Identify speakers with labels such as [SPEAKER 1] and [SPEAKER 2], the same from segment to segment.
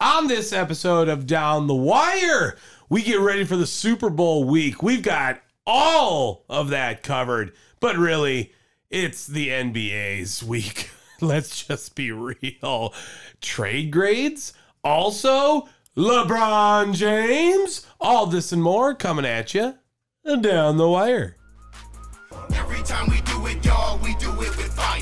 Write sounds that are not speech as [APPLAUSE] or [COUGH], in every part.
[SPEAKER 1] On this episode of Down the Wire, we get ready for the Super Bowl week. We've got all of that covered, but really, it's the NBA's week. [LAUGHS] Let's just be real. Trade grades, also LeBron James, all this and more coming at you down the wire.
[SPEAKER 2] Every time we do it, y'all, we do it with fire.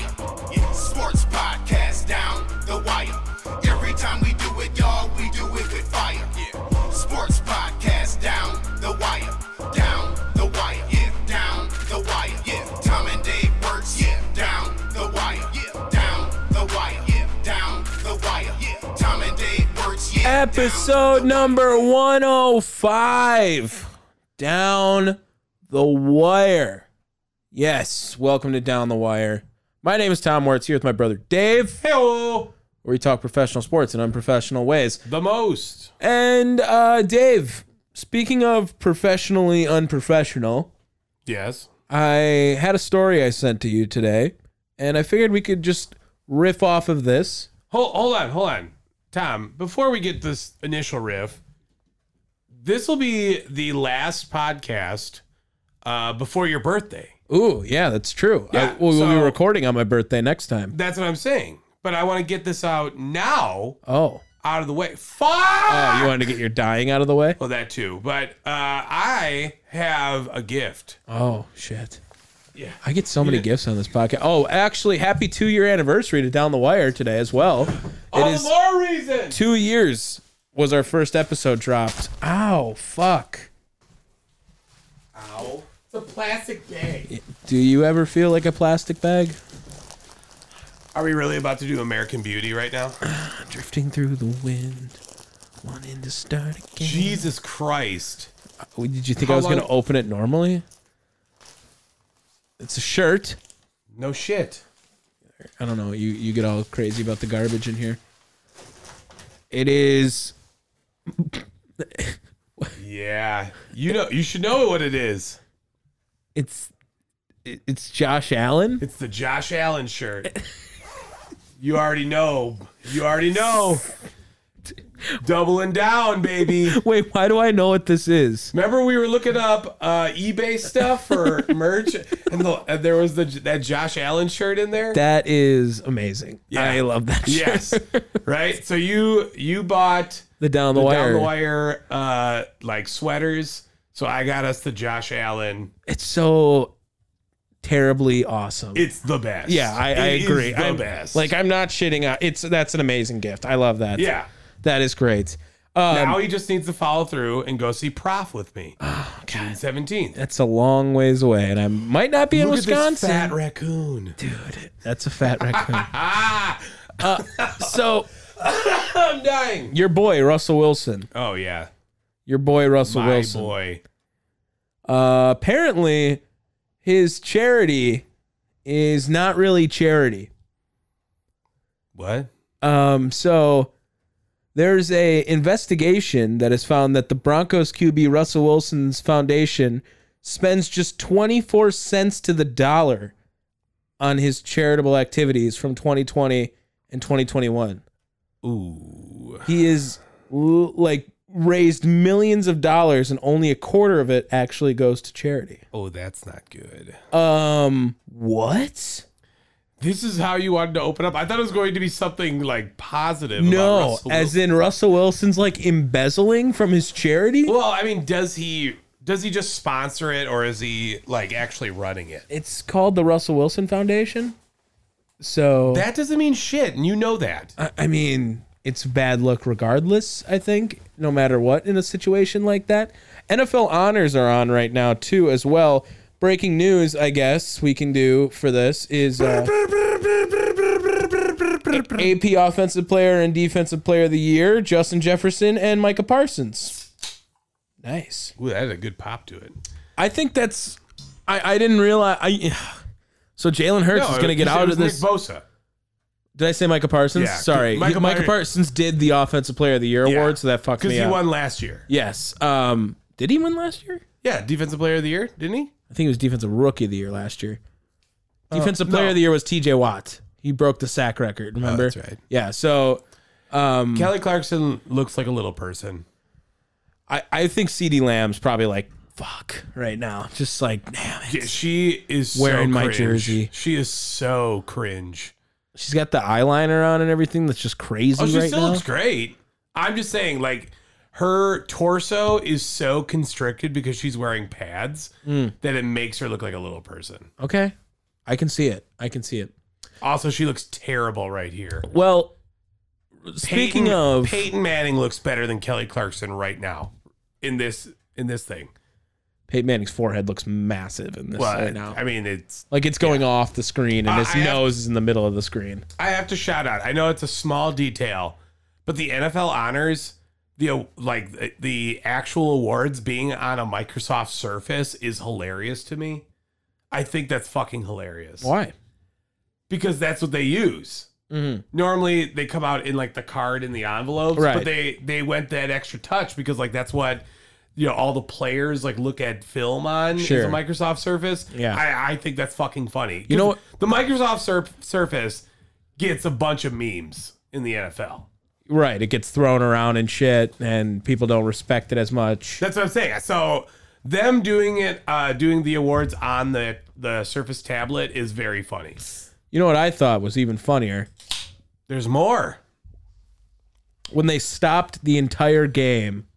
[SPEAKER 2] Yeah, sports podcast down the wire. Every time we do it, y'all, we do it with fire. Yeah, sports podcast down the wire. Down the wire. Yeah, down the wire. Yeah, Tom and Dave works. Yeah, down the wire. Yeah, down the wire. Yeah, down the wire. Yeah, Tom and Dave works. Yeah, down
[SPEAKER 1] Episode number 105 Down the Wire. Yes, welcome to Down the Wire. My name is Tom Wertz here with my brother Dave,
[SPEAKER 3] Hello.
[SPEAKER 1] where we talk professional sports in unprofessional ways.
[SPEAKER 3] The most.
[SPEAKER 1] And uh, Dave, speaking of professionally unprofessional,
[SPEAKER 3] Yes.
[SPEAKER 1] I had a story I sent to you today, and I figured we could just riff off of this.
[SPEAKER 3] Hold, hold on, hold on. Tom, before we get this initial riff, this will be the last podcast uh, before your birthday.
[SPEAKER 1] Ooh, yeah, that's true. I-
[SPEAKER 3] Yeah,
[SPEAKER 1] we'll, we'll
[SPEAKER 3] so-
[SPEAKER 1] be recording on my birthday next time.
[SPEAKER 3] That's what I'm saying. But I want to get this out now,
[SPEAKER 1] Oh.
[SPEAKER 3] out of the way.
[SPEAKER 1] Oh,
[SPEAKER 3] Fuck!
[SPEAKER 1] you wanted to get your dying out of the way?
[SPEAKER 3] well, that too. But uh, I have a gift.
[SPEAKER 1] Oh, shit.
[SPEAKER 3] Yeah.
[SPEAKER 1] I get so many gifts on this podcast. Oh, actually, happy two year anniversary to Down the Wire today as well. It
[SPEAKER 3] All
[SPEAKER 1] is
[SPEAKER 3] the more reason.
[SPEAKER 1] two years was our first episode dropped. Ow, fuck.
[SPEAKER 3] Ow. It's a plastic bag.
[SPEAKER 1] Do you ever feel like a plastic bag?
[SPEAKER 3] Are we really about to do American Beauty right
[SPEAKER 1] [CLEARS THROAT]
[SPEAKER 3] now?
[SPEAKER 1] Drifting through the wind, wanting to start again.
[SPEAKER 3] Jesus Christ.
[SPEAKER 1] Oh, Did you think
[SPEAKER 3] How
[SPEAKER 1] I was going to
[SPEAKER 3] long-
[SPEAKER 1] open it normally? It's a shirt.
[SPEAKER 3] No shit.
[SPEAKER 1] I don't know. You you get all crazy about the garbage in here. It is.
[SPEAKER 3] Yeah, you know, you should know what it is.
[SPEAKER 1] It's. it- It's Josh Allen.
[SPEAKER 3] It's the Josh Allen shirt. You already know. You already know.
[SPEAKER 1] Oh.
[SPEAKER 3] Doubling down, baby.
[SPEAKER 1] [LAUGHS] Wait, why do I know what this is?
[SPEAKER 3] Remember we were looking up uh, eBay stuff for merch, and, the, and there was the that Josh Allen shirt in there.
[SPEAKER 1] That is amazing.
[SPEAKER 3] Yeah.
[SPEAKER 1] I love that. Shirt. [LAUGHS]
[SPEAKER 3] yes, right. So you you bought
[SPEAKER 1] The down the,
[SPEAKER 3] the
[SPEAKER 1] wire.
[SPEAKER 3] down the wire uh, like sweaters. So I got us the Josh Allen.
[SPEAKER 1] It's so terribly awesome.
[SPEAKER 3] It's the best.
[SPEAKER 1] yeah, I, I
[SPEAKER 3] It is
[SPEAKER 1] agree.
[SPEAKER 3] The
[SPEAKER 1] I'm-
[SPEAKER 3] best.
[SPEAKER 1] Like I'm not shitting. Out. It's that's an amazing gift. I love that.
[SPEAKER 3] yeah.
[SPEAKER 1] that is great. Um,
[SPEAKER 3] Now he just needs to follow through and go see Prof with me. June seventeenth.
[SPEAKER 1] that's a long ways away, and I might not be in
[SPEAKER 3] Look at this
[SPEAKER 1] Wisconsin.
[SPEAKER 3] fat raccoon.
[SPEAKER 1] Dude, that's a
[SPEAKER 3] [LAUGHS]
[SPEAKER 1] fat raccoon.
[SPEAKER 3] Ah,
[SPEAKER 1] so
[SPEAKER 3] I'm dying.
[SPEAKER 1] your boy Russell Wilson,
[SPEAKER 3] Oh yeah,
[SPEAKER 1] your boy Russell
[SPEAKER 3] my
[SPEAKER 1] Wilson.
[SPEAKER 3] boy.
[SPEAKER 1] Uh, apparently, his charity is not really charity.
[SPEAKER 3] What?
[SPEAKER 1] Um, so there's a investigation that has found that the Broncos QB Russell Wilson's foundation spends just 24 cents to the dollar on his charitable activities from 2020 and 2021.
[SPEAKER 3] Ooh.
[SPEAKER 1] He is l- like raised millions of dollars and only a quarter of it actually goes to charity.
[SPEAKER 3] Oh, that's not good.
[SPEAKER 1] Um, what?
[SPEAKER 3] This is how you wanted to open up. I thought it was going to be something like positive.
[SPEAKER 1] No, as in Russell Wilson's like embezzling from his charity?
[SPEAKER 3] well, I mean, does he does he just sponsor it or is he like actually running it?
[SPEAKER 1] It's called the Russell Wilson Foundation. So
[SPEAKER 3] That doesn't mean shit, and you know that.
[SPEAKER 1] I, I mean, it's bad luck regardless, I think, no matter what in a situation like that. NFL honors are on right now too as well. Breaking news, I guess we can do for this is [LAUGHS] uh, AP offensive player and defensive player of the year, Justin Jefferson and Micah Parsons. Nice.
[SPEAKER 3] Ooh, that had a good pop to it.
[SPEAKER 1] I think that's I, I didn't realize I [SIGHS] so Jalen Hurts is going to
[SPEAKER 3] it-
[SPEAKER 1] get
[SPEAKER 3] it
[SPEAKER 1] out
[SPEAKER 3] was
[SPEAKER 1] of this.
[SPEAKER 3] Nick Bosa.
[SPEAKER 1] Did I say Micah Parsons?
[SPEAKER 3] Yeah,
[SPEAKER 1] Sorry. Micah,
[SPEAKER 3] Micah Par-
[SPEAKER 1] Parsons did the Offensive Player of the Year
[SPEAKER 3] Yeah.
[SPEAKER 1] award, so that fucked
[SPEAKER 3] Because
[SPEAKER 1] me
[SPEAKER 3] he
[SPEAKER 1] up.
[SPEAKER 3] won last year.
[SPEAKER 1] yes. Um, did he win last year?
[SPEAKER 3] Yeah, defensive player of the year, didn't he?
[SPEAKER 1] I think he was Defensive Rookie of the Year last year. Defensive
[SPEAKER 3] Uh, no.
[SPEAKER 1] Player of the Year was TJ Watt. He broke the sack record, remember?
[SPEAKER 3] that's right.
[SPEAKER 1] Yeah, so Um,
[SPEAKER 3] Kelly Clarkson looks like a little person.
[SPEAKER 1] I, I think CD Lamb's probably like fuck right now, just like damn it.
[SPEAKER 3] Yeah, She is so
[SPEAKER 1] Wearing my
[SPEAKER 3] cringe.
[SPEAKER 1] jersey.
[SPEAKER 3] She is so cringe.
[SPEAKER 1] She's got the eyeliner on and everything. That's just crazy
[SPEAKER 3] Oh, she
[SPEAKER 1] right
[SPEAKER 3] still
[SPEAKER 1] now.
[SPEAKER 3] looks great. I'm just saying, like, her torso is so constricted because she's wearing pads
[SPEAKER 1] Hmm.
[SPEAKER 3] that it makes her look like a little person.
[SPEAKER 1] okay, I can see it. I can see it.
[SPEAKER 3] Also, she looks terrible right here.
[SPEAKER 1] Well, speaking
[SPEAKER 3] Peyton-
[SPEAKER 1] of
[SPEAKER 3] Peyton Manning looks better than Kelly Clarkson right now in this in this thing.
[SPEAKER 1] Peyton Manning's forehead looks massive in this
[SPEAKER 3] Well,
[SPEAKER 1] right now.
[SPEAKER 3] I mean, it's
[SPEAKER 1] like it's going off the screen, and
[SPEAKER 3] Uh,
[SPEAKER 1] his
[SPEAKER 3] I have-
[SPEAKER 1] nose is in the middle of the screen.
[SPEAKER 3] I have to shout out. I know it's a small detail, but the NFL honors the uh, like the- the actual awards being on a Microsoft Surface is hilarious to me. I think that's fucking hilarious
[SPEAKER 1] Why?
[SPEAKER 3] because that's what they use.
[SPEAKER 1] Mhm.
[SPEAKER 3] Normally they come out in like the card in the envelopes,
[SPEAKER 1] Right.
[SPEAKER 3] but they they went that extra touch because like that's what you know all the players like look at film on is
[SPEAKER 1] Sure.
[SPEAKER 3] a Microsoft Surface.
[SPEAKER 1] Yeah.
[SPEAKER 3] I, I think that's fucking funny.
[SPEAKER 1] You know what-
[SPEAKER 3] the Microsoft Sur- Surface gets a bunch of memes in the NFL.
[SPEAKER 1] Right, it gets thrown around and shit, and people don't respect it as much.
[SPEAKER 3] That's what I'm saying. So them doing it, uh, doing the awards on the the Surface tablet is very funny.
[SPEAKER 1] You know what I thought was even funnier?
[SPEAKER 3] There's more.
[SPEAKER 1] When they stopped the entire game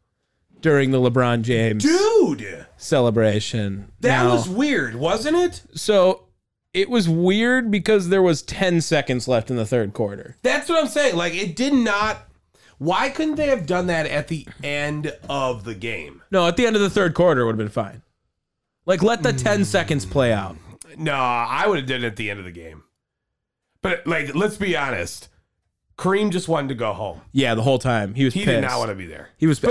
[SPEAKER 1] during the LeBron James
[SPEAKER 3] Dude,
[SPEAKER 1] celebration.
[SPEAKER 3] that
[SPEAKER 1] Now-
[SPEAKER 3] was weird, wasn't it?
[SPEAKER 1] so it was weird because there was 10 seconds left in the third quarter.
[SPEAKER 3] That's what I'm saying. Like it did not. Why couldn't they have done that at the end of the game?
[SPEAKER 1] No, at the end of the third quarter would have been fine. Like let the 10 seconds play out.
[SPEAKER 3] No, I would have done it at the end of the game. But like, let's be honest. Kareem just wanted to go home.
[SPEAKER 1] Yeah, the whole time. He was
[SPEAKER 3] He
[SPEAKER 1] pissed.
[SPEAKER 3] did not want to be there.
[SPEAKER 1] he was
[SPEAKER 3] But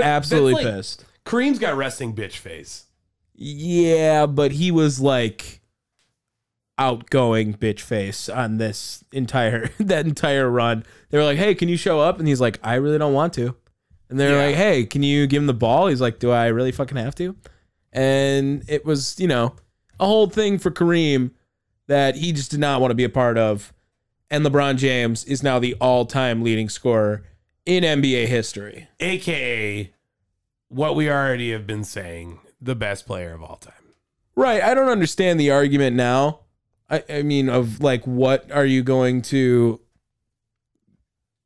[SPEAKER 3] that's
[SPEAKER 1] absolutely
[SPEAKER 3] like-
[SPEAKER 1] pissed.
[SPEAKER 3] Kareem's got resting bitch face.
[SPEAKER 1] Yeah, but he was like outgoing bitch face on this entire [LAUGHS] that entire run. They were like, "Hey, can you show up?" And he's like, "I really don't want to." And they're
[SPEAKER 3] Yeah.
[SPEAKER 1] like, "Hey, can you give him the ball?" He's like, "Do I really fucking have to?" And it was, you know, a whole thing for Kareem that he just did not want to be a part of. And LeBron James is now the all-time leading scorer in NBA history.
[SPEAKER 3] AKA what we already have been saying, the best player of all time.
[SPEAKER 1] Right. I don't understand the argument now. I, I mean, of like, what are you going to?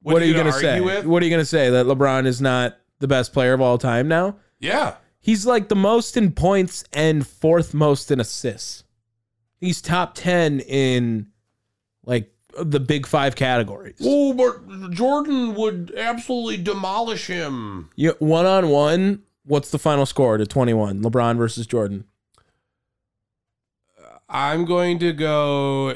[SPEAKER 1] What, are you going to
[SPEAKER 3] gonna
[SPEAKER 1] say?
[SPEAKER 3] argue with?
[SPEAKER 1] What are you going to say that LeBron is not the best player of all time now?
[SPEAKER 3] Yeah.
[SPEAKER 1] He's like the most in points and fourth most in assists. He's top 10 in like the big five categories.
[SPEAKER 3] Oh, but Jordan would absolutely demolish him.
[SPEAKER 1] You one on one, what's the final score to 21? LeBron versus Jordan.
[SPEAKER 3] I'm going to go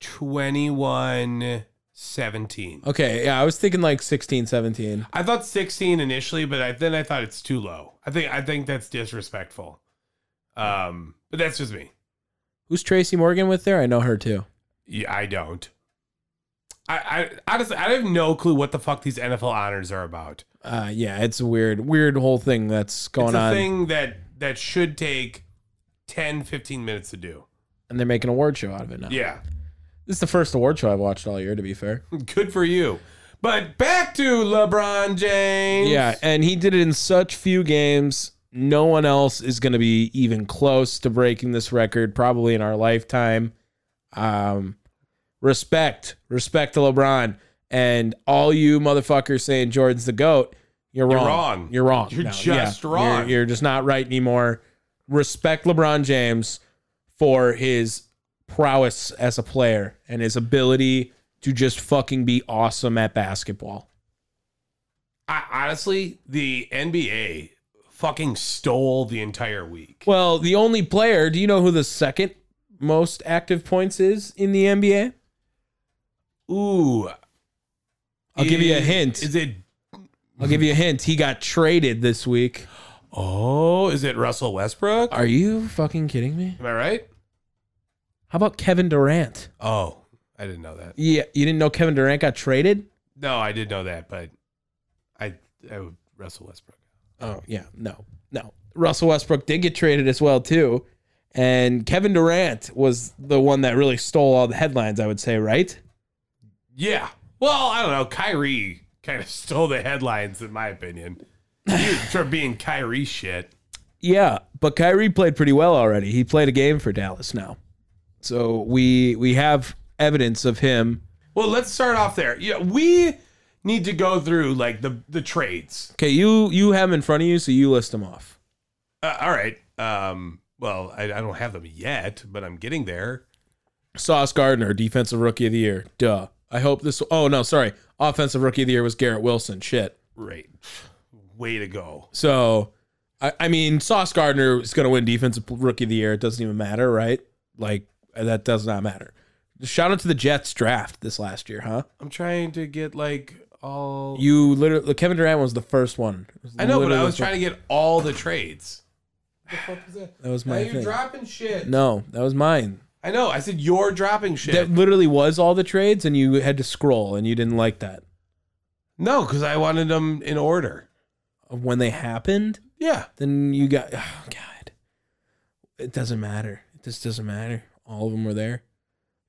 [SPEAKER 3] 21 17.
[SPEAKER 1] Okay. Yeah. I was thinking like 16, 17.
[SPEAKER 3] I thought 16 initially, but I, then I thought it's too low. I think I think that's disrespectful. Um, but that's just me.
[SPEAKER 1] Who's Tracy Morgan with there? I know her too.
[SPEAKER 3] Yeah, I don't. I, I honestly I have no clue what the fuck these NFL honors are about.
[SPEAKER 1] Uh, yeah, it's a weird, weird whole thing that's going
[SPEAKER 3] It's a
[SPEAKER 1] on,
[SPEAKER 3] thing that that should take 10 15 minutes to do.
[SPEAKER 1] and they're making an award show out of it now.
[SPEAKER 3] Yeah.
[SPEAKER 1] This is the first award show I've watched all year, to be fair.
[SPEAKER 3] Good for you. But back to LeBron James.
[SPEAKER 1] Yeah, and he did it in such few games. No one else is going to be even close to breaking this record, probably in our lifetime. Um, respect, respect to LeBron, and all you motherfuckers saying Jordan's the goat. You're wrong.
[SPEAKER 3] wrong.
[SPEAKER 1] You're wrong.
[SPEAKER 3] You're just
[SPEAKER 1] You're-
[SPEAKER 3] wrong.
[SPEAKER 1] You're, just not right anymore. Respect LeBron James for his prowess as a player and his ability to just fucking be awesome at basketball.
[SPEAKER 3] I, honestly, the NBA fucking stole the entire week.
[SPEAKER 1] Well, the only player, do you know who the second most active points is in the NBA?
[SPEAKER 3] Ooh.
[SPEAKER 1] I'll give you a
[SPEAKER 3] Is-
[SPEAKER 1] hint.
[SPEAKER 3] Is it
[SPEAKER 1] I'll give you a hint. He got traded this week.
[SPEAKER 3] Oh, is it Russell Westbrook?
[SPEAKER 1] Are you fucking kidding me?
[SPEAKER 3] Am I right?
[SPEAKER 1] How about Kevin Durant?
[SPEAKER 3] Oh, I didn't know that.
[SPEAKER 1] Yeah, you didn't know Kevin Durant got traded?
[SPEAKER 3] No, I did know that, but I I would Russell Westbrook.
[SPEAKER 1] Oh, yeah. No. No. Russell Westbrook did get traded as well too. And Kevin Durant was the one that really stole all the headlines, I would say, right?
[SPEAKER 3] Yeah. Well, I don't know. Kyrie kind of [LAUGHS] stole the headlines, in my opinion. [LAUGHS] He was for being Kyrie shit.
[SPEAKER 1] Yeah, but Kyrie played pretty well already. He played a game for Dallas now, so we we have evidence of him.
[SPEAKER 3] Well, let's start off there. Yeah, we need to go through like the the trades.
[SPEAKER 1] Okay, you you have 'em in front of you, so you list them off.
[SPEAKER 3] Uh, all right. Um. Well, I, I don't have them yet, but I'm getting there.
[SPEAKER 1] Sauce Gardner, defensive rookie of the year. Duh. I hope this. Oh no, sorry. Offensive rookie of the year was Garrett Wilson. Shit.
[SPEAKER 3] Right. Way to go.
[SPEAKER 1] So, I, I mean, Sauce Gardner is going to win defensive rookie of the year. It doesn't even matter, right? Like that does not matter. Shout out to the Jets draft this last year, huh?
[SPEAKER 3] I'm trying to get like all.
[SPEAKER 1] You literally Kevin Durant was the first one. It
[SPEAKER 3] I know, but
[SPEAKER 1] literally
[SPEAKER 3] I
[SPEAKER 1] the
[SPEAKER 3] was
[SPEAKER 1] fir-
[SPEAKER 3] trying to get all the trades. The fuck is that?
[SPEAKER 1] That was
[SPEAKER 3] Now
[SPEAKER 1] my
[SPEAKER 3] you're
[SPEAKER 1] thing.
[SPEAKER 3] dropping shit.
[SPEAKER 1] No, that was mine.
[SPEAKER 3] I know. I said you're dropping shit.
[SPEAKER 1] That literally was all the trades, and you had to scroll, and you didn't like that
[SPEAKER 3] no, because I wanted them in order.
[SPEAKER 1] when they happened.
[SPEAKER 3] Yeah.
[SPEAKER 1] then you got [SIGHS] oh god it doesn't matter it just doesn't matter all of them were there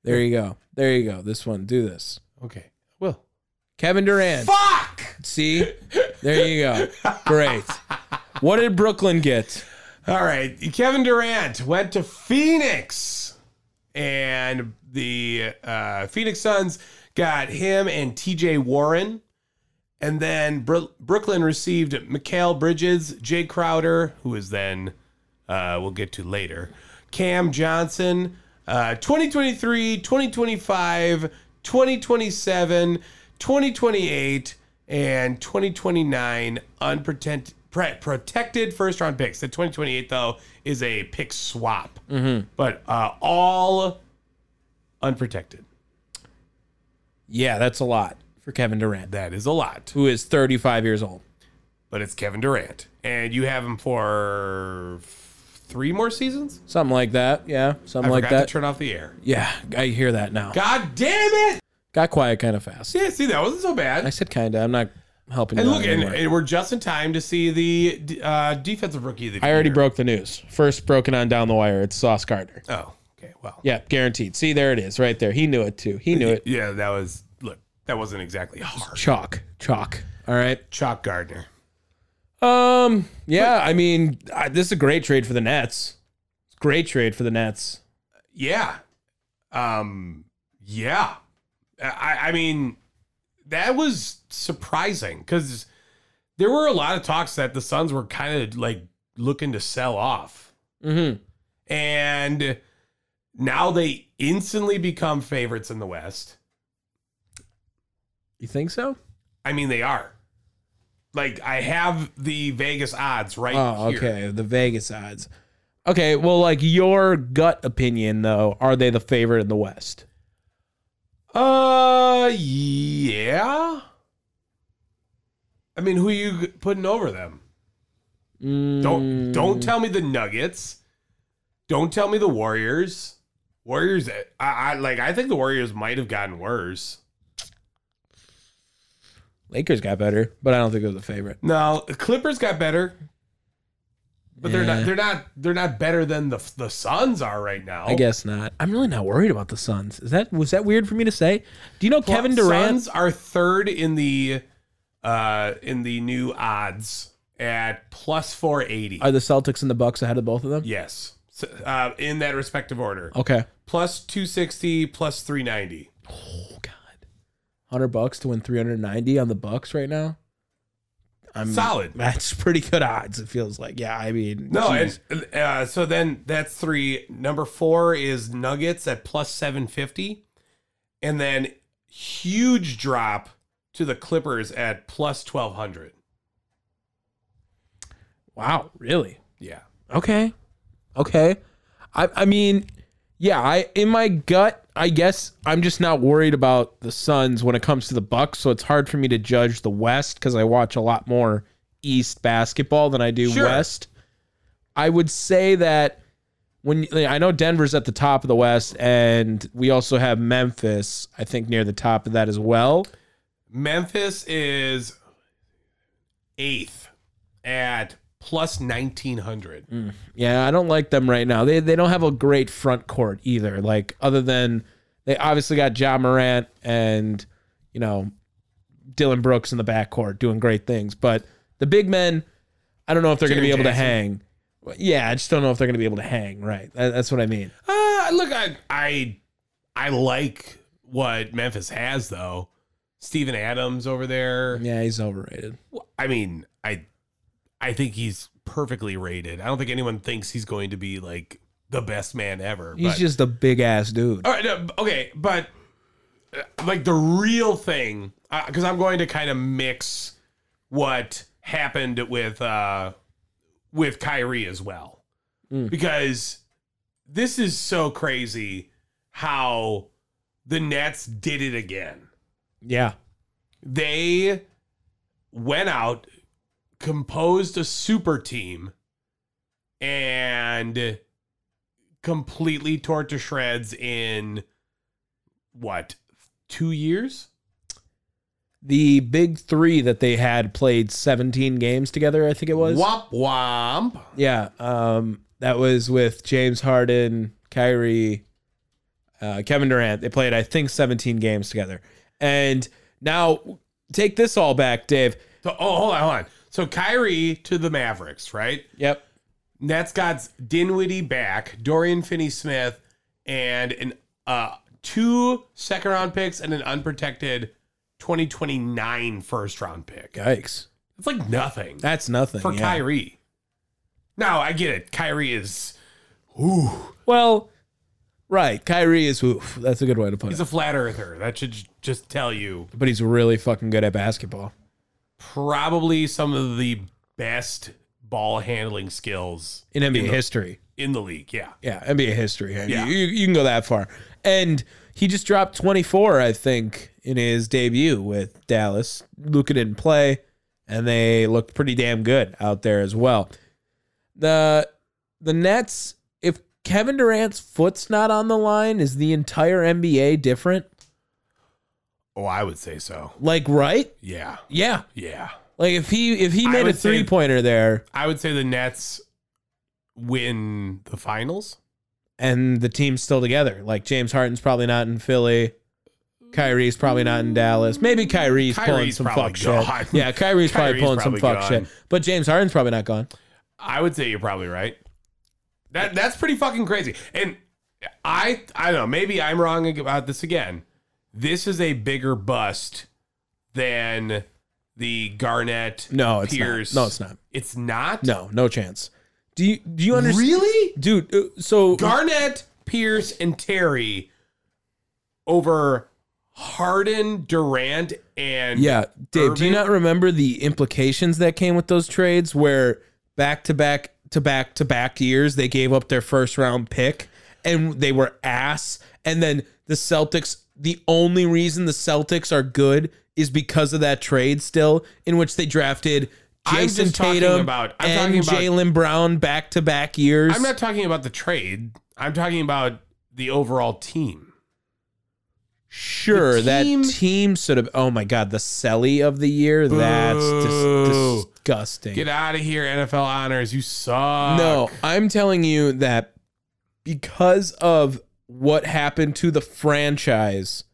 [SPEAKER 1] there you go there you go this one do this
[SPEAKER 3] Okay. Well.
[SPEAKER 1] kevin durant
[SPEAKER 3] Fuck.
[SPEAKER 1] see there you go great what did brooklyn get
[SPEAKER 3] All right. Kevin Durant went to Phoenix, and the uh, Phoenix Suns got him and TJ Warren. And then Bro- Brooklyn received Mikhail Bridges, Jay Crowder, who is then, uh, we'll get to later, Cam Johnson, uh, 2023, 2025, 2027, 2028, and 2029 unprotected. Protected first round picks. The 2028 though is a pick swap,
[SPEAKER 1] Mm-hmm.
[SPEAKER 3] but uh, all unprotected.
[SPEAKER 1] yeah that's a lot for kevin durant
[SPEAKER 3] That is a lot.
[SPEAKER 1] who is 35 years old
[SPEAKER 3] but it's Kevin Durant, and you have him for f- three more seasons.
[SPEAKER 1] something like that yeah
[SPEAKER 3] I
[SPEAKER 1] something like
[SPEAKER 3] forgot
[SPEAKER 1] that
[SPEAKER 3] to turn off the air.
[SPEAKER 1] yeah i hear that now
[SPEAKER 3] God damn it!
[SPEAKER 1] got quiet kind of fast
[SPEAKER 3] Yeah, see that wasn't so
[SPEAKER 1] i
[SPEAKER 3] bad.
[SPEAKER 1] said kinda i'm not helping
[SPEAKER 3] And
[SPEAKER 1] you out
[SPEAKER 3] look, and,
[SPEAKER 1] anymore.
[SPEAKER 3] and we're just in time to see the d- uh, defensive rookie of the
[SPEAKER 1] i already
[SPEAKER 3] year.
[SPEAKER 1] broke the news first broken on down the wire it's sauce gardner
[SPEAKER 3] Oh, okay. Well,
[SPEAKER 1] Yeah, guaranteed. See, there it is, right there. He knew it too. He knew it.
[SPEAKER 3] yeah, that was look. That wasn't exactly hard.
[SPEAKER 1] Chalk, chalk. All right.
[SPEAKER 3] Chalk Gardner.
[SPEAKER 1] Um. Yeah. I mean, I, this is a great trade for the Nets. It's a great trade for the Nets.
[SPEAKER 3] Yeah. Um. Yeah. I. I mean, that was surprising because there were a lot of talks that the Suns were kind of like looking to sell off,
[SPEAKER 1] Mm-hmm.
[SPEAKER 3] and now they instantly become favorites in the West.
[SPEAKER 1] You think so?
[SPEAKER 3] I mean, they are. Like I have the Vegas odds right
[SPEAKER 1] Oh,
[SPEAKER 3] here.
[SPEAKER 1] okay. The Vegas odds. Okay. Well, like your gut opinion, though, are they the favorite in the West?
[SPEAKER 3] Uh, yeah. I mean, who you g- putting over them? Don't don't
[SPEAKER 1] Mm.
[SPEAKER 3] tell me the Nuggets. Don't tell me the Warriors. Warriors, I, I like. I think the Warriors might have gotten worse.
[SPEAKER 1] Lakers got better, but I don't think they're the favorite.
[SPEAKER 3] No, the Clippers got better, but they're
[SPEAKER 1] Yeah.
[SPEAKER 3] not. They're not. They're not better than the the Suns are right now.
[SPEAKER 1] I guess not. I'm really not worried about the Suns. Is that was that weird for me to say? Do you know
[SPEAKER 3] Well,
[SPEAKER 1] Kevin Durant?
[SPEAKER 3] Suns are third in the uh in the new odds at plus four eighty.
[SPEAKER 1] Are the Celtics and the Bucks ahead of both of them?
[SPEAKER 3] Yes. So, uh, in that respective order.
[SPEAKER 1] Okay.
[SPEAKER 3] Plus 260, plus 390.
[SPEAKER 1] Oh God, hundred bucks to win three hundred ninety on the Bucks right now. I'm
[SPEAKER 3] Solid.
[SPEAKER 1] [LAUGHS] That's pretty good odds. It feels like. Yeah, I mean,
[SPEAKER 3] No,
[SPEAKER 1] geez.
[SPEAKER 3] and uh, so then that's three. Number four is Nuggets at plus 750. And then huge drop to the Clippers at plus 1200.
[SPEAKER 1] wow, really?
[SPEAKER 3] Yeah.
[SPEAKER 1] Okay, okay. I, I mean, yeah. I in my gut, I guess I'm just not worried about the Suns when it comes to the Bucks. So it's hard for me to judge the West because I watch a lot more East basketball than I do
[SPEAKER 3] Sure.
[SPEAKER 1] West. I would say that when I know Denver's at the top of the West, and we also have Memphis, I think near the top of that as well.
[SPEAKER 3] Memphis is eighth at plus 1900.
[SPEAKER 1] Mm. Yeah, I don't like them right now. They they don't have a great front court either. Like other than they obviously got John Morant and you know Dylan Brooks in the backcourt doing great things. But the big men, I don't know if they're going to be
[SPEAKER 3] Jaren
[SPEAKER 1] able to
[SPEAKER 3] Jackson.
[SPEAKER 1] hang. Yeah, I just don't know if they're going to be able to hang. Right, That- that's what I mean.
[SPEAKER 3] Uh, look, I, I I like what Memphis has though. Steven Adams over there.
[SPEAKER 1] Yeah, he's overrated.
[SPEAKER 3] I mean, I I think he's perfectly rated. I don't think anyone thinks he's going to be like the best man ever.
[SPEAKER 1] He's
[SPEAKER 3] but-
[SPEAKER 1] just a big ass dude.
[SPEAKER 3] all right, no, okay, but uh, like the real thing, because I'm going to kind of mix what happened with uh with Kyrie as well, because this is so crazy how the Nets did it again
[SPEAKER 1] Yeah,
[SPEAKER 3] they went out, composed a super team, and completely tore it to shreds in what two years?
[SPEAKER 1] the big three that they had played 17 games together. I think it was.
[SPEAKER 3] Womp womp.
[SPEAKER 1] Yeah, um, that was with James Harden, Kyrie, uh, Kevin Durant. They played, I think, 17 games together. And now take this all back, Dave.
[SPEAKER 3] So, oh, hold on, hold on. So Kyrie to the Mavericks, right?
[SPEAKER 1] Yep.
[SPEAKER 3] Nets got Dinwiddie back, Dorian Finney-Smith, and an uh, two second-round picks and an unprotected 2029 first-round pick.
[SPEAKER 1] Yikes.
[SPEAKER 3] It's like nothing
[SPEAKER 1] That's nothing.
[SPEAKER 3] for
[SPEAKER 1] yeah.
[SPEAKER 3] Kyrie. No, I get it. Kyrie is, ooh,
[SPEAKER 1] Well, right. Kyrie is oof. That's a good way to put
[SPEAKER 3] he's
[SPEAKER 1] it.
[SPEAKER 3] a flat earther. That should j- just tell you
[SPEAKER 1] but he's really fucking good at basketball.
[SPEAKER 3] probably some of the best ball handling skills
[SPEAKER 1] In NBA history.
[SPEAKER 3] in the league. Yeah.
[SPEAKER 1] Yeah, NBA history. I mean,
[SPEAKER 3] Yeah.
[SPEAKER 1] You, you can go that far. And he just dropped 24, I think, in his debut with Dallas. Luka didn't play, and they looked pretty damn good out there as well. The the Nets, if Kevin Durant's foot's not on the line, is the entire NBA different?
[SPEAKER 3] Oh, I would say so.
[SPEAKER 1] Like, right?
[SPEAKER 3] Yeah.
[SPEAKER 1] Yeah.
[SPEAKER 3] Yeah.
[SPEAKER 1] Like if he if he made a
[SPEAKER 3] would say-
[SPEAKER 1] three pointer there
[SPEAKER 3] I would say the Nets win the finals.
[SPEAKER 1] and the team's still together, like James Harden's probably not in Philly. Kyrie's probably not in Dallas. Maybe Kyrie's, pulling
[SPEAKER 3] Kyrie's
[SPEAKER 1] some
[SPEAKER 3] probably
[SPEAKER 1] fuck
[SPEAKER 3] gone.
[SPEAKER 1] shit. Yeah, Kyrie's, probably
[SPEAKER 3] Kyrie's
[SPEAKER 1] pulling
[SPEAKER 3] probably
[SPEAKER 1] some fuck
[SPEAKER 3] gone.
[SPEAKER 1] shit. But James Harden's probably not gone.
[SPEAKER 3] I would say you're probably right. That that's pretty fucking crazy. And I I don't know, maybe I'm wrong about this again. This is a bigger bust than the Garnett.
[SPEAKER 1] No, it's
[SPEAKER 3] Pierce.
[SPEAKER 1] not. No, it's not.
[SPEAKER 3] It's not.
[SPEAKER 1] No, no chance. Do you do you understand,
[SPEAKER 3] really?
[SPEAKER 1] dude? uh, So
[SPEAKER 3] Garnett, Pierce, and Terry over Harden, Durant, and
[SPEAKER 1] yeah, Dave, do you
[SPEAKER 3] Irving?
[SPEAKER 1] not remember the implications that came with those trades, where back to back to back to back years they gave up their first round pick and they were ass, and then the Celtics. The only reason the Celtics are good is because of that trade, still in which they drafted
[SPEAKER 3] I'm
[SPEAKER 1] Jason
[SPEAKER 3] just talking
[SPEAKER 1] Tatum
[SPEAKER 3] about- I'm
[SPEAKER 1] and
[SPEAKER 3] talking about-
[SPEAKER 1] Jalen Brown back to back years.
[SPEAKER 3] I'm not talking about the trade. I'm talking about the overall team.
[SPEAKER 1] sure
[SPEAKER 3] The team-
[SPEAKER 1] that team should have. Oh my God, the Selly of the year. That's dis-
[SPEAKER 3] Boo.
[SPEAKER 1] disgusting.
[SPEAKER 3] Get out of here, NFL honors. You suck.
[SPEAKER 1] No, I'm telling you that because of what happened to the franchise,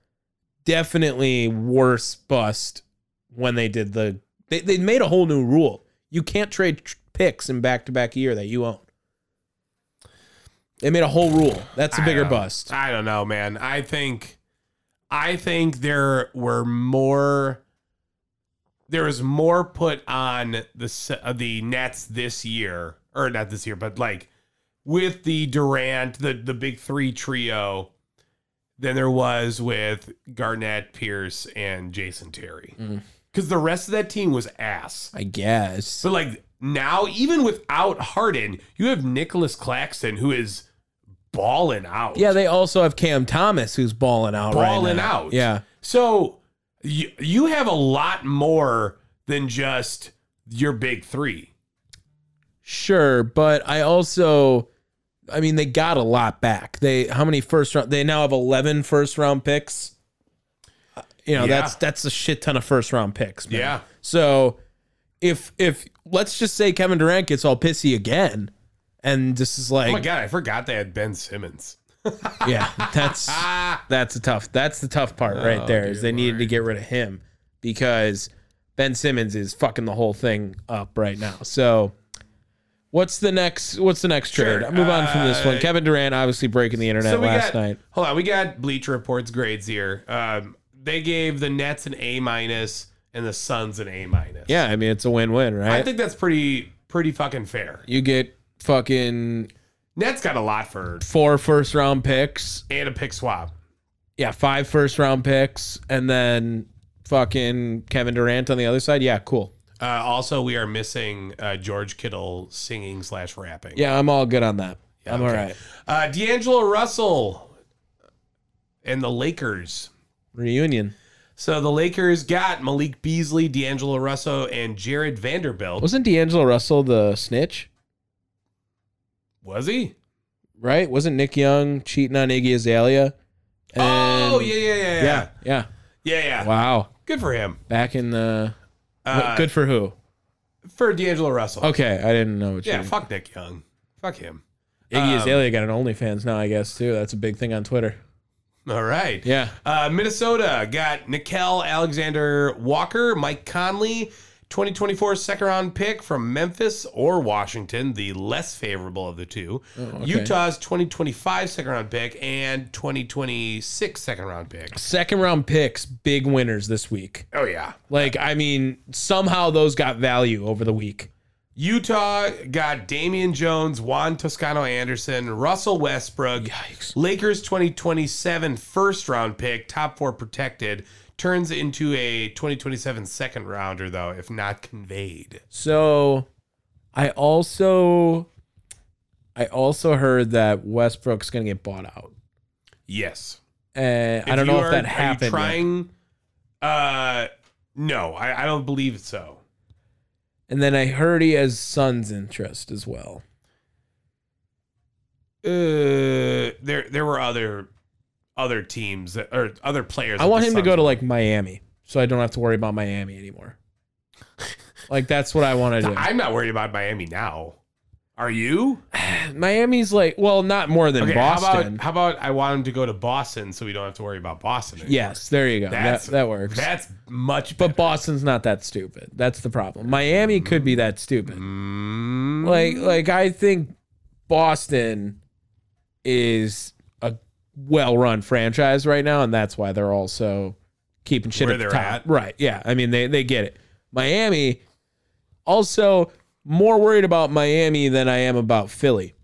[SPEAKER 1] definitely worse bust when they did the they, they made a whole new rule. You can't trade tr- picks in back to back year that you own. They made a whole rule. That's a
[SPEAKER 3] I
[SPEAKER 1] bigger
[SPEAKER 3] don't-
[SPEAKER 1] bust.
[SPEAKER 3] I don't know, man. I think I think there were more there was more put on the S- uh, the Nets this year or not this year, but like with the Durant, the the big 3 trio than there was with Garnett, Pierce and Jason Terry.
[SPEAKER 1] Mm.
[SPEAKER 3] Cuz the rest of that team was ass.
[SPEAKER 1] I guess.
[SPEAKER 3] But like now, even without Harden, you have Nicholas Claxton who is balling out.
[SPEAKER 1] Yeah, they also have Cam Thomas who's balling out. right
[SPEAKER 3] Balling
[SPEAKER 1] now.
[SPEAKER 3] out.
[SPEAKER 1] Yeah.
[SPEAKER 3] So you, you have a lot more than just your big three.
[SPEAKER 1] Sure, but I also I mean they got a lot back. They how many first round they now have 11 first round picks. Uh, You know,
[SPEAKER 3] Yeah.
[SPEAKER 1] that's that's a shit ton of first round picks, man.
[SPEAKER 3] Yeah.
[SPEAKER 1] So if if let's just say Kevin Durant gets all pissy again and this is
[SPEAKER 3] Oh my
[SPEAKER 1] like
[SPEAKER 3] god, I forgot they had Ben Simmons. Oh,
[SPEAKER 1] yeah, that's that's a tough that's the tough part right there is they needed to get rid of him. because Ben Simmons is fucking the whole thing up right now. So what's the next what's the next trade?
[SPEAKER 3] Sure.
[SPEAKER 1] Move on from this one.
[SPEAKER 3] Uh,
[SPEAKER 1] Kevin Durant obviously breaking the internet
[SPEAKER 3] So we
[SPEAKER 1] last
[SPEAKER 3] got,
[SPEAKER 1] night.
[SPEAKER 3] Hold on, we got Bleacher Report's grades here. Um, they gave the Nets an A minus and the Suns an A minus.
[SPEAKER 1] Yeah, I mean it's a win-win,
[SPEAKER 3] I
[SPEAKER 1] right?
[SPEAKER 3] think that's pretty pretty fucking fair.
[SPEAKER 1] you get fucking
[SPEAKER 3] Nets got a lot for
[SPEAKER 1] four first round picks.
[SPEAKER 3] and a pick swap.
[SPEAKER 1] Yeah, five first round picks and then fucking Kevin Durant on the other side. Yeah, cool.
[SPEAKER 3] Uh, also, we are missing uh, George Kittle singing slash rapping.
[SPEAKER 1] Yeah, I'm all good on that. I'm all right.
[SPEAKER 3] Uh, D'Angelo Russell and the Lakers.
[SPEAKER 1] Reunion.
[SPEAKER 3] So the Lakers got Malik Beasley, D'Angelo Russell, and Jared Vanderbilt.
[SPEAKER 1] Wasn't D'Angelo Russell the snitch?
[SPEAKER 3] Was he?
[SPEAKER 1] Right? Wasn't Nick Young cheating on Iggy Azalea? And-
[SPEAKER 3] oh yeah, yeah, yeah, yeah,
[SPEAKER 1] yeah, yeah.
[SPEAKER 3] yeah, yeah.
[SPEAKER 1] Wow.
[SPEAKER 3] Good for him.
[SPEAKER 1] Back in the
[SPEAKER 3] Uh,
[SPEAKER 1] good for who?
[SPEAKER 3] for D'Angelo Russell.
[SPEAKER 1] Okay, I didn't know what you.
[SPEAKER 3] Yeah, fuck Nick Young. Fuck him.
[SPEAKER 1] Iggy
[SPEAKER 3] um,
[SPEAKER 1] Azalea got an OnlyFans now, I guess too. That's a big thing on Twitter.
[SPEAKER 3] All right.
[SPEAKER 1] Yeah.
[SPEAKER 3] Uh, Minnesota got Nikhil Alexander Walker, Mike Conley, 2024 second round pick from Memphis or Washington, the less favorable of the two.
[SPEAKER 1] Oh,
[SPEAKER 3] Utah's 2025 second round pick and 2026 second round pick.
[SPEAKER 1] Second round picks, big winners this week.
[SPEAKER 3] Oh, yeah.
[SPEAKER 1] Like, I mean, somehow those got value over the week.
[SPEAKER 3] Utah got Damian Jones, Juan Toscano Anderson, Russell Westbrook,
[SPEAKER 1] Yikes.
[SPEAKER 3] Lakers 2027 first round pick, top four protected, turns into a 2027 second rounder, though, if not conveyed.
[SPEAKER 1] So, I also, I also heard that Westbrook's gonna get bought out,
[SPEAKER 3] Yes.
[SPEAKER 1] and Uh, I don't
[SPEAKER 3] you
[SPEAKER 1] know
[SPEAKER 3] are-
[SPEAKER 1] if that
[SPEAKER 3] are you
[SPEAKER 1] happened. yet.
[SPEAKER 3] trying? Uh, no, I, I don't believe so.
[SPEAKER 1] And then I heard he has son's interest as well.
[SPEAKER 3] Uh, there there were other other teams that, or other players.
[SPEAKER 1] I want him to go to like Miami, so I don't have to worry about Miami
[SPEAKER 3] [LAUGHS]
[SPEAKER 1] anymore. like that's what I want to do.
[SPEAKER 3] I'm not worried about Miami now. Are you?
[SPEAKER 1] Miami's like, well, not more than
[SPEAKER 3] Okay,
[SPEAKER 1] Boston.
[SPEAKER 3] How about, how about I want him to go to Boston so we don't have to worry about Boston? anymore?
[SPEAKER 1] yes, there you go. That,
[SPEAKER 3] That's-
[SPEAKER 1] that works.
[SPEAKER 3] That's much
[SPEAKER 1] but Boston's not that stupid. That's the problem. Miami could be that stupid.
[SPEAKER 3] Mm-hmm. Mm,
[SPEAKER 1] Like like I think Boston is a well-run franchise right now and that's why they're also keeping shit
[SPEAKER 3] Where
[SPEAKER 1] at the
[SPEAKER 3] they're
[SPEAKER 1] top.
[SPEAKER 3] at.
[SPEAKER 1] Right. Yeah. I mean they they get it. Miami also more worried about Miami than I am about Philly.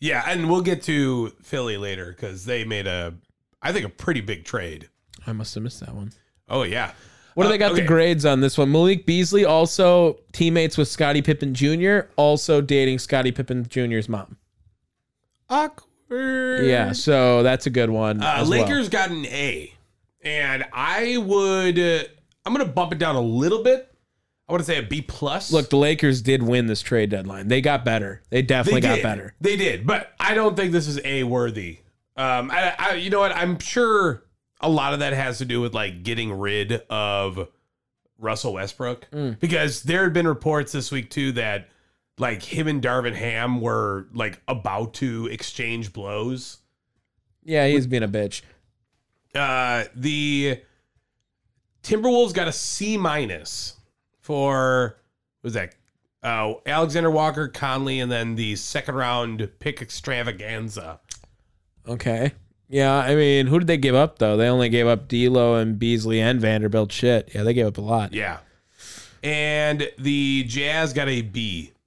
[SPEAKER 3] yeah, and we'll get to Philly later because they made a, I think, a pretty big trade.
[SPEAKER 1] I must have missed that one.
[SPEAKER 3] Oh, yeah.
[SPEAKER 1] What do
[SPEAKER 3] Uh,
[SPEAKER 1] they got
[SPEAKER 3] okay.
[SPEAKER 1] the grades on this one? Malik Beasley also teammates with Scottie Pippen Jr., also dating Scottie Pippen Jr.'s mom.
[SPEAKER 3] Awkward.
[SPEAKER 1] Yeah, so that's a good one.
[SPEAKER 3] Uh,
[SPEAKER 1] as well.
[SPEAKER 3] Lakers got an A, and I would, uh, I'm going to bump it down a little bit. I want to say a B plus.
[SPEAKER 1] Look, the Lakers did win this trade deadline. They got better. They definitely got
[SPEAKER 3] did.
[SPEAKER 1] better.
[SPEAKER 3] They did, but I don't think this is a worthy. Um, I, I, you know what? I'm sure a lot of that has to do with like getting rid of Russell Westbrook
[SPEAKER 1] Mm.
[SPEAKER 3] because there had been reports this week too that like him and Darvin Ham were like about to exchange blows.
[SPEAKER 1] Yeah, he's being a bitch.
[SPEAKER 3] Uh, the Timberwolves got a C minus for what was that uh, Alexander Walker, Conley, and then the second round pick extravaganza.
[SPEAKER 1] Okay. Yeah, I mean, who did they give up though? They only gave up D'Lo and Beasley and Vanderbilt. Shit. Yeah, they gave up a lot.
[SPEAKER 3] Yeah, and the Jazz got a B. [LAUGHS]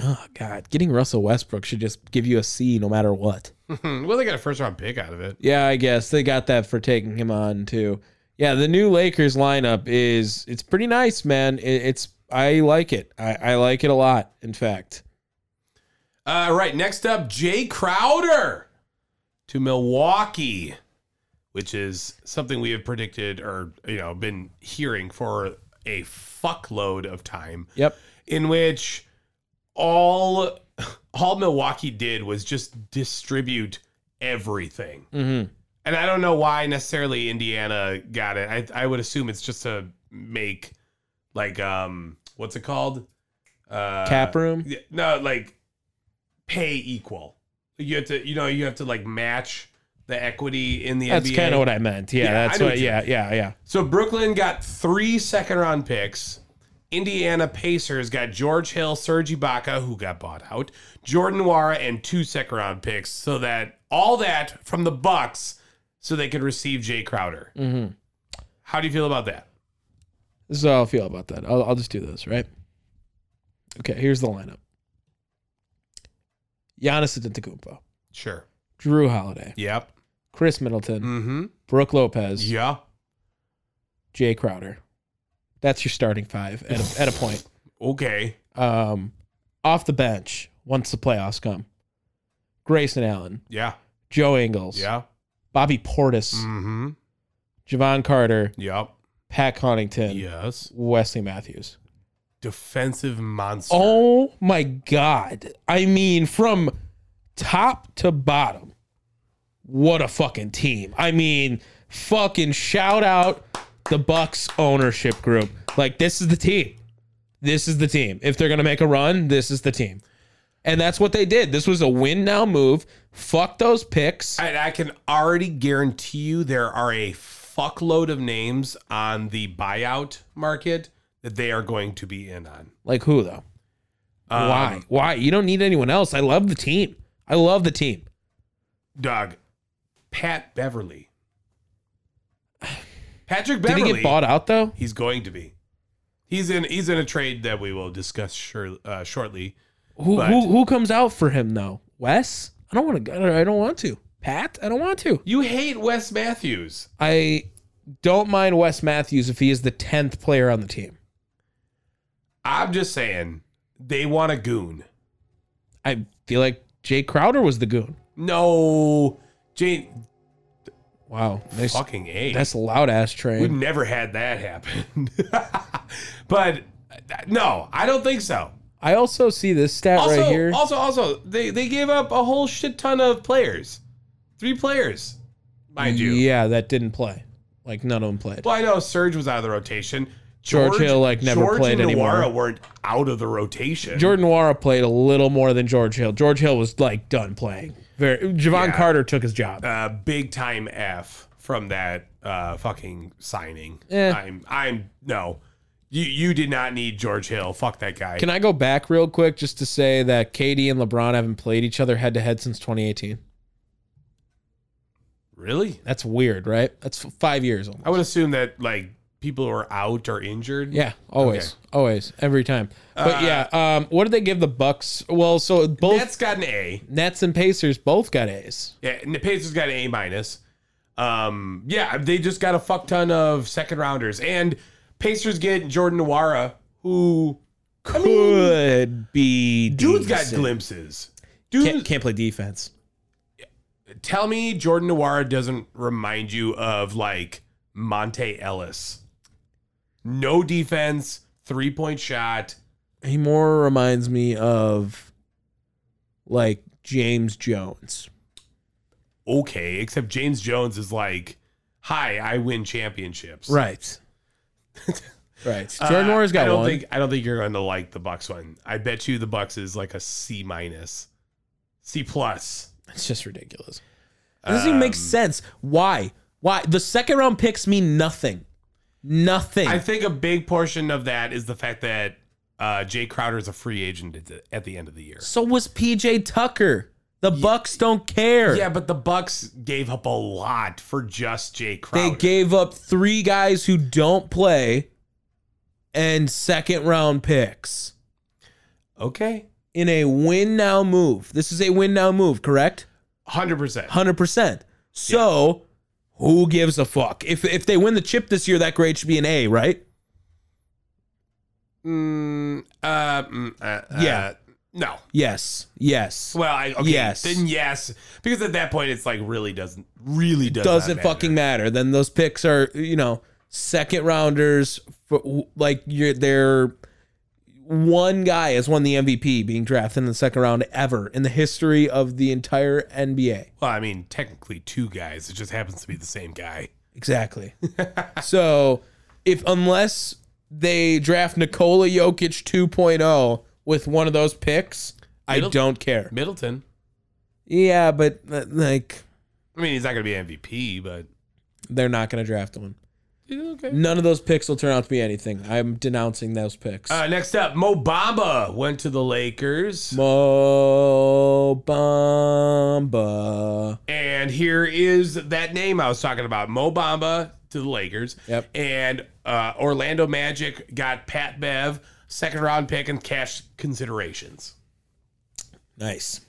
[SPEAKER 1] Oh God, getting Russell Westbrook should just give you a C no matter what.
[SPEAKER 3] well, they got a first round pick out of it.
[SPEAKER 1] Yeah, I guess they got that for taking him on too. Yeah, the new Lakers lineup is it's pretty nice, man. It, it's I like it. I, I like it a lot. In fact,
[SPEAKER 3] Uh, right. Next up, Jay Crowder to Milwaukee, which is something we have predicted or you know been hearing for a fuckload of time.
[SPEAKER 1] yep.
[SPEAKER 3] in which all all Milwaukee did was just distribute everything.
[SPEAKER 1] Mm-hmm.
[SPEAKER 3] And I don't know why necessarily Indiana got it. I I would assume it's just to make like um what's it called? Uh
[SPEAKER 1] Cap room.
[SPEAKER 3] yeah, No, like pay equal. You have to you know, you have to like match the equity in the
[SPEAKER 1] That's
[SPEAKER 3] NBA.
[SPEAKER 1] kind of what I meant. Yeah,
[SPEAKER 3] Yeah, I
[SPEAKER 1] that's
[SPEAKER 3] know
[SPEAKER 1] what.
[SPEAKER 3] what you
[SPEAKER 1] Yeah, yeah, yeah.
[SPEAKER 3] So Brooklyn got three second round picks. Indiana Pacers got George Hill, Serge Ibaka, who got bought out, Jordan Wara, and two second round picks. So that all that from the Bucks, so they could receive Jay Crowder. How do you feel about that?
[SPEAKER 1] This is how I feel about that. I'll, I'll just do this, right? Okay, here's the lineup: Giannis Antetokounmpo,
[SPEAKER 3] Sure.
[SPEAKER 1] Drew Holiday,
[SPEAKER 3] Yep.
[SPEAKER 1] Chris Middleton,
[SPEAKER 3] Mm-hmm.
[SPEAKER 1] Brooke Lopez,
[SPEAKER 3] Yeah.
[SPEAKER 1] Jay Crowder. That's your starting five at a, at a point.
[SPEAKER 3] Okay.
[SPEAKER 1] Um, off the bench once the playoffs come, Grayson Allen,
[SPEAKER 3] Yeah.
[SPEAKER 1] Joe Ingles,
[SPEAKER 3] Yeah.
[SPEAKER 1] Bobby Portis,
[SPEAKER 3] Mm-hmm.
[SPEAKER 1] Javon Carter,
[SPEAKER 3] Yep.
[SPEAKER 1] Pat Connington,
[SPEAKER 3] Yes.
[SPEAKER 1] Wesley Matthews.
[SPEAKER 3] Defensive monster.
[SPEAKER 1] Oh my God. I mean, from top to bottom, what a fucking team. I mean, fucking shout out the Bucks ownership group. Like, this is the team. This is the team. If they're going to make a run, this is the team. And that's what they did. This was a win now move. Fuck those picks.
[SPEAKER 3] And I can already guarantee you there are a fuckload of names on the buyout market that they are going to be in on.
[SPEAKER 1] Like, who, though?
[SPEAKER 3] Um,
[SPEAKER 1] Why? Why? You don't need anyone else. I love the team. I love the team.
[SPEAKER 3] Doug? Pat Beverly. [SIGHS] Patrick
[SPEAKER 1] Did
[SPEAKER 3] Beverly.
[SPEAKER 1] he get bought out, though?
[SPEAKER 3] He's going to be. He's in. He's in a trade that we will discuss sure, uh, shortly.
[SPEAKER 1] Who,
[SPEAKER 3] But-
[SPEAKER 1] who who comes out for him though? Wes? I don't want to. I don't want to. Pat? I don't want to.
[SPEAKER 3] You hate Wes Matthews.
[SPEAKER 1] I don't mind Wes Matthews if he is the tenth player on the team.
[SPEAKER 3] I'm just saying they want a goon.
[SPEAKER 1] I feel like Jay Crowder was the goon.
[SPEAKER 3] No, Jane.
[SPEAKER 1] Wow, nice.
[SPEAKER 3] Fucking a.
[SPEAKER 1] That's a loud ass
[SPEAKER 3] We've
[SPEAKER 1] train.
[SPEAKER 3] never had that happen. [LAUGHS] but uh, no, I don't think so.
[SPEAKER 1] I also see this stat
[SPEAKER 3] Also,
[SPEAKER 1] right here.
[SPEAKER 3] also, also, they they gave up a whole shit ton of players, three players, mind you.
[SPEAKER 1] Yeah, that didn't play. Like none of them played.
[SPEAKER 3] Well, I know Serge was out of the rotation.
[SPEAKER 1] George Hill, like, never
[SPEAKER 3] George
[SPEAKER 1] played
[SPEAKER 3] and
[SPEAKER 1] anymore.
[SPEAKER 3] Nwora weren't out of the rotation.
[SPEAKER 1] Jordan Wara played a little more than George Hill. George Hill was like done playing. Very Javon
[SPEAKER 3] Yeah.
[SPEAKER 1] Carter took his job.
[SPEAKER 3] uh, big time F from that uh, fucking signing.
[SPEAKER 1] Eh.
[SPEAKER 3] I'm I'm no, you you did not need George Hill. Fuck that guy.
[SPEAKER 1] Can I go back real quick just to say that KD and LeBron haven't played each other head to head since 2018?
[SPEAKER 3] really?
[SPEAKER 1] That's weird, right? That's f- five years almost.
[SPEAKER 3] I would assume that like people who are out or injured.
[SPEAKER 1] Yeah, always, always, every time. But
[SPEAKER 3] Uh,
[SPEAKER 1] yeah, um, what did they give the Bucks? Well, so both
[SPEAKER 3] Nets got an A.
[SPEAKER 1] Nets and Pacers both got A's.
[SPEAKER 3] Yeah, and the Pacers got an A minus. Um, yeah, they just got a fuck ton of second rounders, and Pacers get Jordan Nwara, who
[SPEAKER 1] Could be
[SPEAKER 3] dude's got
[SPEAKER 1] decent.
[SPEAKER 3] glimpses. Dude,
[SPEAKER 1] Can't, can't play defense.
[SPEAKER 3] tell me Jordan Nwara doesn't remind you of like Monte Ellis. No defense, three point shot.
[SPEAKER 1] He more reminds me of like James Jones.
[SPEAKER 3] Okay, except James Jones is like, "Hi, I win championships." [LAUGHS]
[SPEAKER 1] Right. right.
[SPEAKER 3] Uh,
[SPEAKER 1] Jordan Warren's got
[SPEAKER 3] I don't
[SPEAKER 1] one.
[SPEAKER 3] think I don't think you're going to like the Bucks one. I bet you the Bucks is like a C minus, C plus.
[SPEAKER 1] It's just ridiculous. It doesn't even make
[SPEAKER 3] Um,
[SPEAKER 1] sense. Why? Why? The second round picks mean nothing. Nothing.
[SPEAKER 3] I think a big portion of that is the fact that uh, Jay Crowder is a free agent at the, at the end of the year.
[SPEAKER 1] so was PJ Tucker. The Bucks don't care.
[SPEAKER 3] Yeah, but the Bucks gave up a lot for just Jay Crowder.
[SPEAKER 1] they gave up three guys who don't play and second round picks
[SPEAKER 3] okay,
[SPEAKER 1] in a win now move. This is a win now move, correct?
[SPEAKER 3] hundred percent.
[SPEAKER 1] 100%. So, who gives a fuck? If if they win the chip this year, that grade should be an A, right?
[SPEAKER 3] Mm, uh, mm, uh, uh,
[SPEAKER 1] Yeah.
[SPEAKER 3] no.
[SPEAKER 1] Yes. Yes.
[SPEAKER 3] Well, I, okay,
[SPEAKER 1] Yes.
[SPEAKER 3] then yes, because at that point it's like really doesn't really does not
[SPEAKER 1] doesn't
[SPEAKER 3] matter.
[SPEAKER 1] fucking matter. Then those picks are, you know, second rounders for like you're they're one guy has won the MVP being drafted in the second round ever in the history of the entire NBA.
[SPEAKER 3] Well, I mean, technically two guys. It just happens to be the same guy. [LAUGHS]
[SPEAKER 1] Exactly. so, if unless they draft Nikola Jokic 2.0 with one of those picks, I
[SPEAKER 3] It'll-
[SPEAKER 1] don't care.
[SPEAKER 3] Middleton.
[SPEAKER 1] Yeah, but uh, like
[SPEAKER 3] I mean, he's not going to be MVP, but
[SPEAKER 1] They're not going to draft one.
[SPEAKER 3] okay.
[SPEAKER 1] None of those picks will turn out to be anything. I'm denouncing those picks.
[SPEAKER 3] Uh, next up, Mobamba went to the Lakers,
[SPEAKER 1] Mo Bamba.
[SPEAKER 3] and here is that name I was talking about: Mobamba to the Lakers.
[SPEAKER 1] Yep.
[SPEAKER 3] And uh, Orlando Magic got Pat Bev, second round pick, and cash considerations.
[SPEAKER 1] Nice.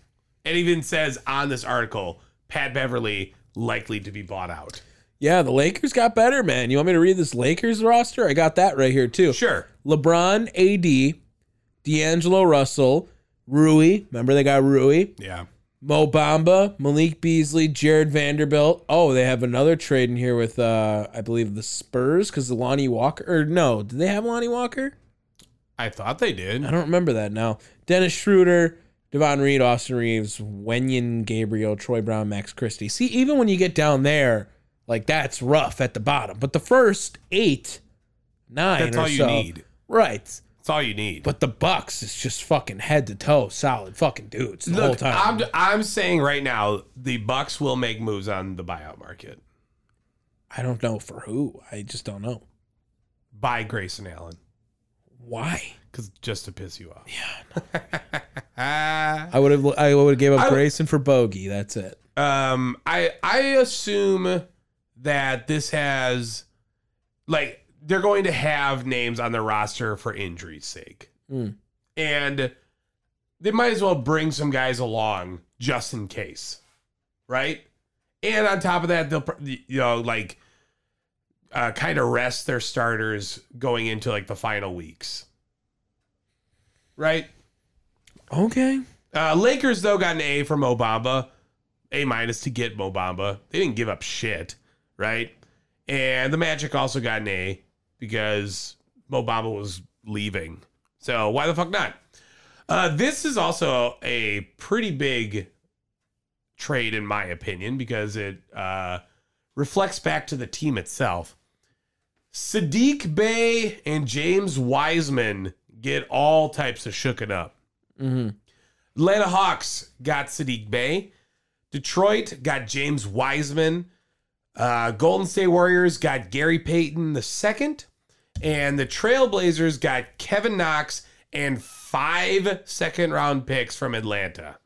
[SPEAKER 3] It even says on this article, Pat Beverly likely to be bought out.
[SPEAKER 1] Yeah, the Lakers got better, man. You want me to read this Lakers roster? I got that right here too.
[SPEAKER 3] Sure.
[SPEAKER 1] LeBron, AD, D'Angelo Russell, Rui. Remember they got Rui.
[SPEAKER 3] Yeah.
[SPEAKER 1] Mo Bamba, Malik Beasley, Jared Vanderbilt. Oh, they have another trade in here with, uh, I believe, the Spurs because Lonnie Walker. Or no, did they have Lonnie Walker?
[SPEAKER 3] I thought they did.
[SPEAKER 1] I don't remember that now. Dennis Schroeder, Devon Reed, Austin Reeves, Wenyon Gabriel, Troy Brown, Max Christie. See, even when you get down there, like that's rough at the bottom. But the first eight, nine,
[SPEAKER 3] That's
[SPEAKER 1] or
[SPEAKER 3] all you
[SPEAKER 1] so-
[SPEAKER 3] need.
[SPEAKER 1] right?
[SPEAKER 3] That's all you need.
[SPEAKER 1] But the Bucks is just fucking head to toe solid fucking dudes the whole
[SPEAKER 3] Look,
[SPEAKER 1] time.
[SPEAKER 3] I'm I'm saying right now the Bucks will make moves on the buyout market.
[SPEAKER 1] I don't know for who. I just don't know.
[SPEAKER 3] Buy Grayson Allen
[SPEAKER 1] Why?
[SPEAKER 3] cuz just to piss you off. [LAUGHS]
[SPEAKER 1] [LAUGHS] I would have. I would have gave up
[SPEAKER 3] I-
[SPEAKER 1] Grayson for Bogey. That's it.
[SPEAKER 3] Um I I assume that this has like they're going to have names on their roster for injury's sake.
[SPEAKER 1] Mm.
[SPEAKER 3] And they might as well bring some guys along just in case. Right? And on top of that, they'll pr- you know like uh, kind of rest their starters going into like the final weeks. Right?
[SPEAKER 1] Okay.
[SPEAKER 3] Uh, Lakers though got an A from Obama, A minus to get Mobamba. They didn't give up shit, right? And the Magic also got an A because Mobamba was leaving. So why the fuck not? Uh, this is also a pretty big trade in my opinion because it uh, reflects back to the team itself. Sadiq Bay and James Wiseman get all types of shooken up.
[SPEAKER 1] Mm-hmm.
[SPEAKER 3] Atlanta Hawks got Sadiq Bay. Detroit got James Wiseman. Uh, Golden State Warriors got Gary Payton II. And the Trailblazers got Kevin Knox and five second round picks from Atlanta.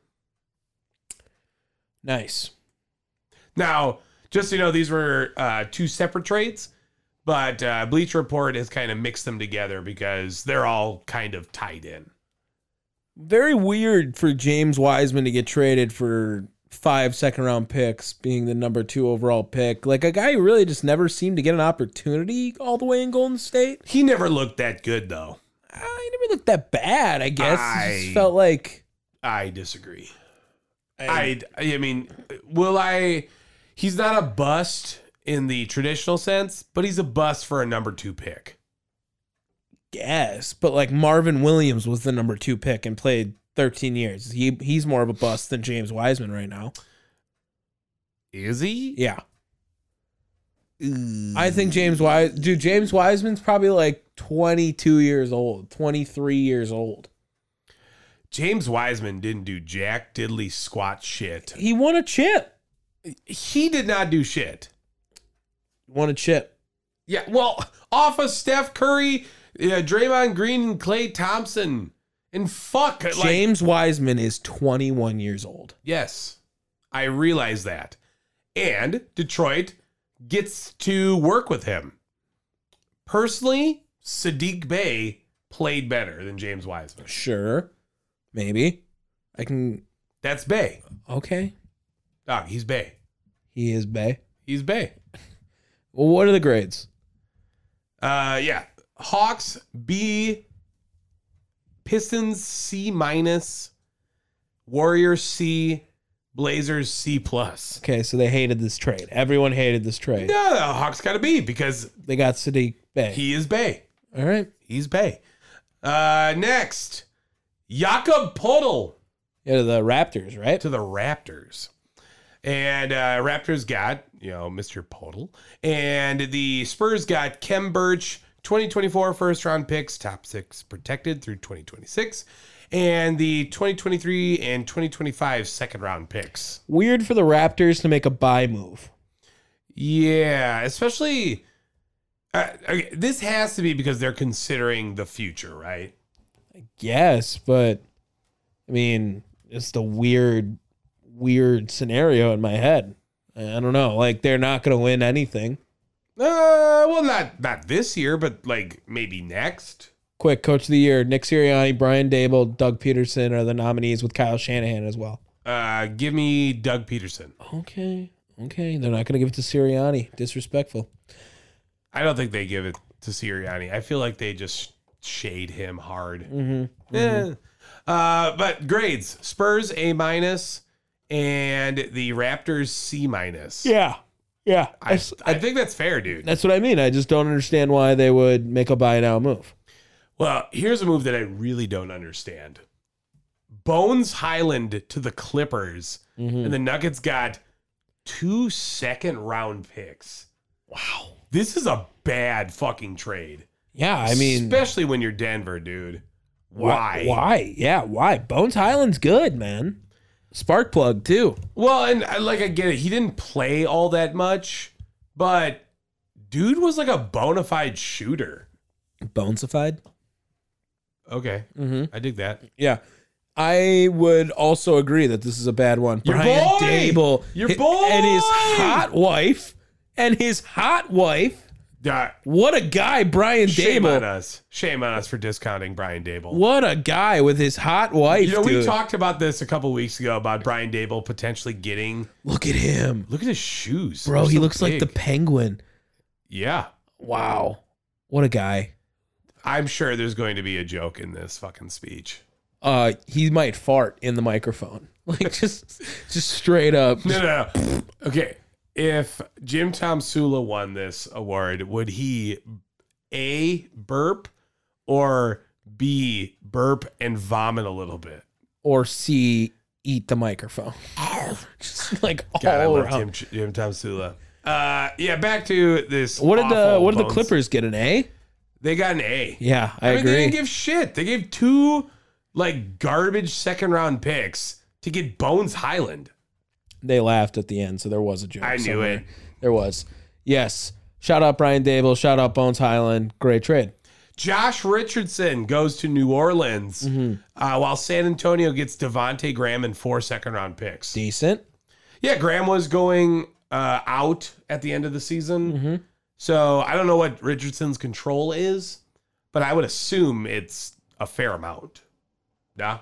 [SPEAKER 1] Nice.
[SPEAKER 3] Now, just so you know, these were uh, two separate trades, but uh, Bleach Report has kind of mixed them together because they're all kind of tied in.
[SPEAKER 1] Very weird for James Wiseman to get traded for five second round picks, being the number two overall pick. Like a guy who really just never seemed to get an opportunity all the way in Golden State.
[SPEAKER 3] He never looked that good, though.
[SPEAKER 1] Uh, he never looked that bad. I guess It
[SPEAKER 3] I-
[SPEAKER 1] just felt like
[SPEAKER 3] I disagree. I, I mean, will I? He's not a bust in the traditional sense, but he's a bust for a number two pick.
[SPEAKER 1] guess, but like Marvin Williams was the number two pick and played 13 years. He he's more of a bust than James Wiseman right now.
[SPEAKER 3] Is he?
[SPEAKER 1] Yeah. I think James Wise, dude, James Wiseman's probably like 22 years old, 23 years old.
[SPEAKER 3] James Wiseman didn't do jack diddly squat shit.
[SPEAKER 1] He won a chip.
[SPEAKER 3] He did not do shit.
[SPEAKER 1] Won a chip.
[SPEAKER 3] Yeah, well, off of Steph Curry, yeah, Draymond Green, and Clay Thompson, and fuck, like,
[SPEAKER 1] James Wiseman is 21 years old.
[SPEAKER 3] Yes, I realize that. And Detroit gets to work with him. Personally, Sadiq Bey played better than James Wiseman.
[SPEAKER 1] Sure. Maybe. I can.
[SPEAKER 3] That's Bay.
[SPEAKER 1] Okay.
[SPEAKER 3] Dog, he's Bay.
[SPEAKER 1] He is Bay.
[SPEAKER 3] He's Bay.
[SPEAKER 1] Well, what are the grades?
[SPEAKER 3] Uh, yeah. Hawks B. Pistons C minus. Warriors C. Blazers C plus.
[SPEAKER 1] Okay, so they hated this trade. Everyone hated this trade.
[SPEAKER 3] No, the Hawks got to be because
[SPEAKER 1] They got Sadiq Bay.
[SPEAKER 3] he is Bay.
[SPEAKER 1] All right.
[SPEAKER 3] He's Bay. Uh, next, Jakob Podol
[SPEAKER 1] Yeah, the Raptors, right?
[SPEAKER 3] to the Raptors. And uh, Raptors got, you know, Mr. Podol. And the Spurs got Kem Birch, 2024 first round picks, top six protected through 2026, and the 2023 and 2025 second round picks.
[SPEAKER 1] Weird for the Raptors to make a buy move.
[SPEAKER 3] Yeah, especially uh, okay, this has to be because they're considering the future, right?
[SPEAKER 1] Yes, but I mean, it's the weird, weird scenario in my head. I I don't know. Like they're not going to win anything.
[SPEAKER 3] Uh, well, not not this year, but like maybe next.
[SPEAKER 1] Quick, Coach of the Year: Nick Sirianni, Brian Dable, Doug Peterson are the nominees, with Kyle Shanahan as well.
[SPEAKER 3] Uh, give me Doug Peterson.
[SPEAKER 1] Okay, okay, they're not going to give it to Sirianni. Disrespectful.
[SPEAKER 3] I don't think they give it to Sirianni. I feel like they just shade him hard.
[SPEAKER 1] Mm-hmm.
[SPEAKER 3] Eh. Uh, but grades: Spurs A minus, and the Raptors C minus.
[SPEAKER 1] Yeah, yeah.
[SPEAKER 3] I, I think that's fair, dude.
[SPEAKER 1] That's what I mean. I just don't understand why they would make a buy now move.
[SPEAKER 3] Well, here's a move that I really don't understand. Bones Highland to the Clippers, and the Nuggets got two second round picks. Wow. This is a bad fucking trade.
[SPEAKER 1] Yeah, I mean,
[SPEAKER 3] especially when you're Denver, dude. Why?
[SPEAKER 1] Why? Yeah, why? Bones Highland's good, man. Spark plug too.
[SPEAKER 3] Well, and I- like I get it, he didn't play all that much, but dude was like a bona fide shooter.
[SPEAKER 1] Bonesified.
[SPEAKER 3] Okay,
[SPEAKER 1] Mm-hmm.
[SPEAKER 3] I dig that.
[SPEAKER 4] Yeah. I would also agree that this is a bad one.
[SPEAKER 3] Your
[SPEAKER 4] Brian
[SPEAKER 3] boy!
[SPEAKER 4] Dable
[SPEAKER 3] Your
[SPEAKER 4] hi-
[SPEAKER 3] boy!
[SPEAKER 4] and his hot wife and his hot wife.
[SPEAKER 3] Uh,
[SPEAKER 4] What a guy, Brian
[SPEAKER 3] shame on
[SPEAKER 4] Dable.
[SPEAKER 3] us. Shame on us for discounting Brian Dable.
[SPEAKER 4] What a guy with his hot wife.
[SPEAKER 3] You know, we
[SPEAKER 4] dude.
[SPEAKER 3] talked about this a couple weeks ago about Brian Dable potentially getting.
[SPEAKER 1] Look at him,
[SPEAKER 3] Look at his shoes,
[SPEAKER 1] bro.
[SPEAKER 3] They're
[SPEAKER 1] he
[SPEAKER 3] so
[SPEAKER 1] looks like the
[SPEAKER 3] big.
[SPEAKER 1] penguin.
[SPEAKER 3] yeah,
[SPEAKER 1] Wow, what a guy.
[SPEAKER 3] I'm sure there's going to be a joke in this fucking speech.
[SPEAKER 1] Uh, he might fart in
[SPEAKER 4] [LAUGHS]
[SPEAKER 1] the microphone, like just, just straight up.
[SPEAKER 3] No, no, no. okay. If Jim Tom Sula won this award, would he A, burp, or B, burp and vomit a little bit?
[SPEAKER 1] Or C, eat
[SPEAKER 4] [LAUGHS]
[SPEAKER 1] the microphone. just like all
[SPEAKER 3] God, I love
[SPEAKER 1] around.
[SPEAKER 3] Jim, Jim Tom Sula. Uh, yeah, back to this.
[SPEAKER 1] What did the
[SPEAKER 3] awful
[SPEAKER 1] What did the
[SPEAKER 3] Bones-
[SPEAKER 1] Clippers get eh? an A?
[SPEAKER 3] They got an A.
[SPEAKER 1] Yeah, I,
[SPEAKER 3] I mean, they
[SPEAKER 1] agree.
[SPEAKER 3] didn't give shit. They gave two like garbage second round picks to get Bones Highland.
[SPEAKER 1] they laughed at the end, so there was a joke.
[SPEAKER 3] I knew
[SPEAKER 1] somewhere.
[SPEAKER 3] it.
[SPEAKER 1] There was. Yes. Shout out Brian Dable. Shout out Bones Highland. Great trade.
[SPEAKER 3] Josh Richardson goes to New Orleans, uh, while San Antonio gets Devonte Graham and four second round picks.
[SPEAKER 1] Decent.
[SPEAKER 3] Yeah, Graham was going uh, out at the end of the season,
[SPEAKER 1] Mm-hmm.
[SPEAKER 3] so I don't know what Richardson's control is, but I would assume it's a fair amount. Yeah,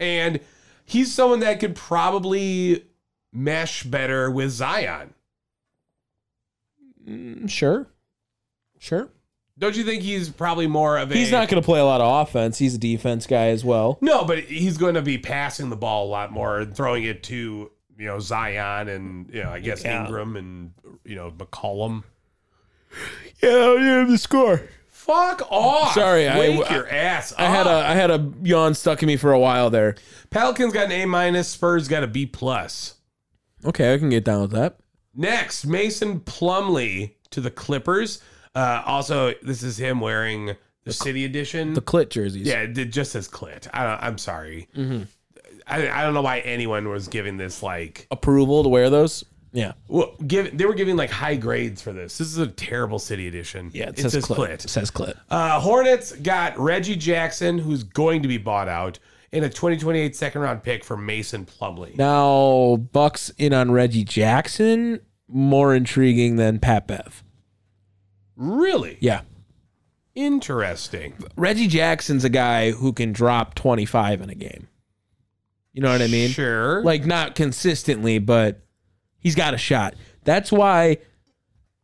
[SPEAKER 3] and he's someone that could probably mesh better with Zion.
[SPEAKER 1] Sure. Sure.
[SPEAKER 3] Don't you think he's probably more of a?
[SPEAKER 1] He's not going to play a lot of offense. He's a defense guy as well.
[SPEAKER 3] No, but he's going to be passing the ball a lot more and throwing it to you know Zion and you know I guess Ingram and you know McCollum.
[SPEAKER 1] Yeah, I don't even have the score.
[SPEAKER 3] Fuck off!
[SPEAKER 4] Sorry, I-
[SPEAKER 3] wake
[SPEAKER 4] I-
[SPEAKER 3] your ass.
[SPEAKER 4] I had a I had a yawn stuck in me for a while there.
[SPEAKER 3] Pelicans got an A minus. Spurs got a B plus.
[SPEAKER 4] Okay, I can get down with that.
[SPEAKER 3] Next, Mason Plumley to the Clippers. Uh, also, this is him wearing the, City Edition.
[SPEAKER 4] The clit jerseys.
[SPEAKER 3] yeah, it did- just says clit. I don't, I'm sorry.
[SPEAKER 4] Mm-hmm.
[SPEAKER 3] I, I don't know why anyone was giving this like
[SPEAKER 4] Approval to wear those.
[SPEAKER 1] Yeah.
[SPEAKER 3] Well, give they were giving like high grades for this. This is a terrible city edition.
[SPEAKER 1] Yeah. It, says,
[SPEAKER 3] says
[SPEAKER 1] clip.
[SPEAKER 3] Clint.
[SPEAKER 1] It says clip.
[SPEAKER 3] Uh, Hornets got Reggie Jackson, who's going to be bought out, and a 2028 second round pick for Mason Plumley.
[SPEAKER 1] Now, Bucks in on Reggie Jackson. More intriguing than Pat Bev.
[SPEAKER 3] really
[SPEAKER 1] Yeah.
[SPEAKER 3] interesting.
[SPEAKER 1] Reggie Jackson's a guy who can drop 25 in a game. You know what I mean?
[SPEAKER 3] Sure.
[SPEAKER 1] Like not consistently, but he's got a shot. That's why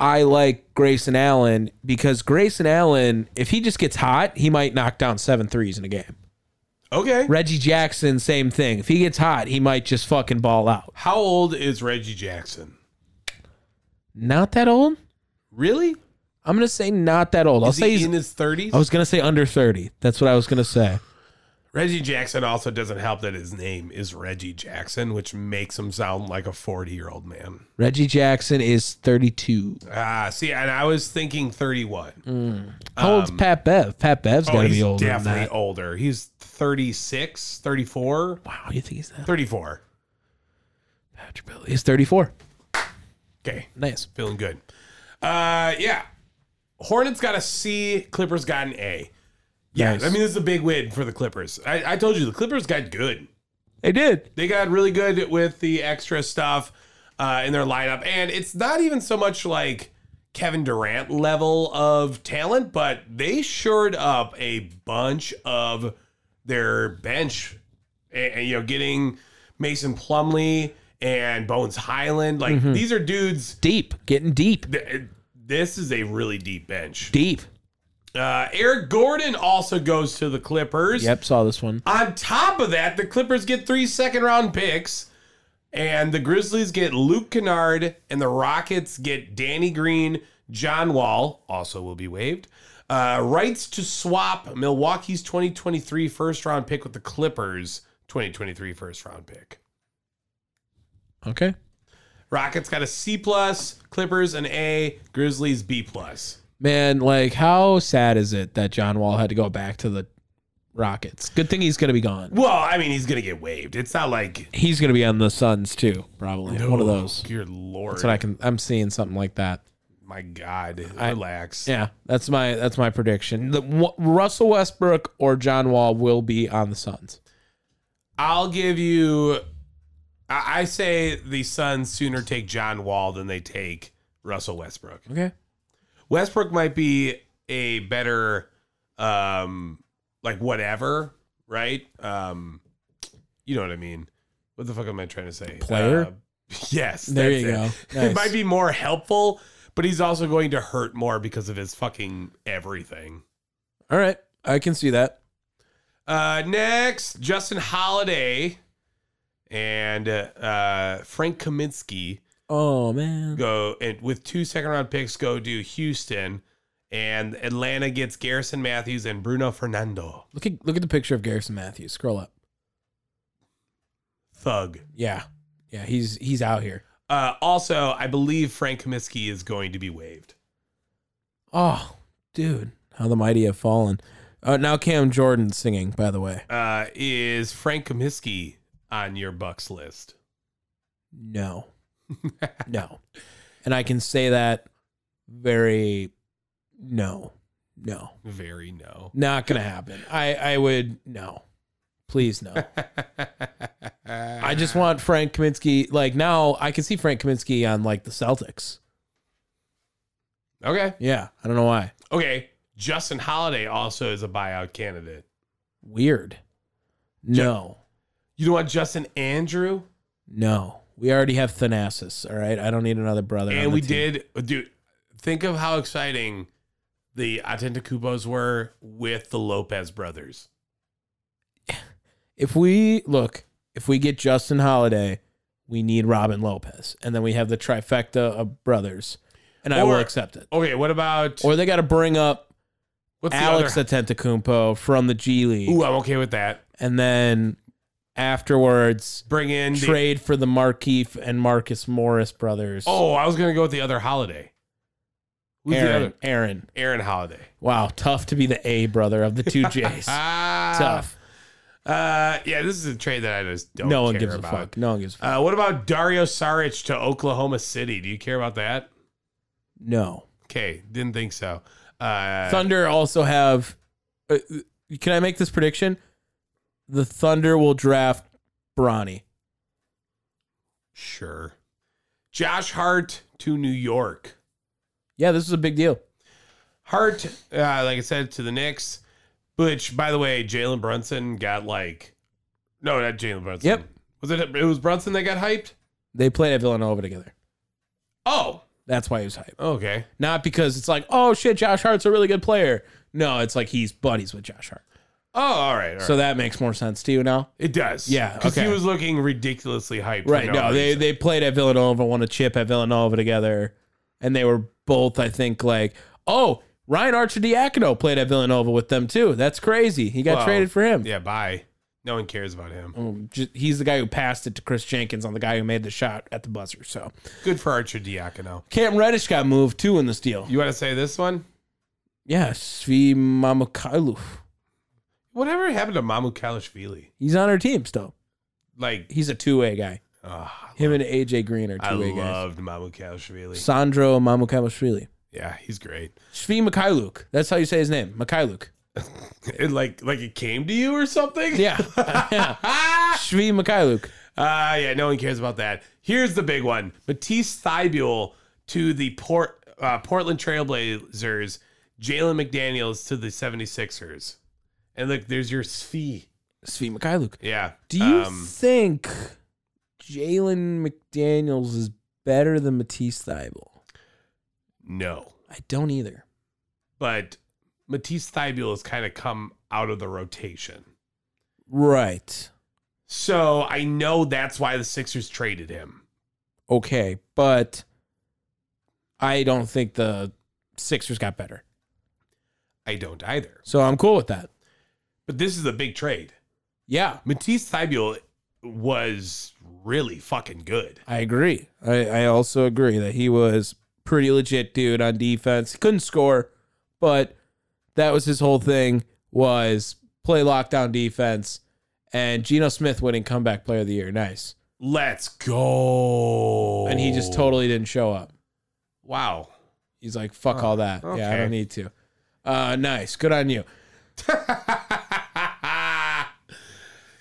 [SPEAKER 1] I like Grayson Allen because Grayson Allen, if he just gets hot, he might knock down seven threes in a game.
[SPEAKER 3] okay.
[SPEAKER 1] Reggie Jackson, same thing. If he gets hot, he might just fucking ball out.
[SPEAKER 3] How old is Reggie Jackson?
[SPEAKER 1] Not that old.
[SPEAKER 3] Really?
[SPEAKER 1] I'm gonna say not that old. I'll
[SPEAKER 3] Is
[SPEAKER 1] say
[SPEAKER 3] he
[SPEAKER 1] he's.
[SPEAKER 3] in his 30s?
[SPEAKER 1] I was gonna say under 30. That's what I was gonna say.
[SPEAKER 3] Reggie Jackson also doesn't help that his name is Reggie Jackson, which makes him sound like a 40 year old man.
[SPEAKER 1] Reggie Jackson is 32.
[SPEAKER 3] Ah, see, and I was thinking 31.
[SPEAKER 1] How old's Pat Bev? Pat Bev's got to
[SPEAKER 3] Um, oh, he's
[SPEAKER 1] Mm. be older than
[SPEAKER 3] definitely
[SPEAKER 1] that.
[SPEAKER 3] older. He's 36, 34,
[SPEAKER 1] Wow, you think he's that?
[SPEAKER 3] 34.
[SPEAKER 1] Patrick Bev- He's 34.
[SPEAKER 3] Okay,
[SPEAKER 1] Nice.
[SPEAKER 3] feeling good. Uh, yeah. Hornets got a C, Clippers got an A. Yeah,
[SPEAKER 1] Nice.
[SPEAKER 3] I mean, this is a big win for the Clippers. I, I told you, the Clippers got good.
[SPEAKER 1] They did.
[SPEAKER 3] They got really good with the extra stuff uh, in their lineup. And it's not even so much like Kevin Durant level of talent, but they shored up a bunch of their bench. And, and, you know, getting Mason Plumley and Bones Highland. Like, these are dudes.
[SPEAKER 1] Deep. Getting deep.
[SPEAKER 3] th- uh, This is a really deep bench.
[SPEAKER 1] Deep.
[SPEAKER 3] Uh, Eric Gordon also goes to the Clippers.
[SPEAKER 1] Yep, saw this one.
[SPEAKER 3] On top of that, the Clippers get three second round picks, and the Grizzlies get Luke Kennard, and the Rockets get Danny Green, John Wall, also will be waived. Uh, rights to swap Milwaukee's 2023 first round pick with the Clippers 2023 first round pick.
[SPEAKER 1] Okay.
[SPEAKER 3] Rockets got a C plus, Clippers an A, Grizzlies B plus.
[SPEAKER 1] Man, like, how sad is it that John Wall had to go back to the Rockets? Good thing he's going to be gone.
[SPEAKER 3] Well, I mean, he's gonna get waived. It's not like
[SPEAKER 1] He's going to be on the Suns, too, probably. One of those.
[SPEAKER 3] Oh, Dear Lord,
[SPEAKER 1] That's what I can. I'm seeing something like that.
[SPEAKER 3] my God, relax.
[SPEAKER 1] Yeah, that's my that's my prediction. The, w- Russell Westbrook or John Wall will be on the Suns.
[SPEAKER 3] I'll give you. I, I say the Suns sooner take John Wall than they take Russell Westbrook.
[SPEAKER 1] Okay.
[SPEAKER 3] Westbrook might be a better, um, like whatever, right? Um, you know what I mean. What the fuck am I trying to say?
[SPEAKER 1] Player?
[SPEAKER 3] Uh, [LAUGHS] yes.
[SPEAKER 1] There
[SPEAKER 3] that's
[SPEAKER 1] you go.
[SPEAKER 3] it. It
[SPEAKER 1] Nice.
[SPEAKER 3] might be more helpful, but he's also going to hurt more because of his fucking everything.
[SPEAKER 1] All right, I can see that.
[SPEAKER 3] Uh, next, Justin Holiday and uh, Frank Kaminsky
[SPEAKER 1] Oh man.
[SPEAKER 3] go and with two second round picks go to Houston, and Atlanta gets Garrison Matthews and Bruno Fernando.
[SPEAKER 1] Look at look at the picture of Garrison Matthews. Scroll up.
[SPEAKER 3] Thug.
[SPEAKER 1] Yeah, yeah. He's he's out here.
[SPEAKER 3] Uh, also, I believe Frank Kaminsky is going to be waived.
[SPEAKER 1] Oh, dude, how the mighty have fallen. Uh, now Cam Jordan singing. By the way,
[SPEAKER 3] Uh, is Frank Kaminsky on your Bucks list?
[SPEAKER 1] [LAUGHS] no, no, and I can say that very no, no,
[SPEAKER 3] Very no.
[SPEAKER 1] not gonna happen. I I would no, please no. [LAUGHS] I just want Frank Kaminsky. Like now, I can see Frank Kaminsky on like the Celtics.
[SPEAKER 3] okay.
[SPEAKER 1] Yeah, I don't know why.
[SPEAKER 3] Okay. Justin Holiday also is a buyout candidate.
[SPEAKER 1] Weird. No,
[SPEAKER 3] You don't want Justin Andrew?
[SPEAKER 1] no. We already have Thanasis. All right, I don't need another brother. on
[SPEAKER 3] and
[SPEAKER 1] the
[SPEAKER 3] we
[SPEAKER 1] team.
[SPEAKER 3] did, dude. Think of how exciting the Atentacupos were with the Lopez brothers.
[SPEAKER 1] If we look, if we get Justin Holiday, we need Robin Lopez, and then we have the trifecta of brothers, and I will
[SPEAKER 3] Or-
[SPEAKER 1] accept it.
[SPEAKER 3] Okay, what about
[SPEAKER 1] Or they got to bring up
[SPEAKER 3] what's
[SPEAKER 1] Alex
[SPEAKER 3] the
[SPEAKER 1] Atentacumpo from the G League,
[SPEAKER 3] other? Ooh, I'm okay with that.
[SPEAKER 1] and then afterwards
[SPEAKER 3] Bring in the-
[SPEAKER 1] trade for the Markeef and Marcus Morris brothers.
[SPEAKER 3] oh, I was gonna go with the other Holiday. Who's the
[SPEAKER 1] Aaron,
[SPEAKER 3] other?
[SPEAKER 1] Aaron.
[SPEAKER 3] Aaron Holiday.
[SPEAKER 1] Wow, tough to be the A brother of
[SPEAKER 3] [LAUGHS]
[SPEAKER 1] the two J's.
[SPEAKER 3] Ah,
[SPEAKER 1] tough.
[SPEAKER 3] Uh, yeah, this is a trade that I just don't.
[SPEAKER 1] No one
[SPEAKER 3] care
[SPEAKER 1] gives
[SPEAKER 3] about.
[SPEAKER 1] a fuck. No one gives a fuck.
[SPEAKER 3] Uh, what about Dario Saric to Oklahoma City? Do you care about that?
[SPEAKER 1] No.
[SPEAKER 3] Okay, didn't think so. Uh,
[SPEAKER 1] Thunder also have. Uh, can I make this prediction? The Thunder will draft Bronny.
[SPEAKER 3] Sure. Josh Hart to New York.
[SPEAKER 1] Yeah, this is a big deal.
[SPEAKER 3] Hart, uh, like I said, to the Knicks. Which, by the way, Jalen Brunson got like, no, not Jalen Brunson.
[SPEAKER 1] Yep.
[SPEAKER 3] Was it? It was Brunson that got hyped.
[SPEAKER 1] They played at Villanova together.
[SPEAKER 3] Oh,
[SPEAKER 1] That's why he was hyped.
[SPEAKER 3] okay.
[SPEAKER 1] Not because it's like, oh shit, Josh Hart's a really good player. No, it's like he's buddies with Josh Hart.
[SPEAKER 3] Oh, all right. all right.
[SPEAKER 1] So that makes more sense to you now.
[SPEAKER 3] it does.
[SPEAKER 1] Yeah,
[SPEAKER 3] Because
[SPEAKER 1] okay.
[SPEAKER 3] he was looking ridiculously hyped. for
[SPEAKER 1] Right. No, they,
[SPEAKER 3] reason.
[SPEAKER 1] they played at Villanova, won a chip at Villanova together, and they were both, I think, like, oh, Ryan Archer Diacono played at Villanova with them too. That's crazy. He got
[SPEAKER 3] Well,
[SPEAKER 1] traded for him.
[SPEAKER 3] Yeah, bye. No one cares about him.
[SPEAKER 1] Um, ju- he's the guy who passed it to Chris Jenkins on the guy who made the shot at the buzzer. So
[SPEAKER 3] Good for Archer Diacono.
[SPEAKER 1] Cam Reddish got moved too in this deal.
[SPEAKER 3] You want to say this one?
[SPEAKER 1] Yeah, Svi Mamakailu.
[SPEAKER 3] Whatever happened to Mamu Kalashvili?
[SPEAKER 1] He's on our team still.
[SPEAKER 3] Like,
[SPEAKER 1] He's a two way guy.
[SPEAKER 3] ah,
[SPEAKER 1] Him and AJ Green are
[SPEAKER 3] I
[SPEAKER 1] two way guys.
[SPEAKER 3] loved Mamu Kalashvili.
[SPEAKER 1] Sandro Mamukamashvili.
[SPEAKER 3] Yeah, he's great.
[SPEAKER 1] Svi Makailuk. That's how you say his name. Makailuk.
[SPEAKER 3] It, like, like it came to you or something? [LAUGHS]
[SPEAKER 1] Yeah. [LAUGHS] yeah. Svi Makailuk.
[SPEAKER 3] Ah, yeah, no one cares about that. Here's the big one: Matisse Thybul to the Port uh, Portland Trailblazers, Jalen McDaniels to the 76ers. And look, there's your fee.
[SPEAKER 1] Svi Makailuk.
[SPEAKER 3] Yeah.
[SPEAKER 1] Do you
[SPEAKER 3] Um,
[SPEAKER 1] think Jalen McDaniels is better than Matisse Thybul?
[SPEAKER 3] no,
[SPEAKER 1] I don't either.
[SPEAKER 3] but Matisse Thybul has kind of come out of the rotation,
[SPEAKER 1] Right.
[SPEAKER 3] so I know that's why the Sixers traded him.
[SPEAKER 1] Okay. But I don't think the Sixers got better.
[SPEAKER 3] I don't either.
[SPEAKER 1] So I'm cool with that.
[SPEAKER 3] But this is a big trade.
[SPEAKER 1] Yeah.
[SPEAKER 3] Matisse Thybul was really fucking good.
[SPEAKER 1] I agree. I, I also agree that he was pretty legit dude on defense. He couldn't score, but that was his whole thing was play lockdown defense and Geno Smith winning comeback player of the year. Nice.
[SPEAKER 3] Let's go.
[SPEAKER 1] And he just
[SPEAKER 3] Oh.
[SPEAKER 1] totally didn't show up.
[SPEAKER 3] Wow.
[SPEAKER 1] He's like, fuck all that. Yeah, I
[SPEAKER 3] okay.
[SPEAKER 1] don't need to. Uh nice. Good on you.
[SPEAKER 3] [LAUGHS]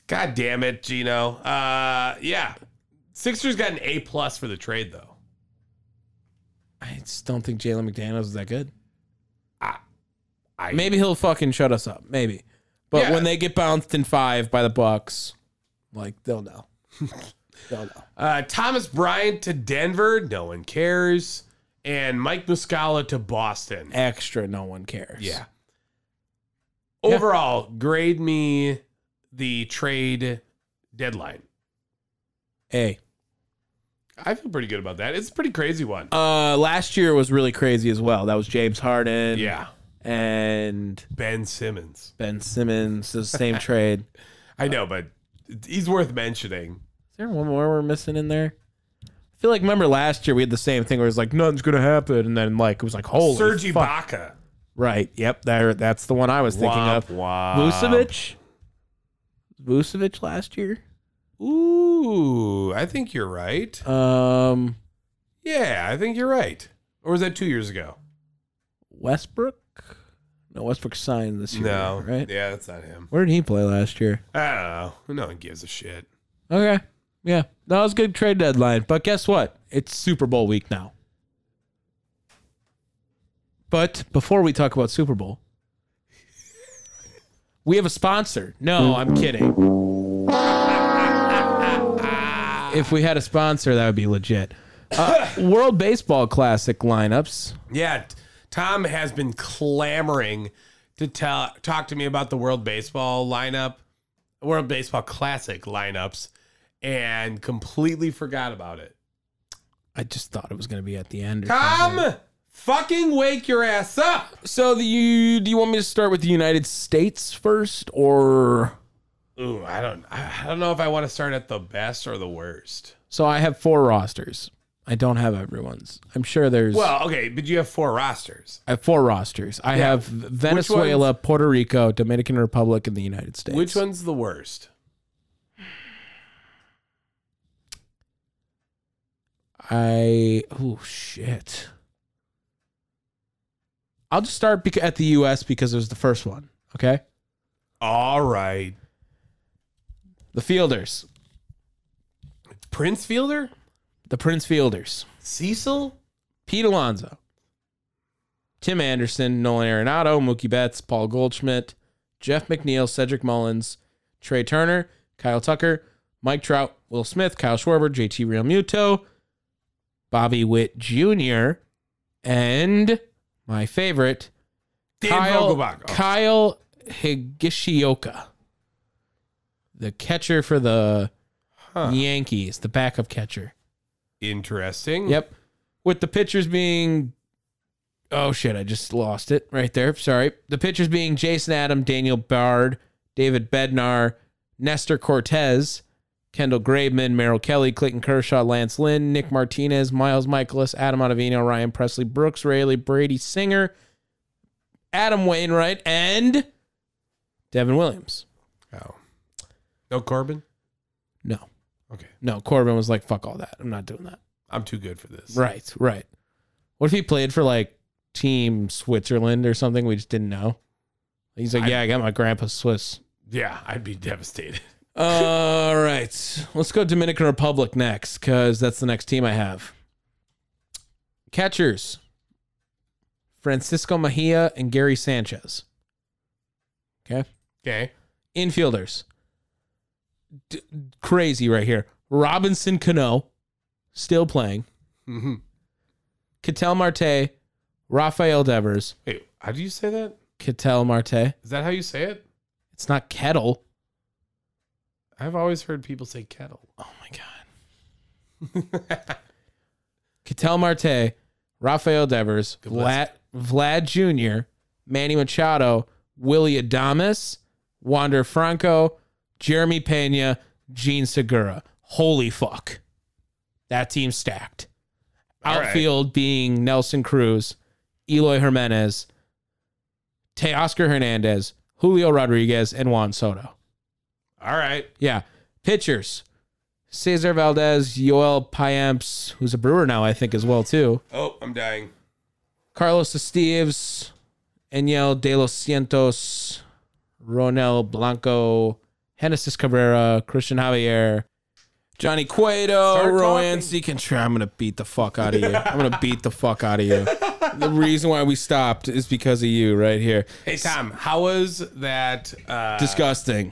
[SPEAKER 3] God damn it, Gino. Uh yeah. Sixers got an A plus for the trade though.
[SPEAKER 1] I just don't think Jalen McDaniels is that good.
[SPEAKER 3] I-
[SPEAKER 1] Maybe he'll fucking shut us up. Maybe. But
[SPEAKER 3] Yeah.
[SPEAKER 1] when they get bounced in five by the Bucks, like they'll
[SPEAKER 3] [LAUGHS]
[SPEAKER 1] know. they'll know.
[SPEAKER 3] Uh Thomas Bryant to Denver, no one cares. And Mike Muscala to Boston.
[SPEAKER 1] Extra, no one cares.
[SPEAKER 3] Yeah. Overall, grade me the trade deadline.
[SPEAKER 1] Hey,
[SPEAKER 3] I feel pretty good about that. It's a pretty crazy one.
[SPEAKER 1] uh, last year was really crazy as well. That was James Harden.
[SPEAKER 3] yeah.
[SPEAKER 1] And
[SPEAKER 3] Ben Simmons.
[SPEAKER 1] Ben Simmons. The
[SPEAKER 3] [LAUGHS]
[SPEAKER 1] same trade. Is
[SPEAKER 3] I know, but he's worth mentioning.
[SPEAKER 1] there one more we're missing in there? I feel like remember last year we had the same thing where it was like nothing's gonna happen, and then like it was like holy
[SPEAKER 3] Serge
[SPEAKER 1] fuck.
[SPEAKER 3] Ibaka.
[SPEAKER 1] Right. Yep. There. That's the one I was thinking of. Vucevic. Vucevic last year.
[SPEAKER 3] Ooh, I think you're right.
[SPEAKER 1] Um,
[SPEAKER 3] Yeah, I think you're right. Or was that two years ago?
[SPEAKER 1] Westbrook. No, Westbrook signed this year. Right.
[SPEAKER 3] Yeah, that's not him.
[SPEAKER 1] Where did he play last year?
[SPEAKER 3] I don't know. No one gives a shit.
[SPEAKER 1] Okay. Yeah. That was a good trade deadline. But guess what? It's Super Bowl week now. But before we talk about Super Bowl, we have a sponsor. No, I'm kidding. [LAUGHS] if we had a sponsor, that would be legit. Uh, World Baseball Classic lineups.
[SPEAKER 3] Yeah, t- Tom has been clamoring to tell talk to me about the World Baseball lineup, World Baseball Classic lineups, and completely forgot about it.
[SPEAKER 1] I just thought it was going to be at the end. Or something.
[SPEAKER 3] Tom, fucking wake your ass up.
[SPEAKER 1] So the you do you want me to start with the United States first or
[SPEAKER 3] Ooh, I don't I I don't know if I want to start at the best or the worst.
[SPEAKER 1] So I have four rosters. I don't have everyone's. I'm sure there's.
[SPEAKER 3] Well, okay, but you have four rosters.
[SPEAKER 1] I have four rosters. I have Venezuela, Puerto Rico, Dominican Republic, and the United States.
[SPEAKER 3] Which one's the worst?
[SPEAKER 1] I oh shit. I'll just start bec- at the U.S. because it was the first one. Okay,
[SPEAKER 3] All right.
[SPEAKER 1] the fielders,
[SPEAKER 3] Prince Fielder?
[SPEAKER 1] the Prince Fielders,
[SPEAKER 3] Cecil?
[SPEAKER 1] Pete Alonso, Tim Anderson, Nolan Arenado, Mookie Betts, Paul Goldschmidt, Jeff McNeil, Cedric Mullins, Trey Turner, Kyle Tucker, Mike Trout, Will Smith, Kyle Schwarber, JT Realmuto, Bobby Witt Jr., and my favorite,
[SPEAKER 3] Dan
[SPEAKER 1] Kyle,
[SPEAKER 3] Vogelbach. Oh,
[SPEAKER 1] Kyle Higashioka, the catcher for the
[SPEAKER 3] Oh, Huh.
[SPEAKER 1] Yankees, the backup catcher. [LAUGHS]
[SPEAKER 3] Interesting.
[SPEAKER 1] Yep. With the pitchers being oh shit, I just lost it right there. Sorry. The pitchers being Jason Adam, Daniel Bard, David Bednar, Nestor Cortez, Kendall Graveman, Merrill Kelly, Clayton Kershaw, Lance Lynn, Nick Martinez, Miles Michaelis, Adam Ottavino, Ryan Presley, Brooks Raley, Brady Singer, Adam Wainwright, and Devin Williams.
[SPEAKER 3] No Corbin.
[SPEAKER 1] No.
[SPEAKER 3] Okay.
[SPEAKER 1] No, Corbin was like, fuck all that. I'm not doing that.
[SPEAKER 3] I'm too good for this.
[SPEAKER 1] Right, right. What if he played for like Team Switzerland or something? We just didn't know. He's like, yeah, I got my grandpa Swiss.
[SPEAKER 3] Yeah, I'd be devastated. [LAUGHS]
[SPEAKER 1] All right, let's go Dominican Republic next because that's the next team I have. Catchers: Francisco Mejia and Gary Sanchez. Okay.
[SPEAKER 3] Okay.
[SPEAKER 1] Infielders: D- crazy right here. Robinson Cano, still playing.
[SPEAKER 3] Mm-hmm.
[SPEAKER 1] Cattell Marte, Rafael Devers,
[SPEAKER 3] Wait, how do you say that?
[SPEAKER 1] Cattell Marte.
[SPEAKER 3] Is that how you say it?
[SPEAKER 1] It's not kettle.
[SPEAKER 3] I've always heard people say kettle.
[SPEAKER 1] Oh my god. Oh Cattell Marte, Rafael Devers, Vlad, Vlad Jr., Manny Machado, Willie Adamas, Wander Franco, Jeremy Pena, Gene Segura. Holy fuck. That team's stacked.
[SPEAKER 3] right.
[SPEAKER 1] Outfield being Nelson Cruz, Eloy Jimenez, Teoscar Hernandez, Julio Rodriguez, and Juan Soto.
[SPEAKER 3] All right.
[SPEAKER 1] Yeah. Pitchers. Cesar Valdez, Yoel Piamps, who's a brewer now, I think, as well, too.
[SPEAKER 3] Oh, I'm dying.
[SPEAKER 1] Carlos Esteves, Eniel De Los Cientos, Ronel Blanco, Genesis Cabrera, Christian Javier, Johnny Cueto,
[SPEAKER 3] Start
[SPEAKER 1] Rowan
[SPEAKER 3] talking.
[SPEAKER 1] Seacon. I'm going to beat the fuck out of you. I'm going to beat the fuck out of you. The reason why we stopped is because of you right here.
[SPEAKER 3] Hey Tom, how was that uh,
[SPEAKER 1] Disgusting.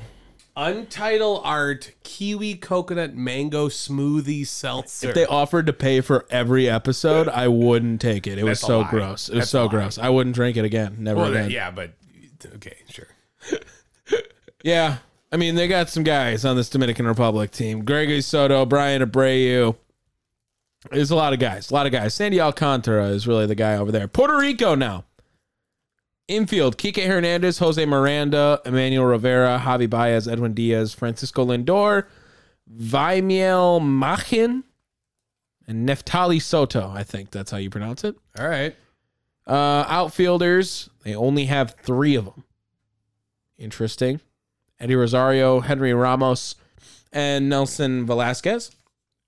[SPEAKER 3] Untitled Art Kiwi Coconut Mango Smoothie Seltzer?
[SPEAKER 1] If they offered to pay for every episode, I wouldn't take it. It was
[SPEAKER 3] That's a
[SPEAKER 1] so
[SPEAKER 3] lie.
[SPEAKER 1] gross. It was
[SPEAKER 3] That's a
[SPEAKER 1] so
[SPEAKER 3] lie.
[SPEAKER 1] gross. I wouldn't drink it again. Never
[SPEAKER 3] well,
[SPEAKER 1] again.
[SPEAKER 3] then,
[SPEAKER 1] yeah.
[SPEAKER 3] yeah, but okay, sure.
[SPEAKER 1] I mean, they got some guys on this Dominican Republic team. Gregory Soto, Brian Abreu. There's a lot of guys. A lot of guys. Sandy Alcantara is really the guy over there. Puerto Rico now. Infield, Kike Hernandez, Jose Miranda, Emmanuel Rivera, Javi Baez, Edwin Diaz, Francisco Lindor, Vaimiel Machin, and Neftali Soto. I think that's how you pronounce it.
[SPEAKER 3] All right.
[SPEAKER 1] Uh, outfielders, they only have three of them. Interesting. Eddie Rosario, Henry Ramos, and Nelson Velasquez.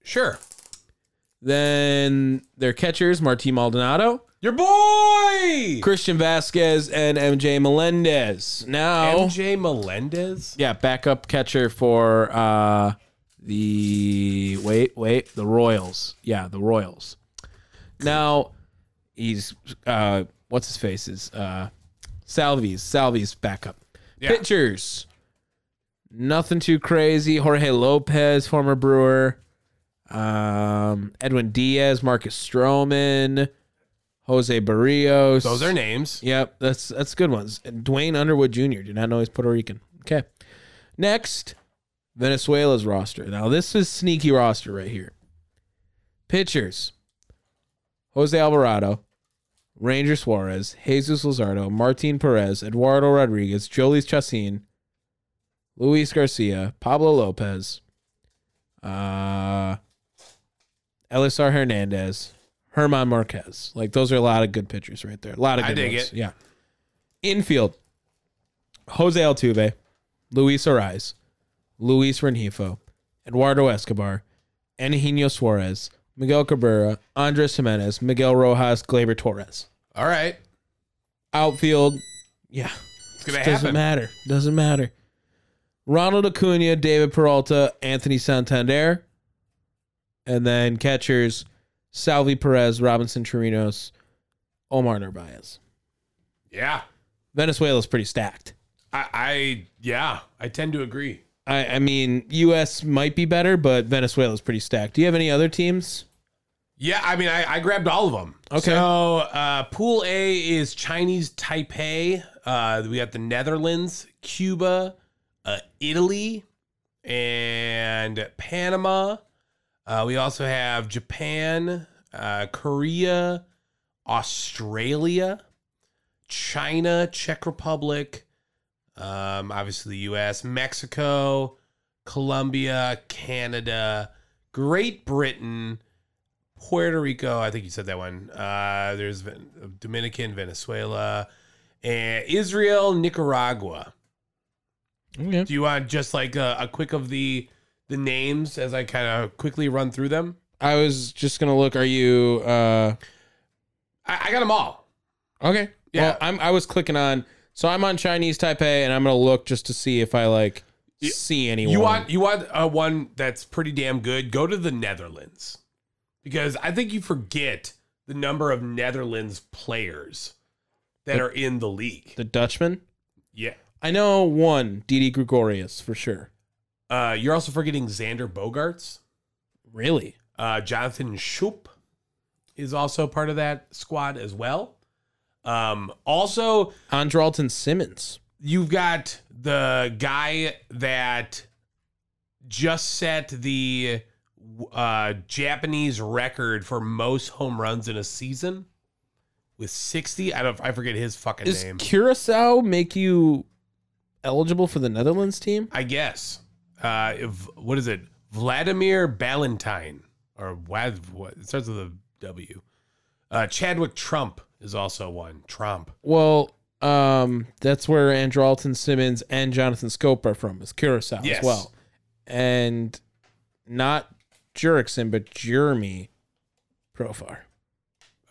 [SPEAKER 3] Sure.
[SPEAKER 1] Then their catchers, Martín Maldonado,
[SPEAKER 3] Your boy
[SPEAKER 1] Christian Vasquez, and MJ Melendez. Now,
[SPEAKER 3] MJ Melendez.
[SPEAKER 1] yeah, backup catcher for uh, the wait, wait, the Royals. Yeah, the Royals. Now he's uh, what's his face is uh, Salvi's Salvi's backup pitchers. Nothing too crazy. Jorge Lopez, former Brewer, um, Edwin Diaz, Marcus Stroman, Jose Barrios.
[SPEAKER 3] Those are names.
[SPEAKER 1] Yep, that's that's good ones. And Dwayne Underwood Jr. Did not know he's Puerto Rican. Okay. Next, Venezuela's roster. Now this is sneaky roster right here. Pitchers: Jose Alvarado, Ranger Suarez, Jesus Lazardo, Martin Perez, Eduardo Rodriguez, Jolies Chassin, Luis Garcia, Pablo Lopez, uh, Elisar Hernandez, Herman Marquez. Like those are a lot of good pitchers right there. A lot of
[SPEAKER 3] I
[SPEAKER 1] good
[SPEAKER 3] dig
[SPEAKER 1] ones.
[SPEAKER 3] it.
[SPEAKER 1] Yeah. Infield. Jose Altuve, Luis Ariz, Luis Renjifo, Eduardo Escobar, Eugenio Suarez, Miguel Cabrera, Andres Jimenez, Miguel Rojas, Glaber Torres.
[SPEAKER 3] All right.
[SPEAKER 1] Outfield, yeah,
[SPEAKER 3] It's gonna
[SPEAKER 1] doesn't
[SPEAKER 3] happen.
[SPEAKER 1] matter. Doesn't matter. Ronald Acuna, David Peralta, Anthony Santander, and then catchers Salvi Perez, Robinson Chirinos, Omar Narvaez.
[SPEAKER 3] Yeah.
[SPEAKER 1] Venezuela's pretty stacked.
[SPEAKER 3] I, I yeah, I tend to agree.
[SPEAKER 1] I, I mean, U.S. might be better, but Venezuela's pretty stacked. Do you have any other teams?
[SPEAKER 3] Yeah, I mean, I, I grabbed all of them.
[SPEAKER 1] Okay.
[SPEAKER 3] So, uh, Pool A is Chinese Taipei. Uh, we got the Netherlands, Cuba, uh, Italy, and Panama. Uh, we also have Japan, uh, Korea, Australia, China, Czech Republic, um, obviously the U.S., Mexico, Colombia, Canada, Great Britain, Puerto Rico. I think you said that one. Uh, there's Ven- Dominican, Venezuela, and Israel, Nicaragua.
[SPEAKER 1] Okay.
[SPEAKER 3] Do you want just like a, a quick of the the names as I kind of quickly run through them?
[SPEAKER 1] I was just gonna look. Are you uh
[SPEAKER 3] I, I got them all.
[SPEAKER 1] okay?
[SPEAKER 3] Yeah.
[SPEAKER 1] Well, I'm. I was clicking on. So I'm on Chinese Taipei, and I'm gonna look just to see if I like
[SPEAKER 3] You-
[SPEAKER 1] see anyone.
[SPEAKER 3] You want you want uh, one that's pretty damn good. Go to the Netherlands because I think you forget the number of Netherlands players that are in the league.
[SPEAKER 1] the Dutchman?
[SPEAKER 3] Yeah,
[SPEAKER 1] I know one, Didi Gregorius for sure.
[SPEAKER 3] uh, you're also forgetting Xander Bogarts.
[SPEAKER 1] Really?
[SPEAKER 3] Uh, Jonathan Schupp is also part of that squad as well. Um, also,
[SPEAKER 1] Andralton Simmons.
[SPEAKER 3] you've got the guy that just set the uh, Japanese record for most home runs in a season with 60. I don't I forget his fucking
[SPEAKER 1] Does
[SPEAKER 3] name.
[SPEAKER 1] Curacao make you eligible for the Netherlands team?
[SPEAKER 3] I guess. Uh, if, what is it? Vladimir Ballantyne or Wad, what it starts with a W. Uh, Chadwick Trump is also one. Trump.
[SPEAKER 1] Well, um, that's where Andralton Simmons and Jonathan Scope are from, is Curacao
[SPEAKER 3] Yes.
[SPEAKER 1] as well. And not Jurickson, but Jeremy Profar.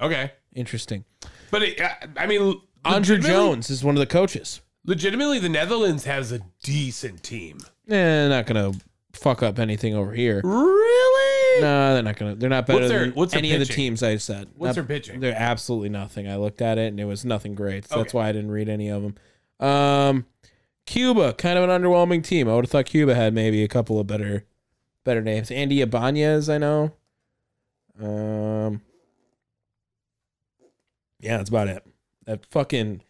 [SPEAKER 3] Okay.
[SPEAKER 1] Interesting.
[SPEAKER 3] But it, I, I mean,
[SPEAKER 1] Andrew
[SPEAKER 3] legitimately-
[SPEAKER 1] Jones is one of the coaches.
[SPEAKER 3] Legitimately, the Netherlands has a decent team.
[SPEAKER 1] Eh, not gonna fuck up anything over here.
[SPEAKER 3] Really?
[SPEAKER 1] No, they're not gonna. They're not better
[SPEAKER 3] What's their-
[SPEAKER 1] than
[SPEAKER 3] what's their
[SPEAKER 1] any of the
[SPEAKER 3] pitching?
[SPEAKER 1] teams I said.
[SPEAKER 3] What's
[SPEAKER 1] Not-
[SPEAKER 3] their pitching?
[SPEAKER 1] They're absolutely nothing. I looked at it and it was nothing great. So That's
[SPEAKER 3] Okay.
[SPEAKER 1] why I didn't read any of them. Um, Cuba, kind of an underwhelming team. I would have thought Cuba had maybe a couple of better, better names. Andy Ibanez, I know. Um, yeah, that's about it. That fucking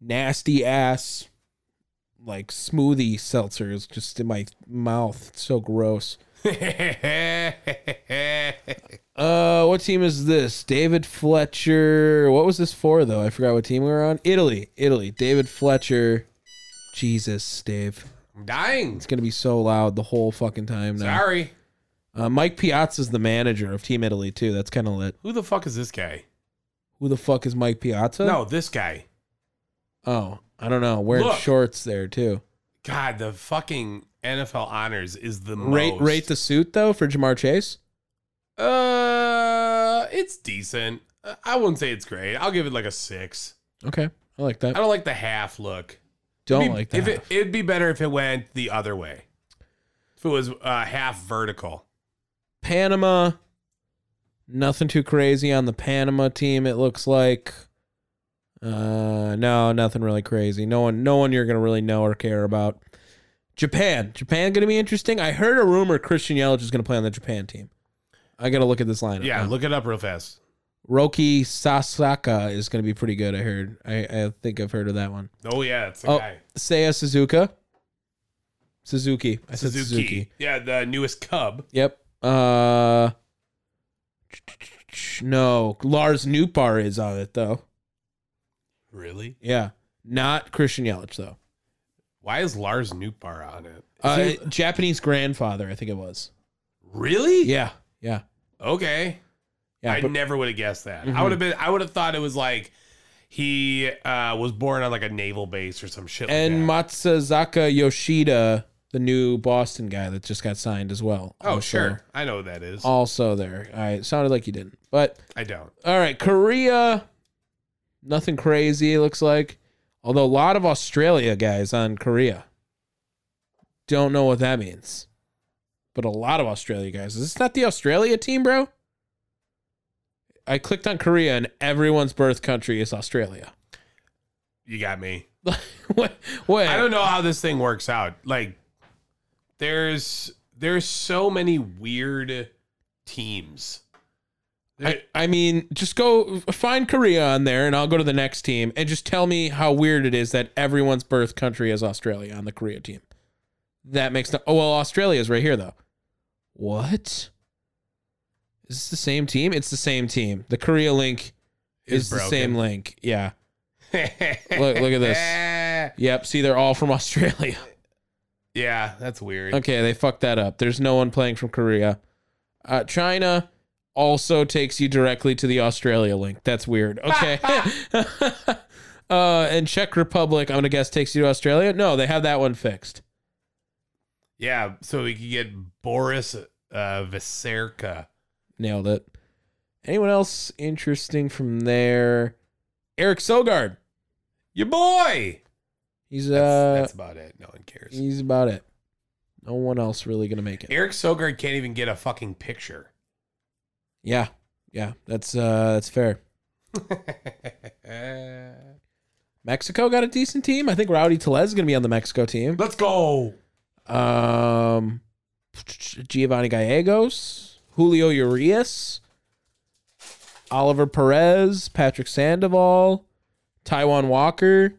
[SPEAKER 1] nasty ass like smoothie seltzer is just in my mouth. It's so gross. Uh, what team is this? David Fletcher. What was this for though? I forgot what team we were on. Italy, Italy. David Fletcher. Jesus, Dave.
[SPEAKER 3] [LAUGHS] I'm dying.
[SPEAKER 1] It's gonna be so loud the whole fucking time now.
[SPEAKER 3] Sorry.
[SPEAKER 1] Uh, Mike Piazza's the manager of Team Italy too. That's kind of lit.
[SPEAKER 3] Who the fuck is this guy?
[SPEAKER 1] Who the fuck is Mike Piazza?
[SPEAKER 3] No, this guy.
[SPEAKER 1] Oh, I don't know. Wearing
[SPEAKER 3] Look.
[SPEAKER 1] shorts there too.
[SPEAKER 3] God, the fucking NFL honors is the
[SPEAKER 1] Rate
[SPEAKER 3] most.
[SPEAKER 1] rate the suit though for Jamar Chase.
[SPEAKER 3] Uh, it's decent. Uh, I wouldn't say it's great. I'll give it like a six.
[SPEAKER 1] Okay, I like that.
[SPEAKER 3] I don't like the half look.
[SPEAKER 1] don't
[SPEAKER 3] Be-
[SPEAKER 1] like that.
[SPEAKER 3] If it, it'd be better if it went the other way. If it was uh, half vertical.
[SPEAKER 1] Panama. Nothing too crazy on the Panama team. It looks like. Uh, no, nothing really crazy. No one, no one you're gonna really know or care about. Japan, Japan gonna be interesting. I heard a rumor Christian Yelich is gonna play on the Japan team. I gotta look at this lineup.
[SPEAKER 3] Yeah,
[SPEAKER 1] now.
[SPEAKER 3] look it up real fast.
[SPEAKER 1] Roki Sasaka is gonna be pretty good. I heard. I, I think I've heard of that one.
[SPEAKER 3] Oh yeah, it's the
[SPEAKER 1] Oh,
[SPEAKER 3] guy.
[SPEAKER 1] Seiya Suzuka. Suzuki. I said
[SPEAKER 3] Suzuki.
[SPEAKER 1] Suzuki.
[SPEAKER 3] Yeah, the newest Cub.
[SPEAKER 1] Yep. Uh no, Lars Newbar is on it though.
[SPEAKER 3] Really?
[SPEAKER 1] Yeah. Not Christian Yelich though.
[SPEAKER 3] Why is Lars Newbar on it?
[SPEAKER 1] Uh, Japanese grandfather, I think it was.
[SPEAKER 3] Really?
[SPEAKER 1] Yeah. Yeah.
[SPEAKER 3] Okay.
[SPEAKER 1] Yeah.
[SPEAKER 3] I
[SPEAKER 1] but- Mm-hmm.
[SPEAKER 3] never would have guessed that. I would have been. I would have thought it was like he uh, was born on like a naval base or some shit.
[SPEAKER 1] and
[SPEAKER 3] like
[SPEAKER 1] Matsuzaka Yoshida, the new Boston guy that just got signed as well.
[SPEAKER 3] that. oh
[SPEAKER 1] also-
[SPEAKER 3] sure, I know who that is.
[SPEAKER 1] Also there. All right. Sounded like you didn't. But
[SPEAKER 3] I don't.
[SPEAKER 1] all right, Korea. Nothing crazy, it looks like. Although a lot of Australia guys on Korea. Don't know what that means. But a lot of Australia guys. Is this not the Australia team, bro? I clicked on Korea and everyone's birth country is Australia. [LAUGHS]
[SPEAKER 3] You got me.
[SPEAKER 1] what? Wait.
[SPEAKER 3] I don't know how this thing works out. Like, there's there's so many weird teams. [LAUGHS]
[SPEAKER 1] I, I mean, just go find Korea on there and I'll go to the next team and just tell me how weird it is that everyone's birth country is Australia on the Korea team. That makes no Oh, well, Australia's right here though. What? Is this the same team? It's the same team. The Korea link is the
[SPEAKER 3] broken.
[SPEAKER 1] same link. Yeah. look look at this.
[SPEAKER 3] Eh,
[SPEAKER 1] Yep. See, they're all from [LAUGHS] Australia.
[SPEAKER 3] yeah, that's weird.
[SPEAKER 1] Okay, they fucked that up. There's no one playing from Korea. Uh, China also takes you directly to the Australia link. That's weird.
[SPEAKER 3] [LAUGHS]
[SPEAKER 1] Okay. [LAUGHS] uh, and Czech Republic, I'm gonna guess takes you to Australia. No, they have that one fixed.
[SPEAKER 3] Yeah, so we could get Boris uh, Viserka.
[SPEAKER 1] Nailed it. Anyone else interesting from there? Eric Sogard.
[SPEAKER 3] Your boy.
[SPEAKER 1] He's
[SPEAKER 3] That's,
[SPEAKER 1] uh,
[SPEAKER 3] that's about it. No one cares.
[SPEAKER 1] he's about it. No one else really gonna make it.
[SPEAKER 3] Eric Sogard can't even get a fucking picture. [LAUGHS]
[SPEAKER 1] Yeah, yeah, that's uh, that's fair. Mexico got a decent team. I think Rowdy Telez is gonna be on the Mexico team.
[SPEAKER 5] Let's go.
[SPEAKER 1] Um, Giovanni Gallegos, Julio Urias, Oliver Perez, Patrick Sandoval, Taiwan Walker,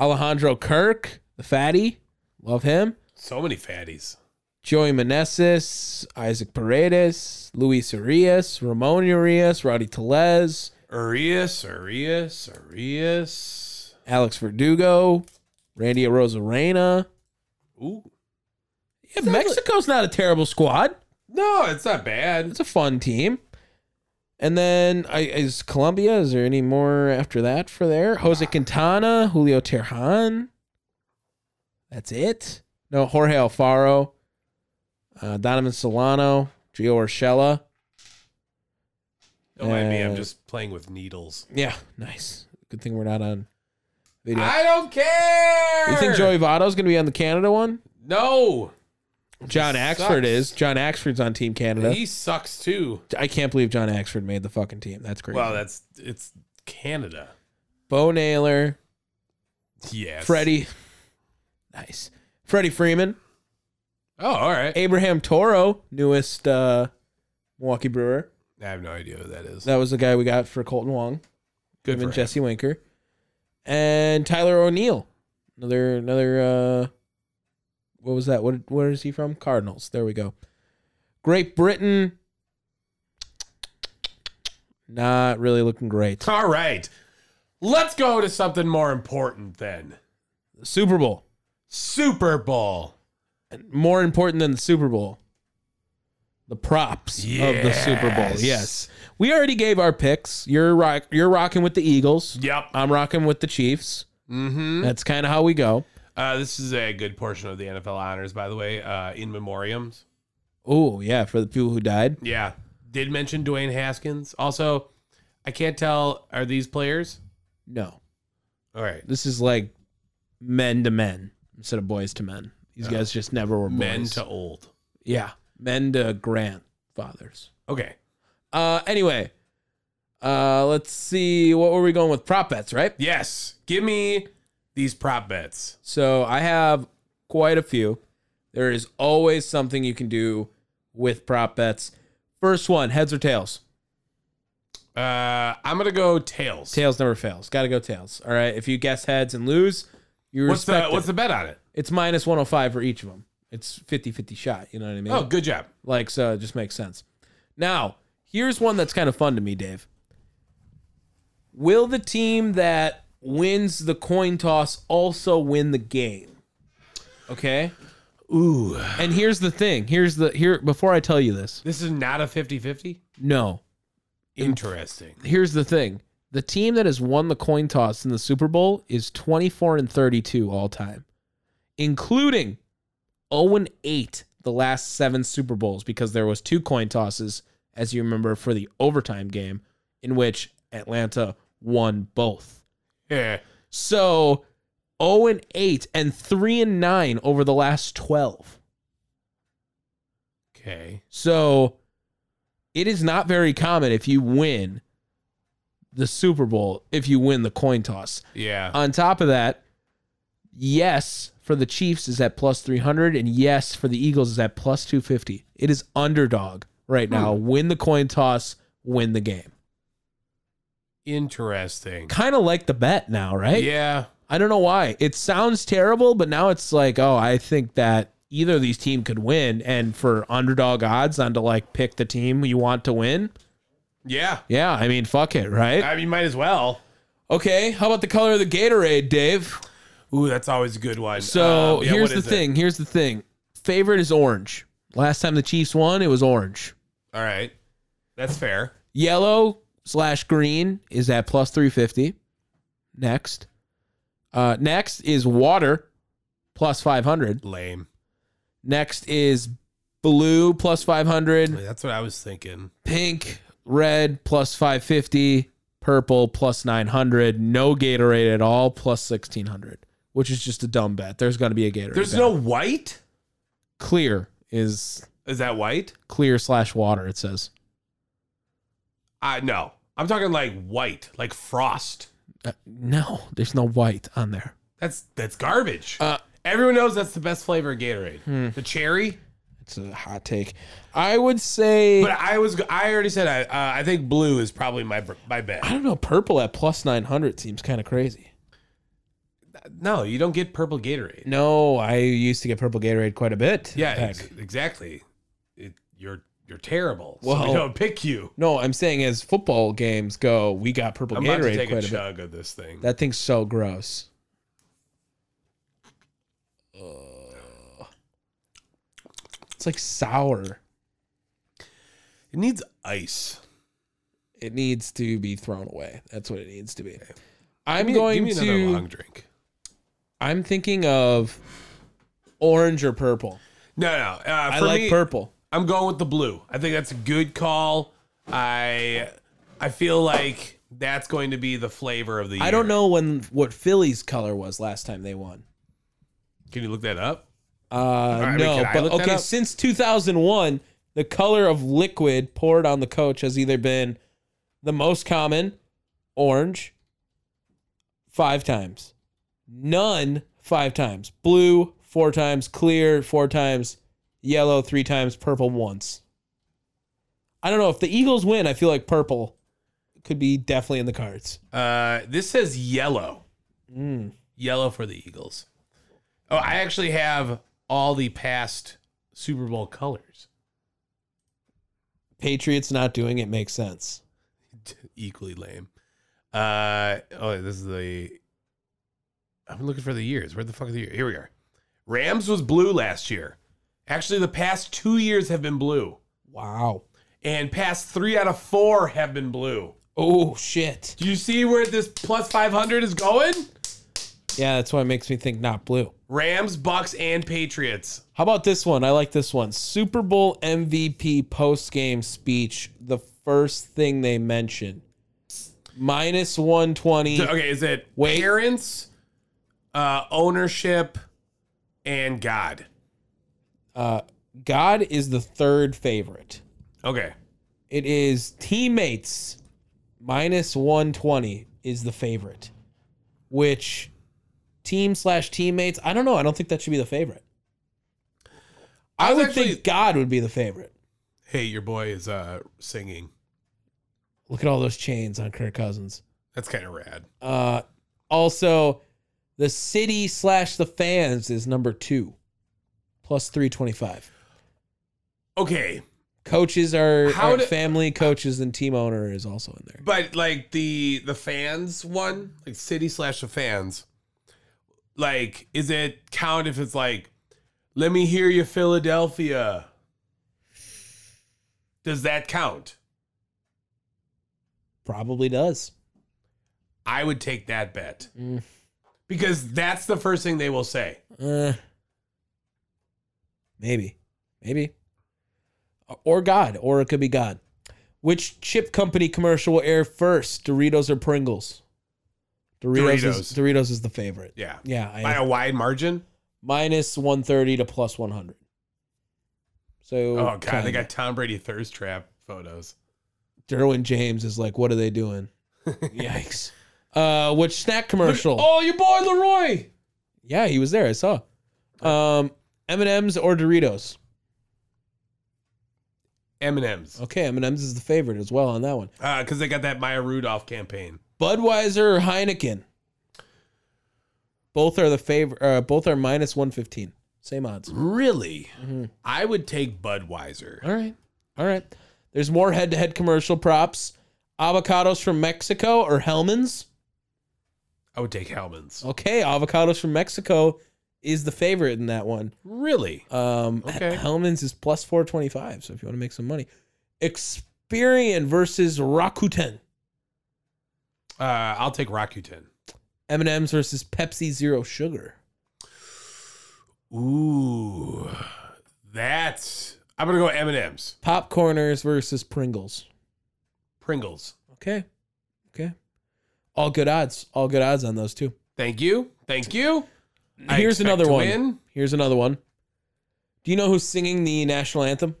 [SPEAKER 1] Alejandro Kirk, the fatty, love him.
[SPEAKER 3] So many fatties.
[SPEAKER 1] Joey Meneses, Isaac Paredes, Luis Urias, Ramon Urias, Rowdy Telez,
[SPEAKER 3] Arias, Arias, Arias.
[SPEAKER 1] Alex Verdugo, Randy Rosarena.
[SPEAKER 3] Ooh.
[SPEAKER 1] Yeah, Mexico's not a terrible squad.
[SPEAKER 3] No, it's not bad.
[SPEAKER 1] It's a fun team. And then I, is Colombia. Is there any more after that for there? Jose Quintana, Julio Terjan. That's it. No, Jorge Alfaro, uh, Donovan Solano, Gio Urshela.
[SPEAKER 3] Don't mind me.
[SPEAKER 1] Uh,
[SPEAKER 3] I'm just playing with needles.
[SPEAKER 1] Yeah, nice. Good thing we're not on video.
[SPEAKER 3] I don't care.
[SPEAKER 1] you think Joey Votto's going to be on the Canada one?
[SPEAKER 3] No,
[SPEAKER 1] John Axford
[SPEAKER 3] sucks.
[SPEAKER 1] is. John Axford's on Team Canada.
[SPEAKER 3] he sucks too.
[SPEAKER 1] I can't believe John Axford made the fucking team. That's crazy.
[SPEAKER 3] Well, that's it's Canada.
[SPEAKER 1] Bo Naylor,
[SPEAKER 3] Yes.
[SPEAKER 1] Freddie. Nice. Freddie Freeman,
[SPEAKER 3] Oh, all right.
[SPEAKER 1] Abraham Toro, newest uh, Milwaukee Brewer.
[SPEAKER 3] I have no idea who that is.
[SPEAKER 1] That was the guy we got for Colton Wong. Good and Jesse Winker, and Tyler O'Neill. Another another. Uh, what was that? What where is he from? Cardinals. There we go. Great Britain. Not really looking great.
[SPEAKER 3] All right. Let's go to something more important then.
[SPEAKER 1] Super Bowl.
[SPEAKER 3] Super Bowl.
[SPEAKER 1] More important than the Super Bowl. The props of the Super Bowl.
[SPEAKER 3] Yes.
[SPEAKER 1] Yes. We already gave our picks. You're rock, you're rocking with the Eagles.
[SPEAKER 3] Yep.
[SPEAKER 1] I'm rocking with the Chiefs.
[SPEAKER 3] Mm-hmm.
[SPEAKER 1] That's kind of how we go.
[SPEAKER 3] Uh, this is a good portion of the NFL honors, by the way. Uh, in memoriams.
[SPEAKER 1] Oh, yeah, for the people who died.
[SPEAKER 3] Yeah. Did mention Dwayne Haskins. Also, I can't tell. Are these players?
[SPEAKER 1] No.
[SPEAKER 3] All right.
[SPEAKER 1] This is like men to men instead of boys to men. These guys just never were boys.
[SPEAKER 3] Men to old.
[SPEAKER 1] yeah, men to grandfathers.
[SPEAKER 3] Okay.
[SPEAKER 1] Uh, anyway, uh, let's see. What were we going with prop bets, right?
[SPEAKER 3] Yes. Give me these prop bets.
[SPEAKER 1] So I have quite a few. There is always something you can do with prop bets. First one, heads or tails.
[SPEAKER 3] Uh, I'm gonna go tails.
[SPEAKER 1] Tails never fails. Got to go tails. All right. If you guess heads and lose, you
[SPEAKER 3] What's
[SPEAKER 1] respect
[SPEAKER 3] the
[SPEAKER 1] it.
[SPEAKER 3] What's the bet on it?
[SPEAKER 1] It's minus 105 for each of them. It's 50-50 shot. You know what I mean?
[SPEAKER 3] Oh, good job.
[SPEAKER 1] Like, so it just makes sense. Now, here's one that's kind of fun to me, Dave. Will the team that wins the coin toss also win the game? Okay.
[SPEAKER 3] Ooh,
[SPEAKER 1] And here's the thing. Here's the here before I tell you this.
[SPEAKER 3] this is not a 50-50?
[SPEAKER 1] No.
[SPEAKER 3] Interesting.
[SPEAKER 1] Here's the thing. The team that has won the coin toss in the Super Bowl is 24 and 32 all time, including 0 and 8 the last 7 Super Bowls because there was two coin tosses as you remember for the overtime game in which Atlanta won both.
[SPEAKER 3] Yeah.
[SPEAKER 1] So 0 and 8 and 3 and 9 over the last 12.
[SPEAKER 3] Okay.
[SPEAKER 1] So it is not very common if you win the Super Bowl, if you win the coin toss.
[SPEAKER 3] Yeah.
[SPEAKER 1] On top of that, yes for the Chiefs is at plus 300, and yes for the Eagles is at plus 250. It is underdog right now. Win the coin toss, win the game.
[SPEAKER 3] Interesting.
[SPEAKER 1] Kind of like the bet now, right?
[SPEAKER 3] Yeah.
[SPEAKER 1] I don't know why. It sounds terrible, but now it's like, oh, I think that either of these team could win, and for underdog odds on to like pick the team you want to win,
[SPEAKER 3] Yeah.
[SPEAKER 1] Yeah, I mean, fuck it, right?
[SPEAKER 3] I mean, might as well.
[SPEAKER 1] Okay, how about the color of the Gatorade, Dave?
[SPEAKER 3] Ooh, that's always a good one.
[SPEAKER 1] So
[SPEAKER 3] Um, yeah,
[SPEAKER 1] here's
[SPEAKER 3] what
[SPEAKER 1] the
[SPEAKER 3] is it?
[SPEAKER 1] thing. Here's the thing. Favorite is orange. Last time the Chiefs won, it was orange.
[SPEAKER 3] All right. That's fair.
[SPEAKER 1] Yellow slash green is at plus 350. Next. Uh, next is water, plus 500.
[SPEAKER 3] Lame.
[SPEAKER 1] Next is blue, plus 500.
[SPEAKER 3] That's what I was thinking.
[SPEAKER 1] Pink, red, plus 550. Purple, plus 900. No Gatorade at all, plus 1600, which is just a dumb bet. There's going to be a Gatorade.
[SPEAKER 3] There's
[SPEAKER 1] bet.
[SPEAKER 3] no white?
[SPEAKER 1] clear is
[SPEAKER 3] Is that white?
[SPEAKER 1] clear slash water, it says.
[SPEAKER 3] I no. I'm talking like white, like frost.
[SPEAKER 1] Uh, no, there's no white on there.
[SPEAKER 3] That's that's garbage.
[SPEAKER 1] Uh, Hmm.
[SPEAKER 3] Everyone knows that's the best flavor of Gatorade. The cherry.
[SPEAKER 1] It's a hot take. I would say
[SPEAKER 3] But I was I already said I uh, I think blue is probably my br- my bet.
[SPEAKER 1] I don't know. Purple at plus nine hundred seems kind of crazy.
[SPEAKER 3] No, you don't get purple Gatorade.
[SPEAKER 1] No, I used to get purple Gatorade quite a bit.
[SPEAKER 3] Yeah,
[SPEAKER 1] Heck.
[SPEAKER 3] ex- exactly. It, you're you're terrible. so
[SPEAKER 1] Well,
[SPEAKER 3] we don't pick you.
[SPEAKER 1] No, I'm saying as football games go, we got purple
[SPEAKER 3] I'm about to
[SPEAKER 1] Gatorade
[SPEAKER 3] take a
[SPEAKER 1] quite a, bit.
[SPEAKER 3] chug of this thing.
[SPEAKER 1] That thing's so gross. It's like sour.
[SPEAKER 3] It needs ice.
[SPEAKER 1] It needs to be thrown away. That's what it needs to be. I'm
[SPEAKER 3] Give me-
[SPEAKER 1] going
[SPEAKER 3] give me
[SPEAKER 1] to.
[SPEAKER 3] another long drink.
[SPEAKER 1] I'm thinking of orange or purple.
[SPEAKER 3] No, no. Uh, for
[SPEAKER 1] I like
[SPEAKER 3] me,
[SPEAKER 1] purple.
[SPEAKER 3] I'm going with the blue. I think that's a good call. I I feel like that's going to be the flavor of the year.
[SPEAKER 1] I don't know when what Philly's color was last time they won.
[SPEAKER 3] Can you look that up?
[SPEAKER 1] Uh,
[SPEAKER 3] I mean,
[SPEAKER 1] no,
[SPEAKER 3] can I
[SPEAKER 1] but
[SPEAKER 3] look that
[SPEAKER 1] okay.
[SPEAKER 3] up?
[SPEAKER 1] Since 2001, the color of liquid poured on the coach has either been the most common, orange, five times, none five times, blue four times, clear four times, yellow three times, purple once. I don't know if the Eagles win. I feel like purple could be definitely in the cards.
[SPEAKER 3] Uh, this says yellow. Hmm. Yellow for the Eagles. Oh, I actually have all the past Super Bowl colors [LAUGHS]
[SPEAKER 1] Patriots not doing it makes sense.
[SPEAKER 3] equally lame. Uh, oh, this is the. I'm looking for the years. Where the fuck are the year? Here we are. Rams was blue last year. Actually, the past two years have been blue,
[SPEAKER 1] Wow.
[SPEAKER 3] and past three out of four have been blue.
[SPEAKER 1] Oh shit.
[SPEAKER 3] Do you see where this plus 500 is going?
[SPEAKER 1] Yeah, that's why it makes me think not blue.
[SPEAKER 3] Rams, Bucks, and Patriots.
[SPEAKER 1] How about this one? I like this one. Super Bowl MVP post game speech. The first thing they mention. Minus 120.
[SPEAKER 3] Okay, is it
[SPEAKER 1] Wait.
[SPEAKER 3] parents, uh, ownership, and God?
[SPEAKER 1] God is the third favorite.
[SPEAKER 3] Okay.
[SPEAKER 1] It is teammates. Minus 120 is the favorite. Which team slash teammates? I don't know. I don't think that should be the favorite.
[SPEAKER 3] I
[SPEAKER 1] I,
[SPEAKER 3] was
[SPEAKER 1] would
[SPEAKER 3] actually-
[SPEAKER 1] think God would be the favorite.
[SPEAKER 3] Hey, your boy is uh, singing.
[SPEAKER 1] Look at all those chains on Kirk Cousins.
[SPEAKER 3] That's kind of rad.
[SPEAKER 1] Uh, also, the city slash the fans is number two, plus three twenty five.
[SPEAKER 3] Okay,
[SPEAKER 1] Coaches are,
[SPEAKER 3] How
[SPEAKER 1] are
[SPEAKER 3] do-
[SPEAKER 1] family coaches and team owner is also in there.
[SPEAKER 3] but like the the fans one, like city slash the fans. Like, is it count if it's like, let me hear you, Philadelphia? Does that count?
[SPEAKER 1] Probably does.
[SPEAKER 3] I would take that bet because that's the first thing they will say.
[SPEAKER 1] Uh, maybe, maybe, or God, or it could be God. Which chip company commercial will air first, Doritos or Pringles? Doritos. Is, Doritos is the favorite.
[SPEAKER 3] Yeah.
[SPEAKER 1] Yeah, I,
[SPEAKER 3] By a wide margin.
[SPEAKER 1] minus 130 to plus 100. So,
[SPEAKER 3] Oh god, they
[SPEAKER 1] kinda.
[SPEAKER 3] got Tom Brady thirst trap photos.
[SPEAKER 1] Derwin James is like, what are
[SPEAKER 3] [LAUGHS]
[SPEAKER 1] they doing? Yikes. Uh, which snack commercial?
[SPEAKER 3] Oh, your boy Leroy.
[SPEAKER 1] Yeah, he was there. I saw. Um, M and M's or Doritos?
[SPEAKER 3] M and M's.
[SPEAKER 1] Okay, M and M's is the favorite as well on that one.
[SPEAKER 3] Because they got that Maya Rudolph campaign.
[SPEAKER 1] Budweiser or Heineken? Both are the favor. Uh, both are minus 115. Same odds.
[SPEAKER 3] Really? Mm-hmm. I would take Budweiser.
[SPEAKER 1] All right. All right. There's more head to head commercial props. Avocados from Mexico or Hellman's?
[SPEAKER 3] I would take Hellman's.
[SPEAKER 1] Okay, avocados from Mexico is the favorite in that one.
[SPEAKER 3] Really?
[SPEAKER 1] Um,
[SPEAKER 3] Okay.
[SPEAKER 1] Hellman's is plus 425. So if you want to make some money, Experian versus Rakuten.
[SPEAKER 3] Uh, I'll take Rakuten.
[SPEAKER 1] M&M's versus Pepsi Zero Sugar.
[SPEAKER 3] Ooh, that's. I'm gonna go M and M's,
[SPEAKER 1] Popcorners versus Pringles.
[SPEAKER 3] Pringles.
[SPEAKER 1] Okay. Okay. All good odds. All good odds on those two.
[SPEAKER 3] Thank you, thank you. I
[SPEAKER 1] Here's
[SPEAKER 3] expect
[SPEAKER 1] another
[SPEAKER 3] to
[SPEAKER 1] one.
[SPEAKER 3] win.
[SPEAKER 1] Here's another one. Do you know who's singing the national anthem?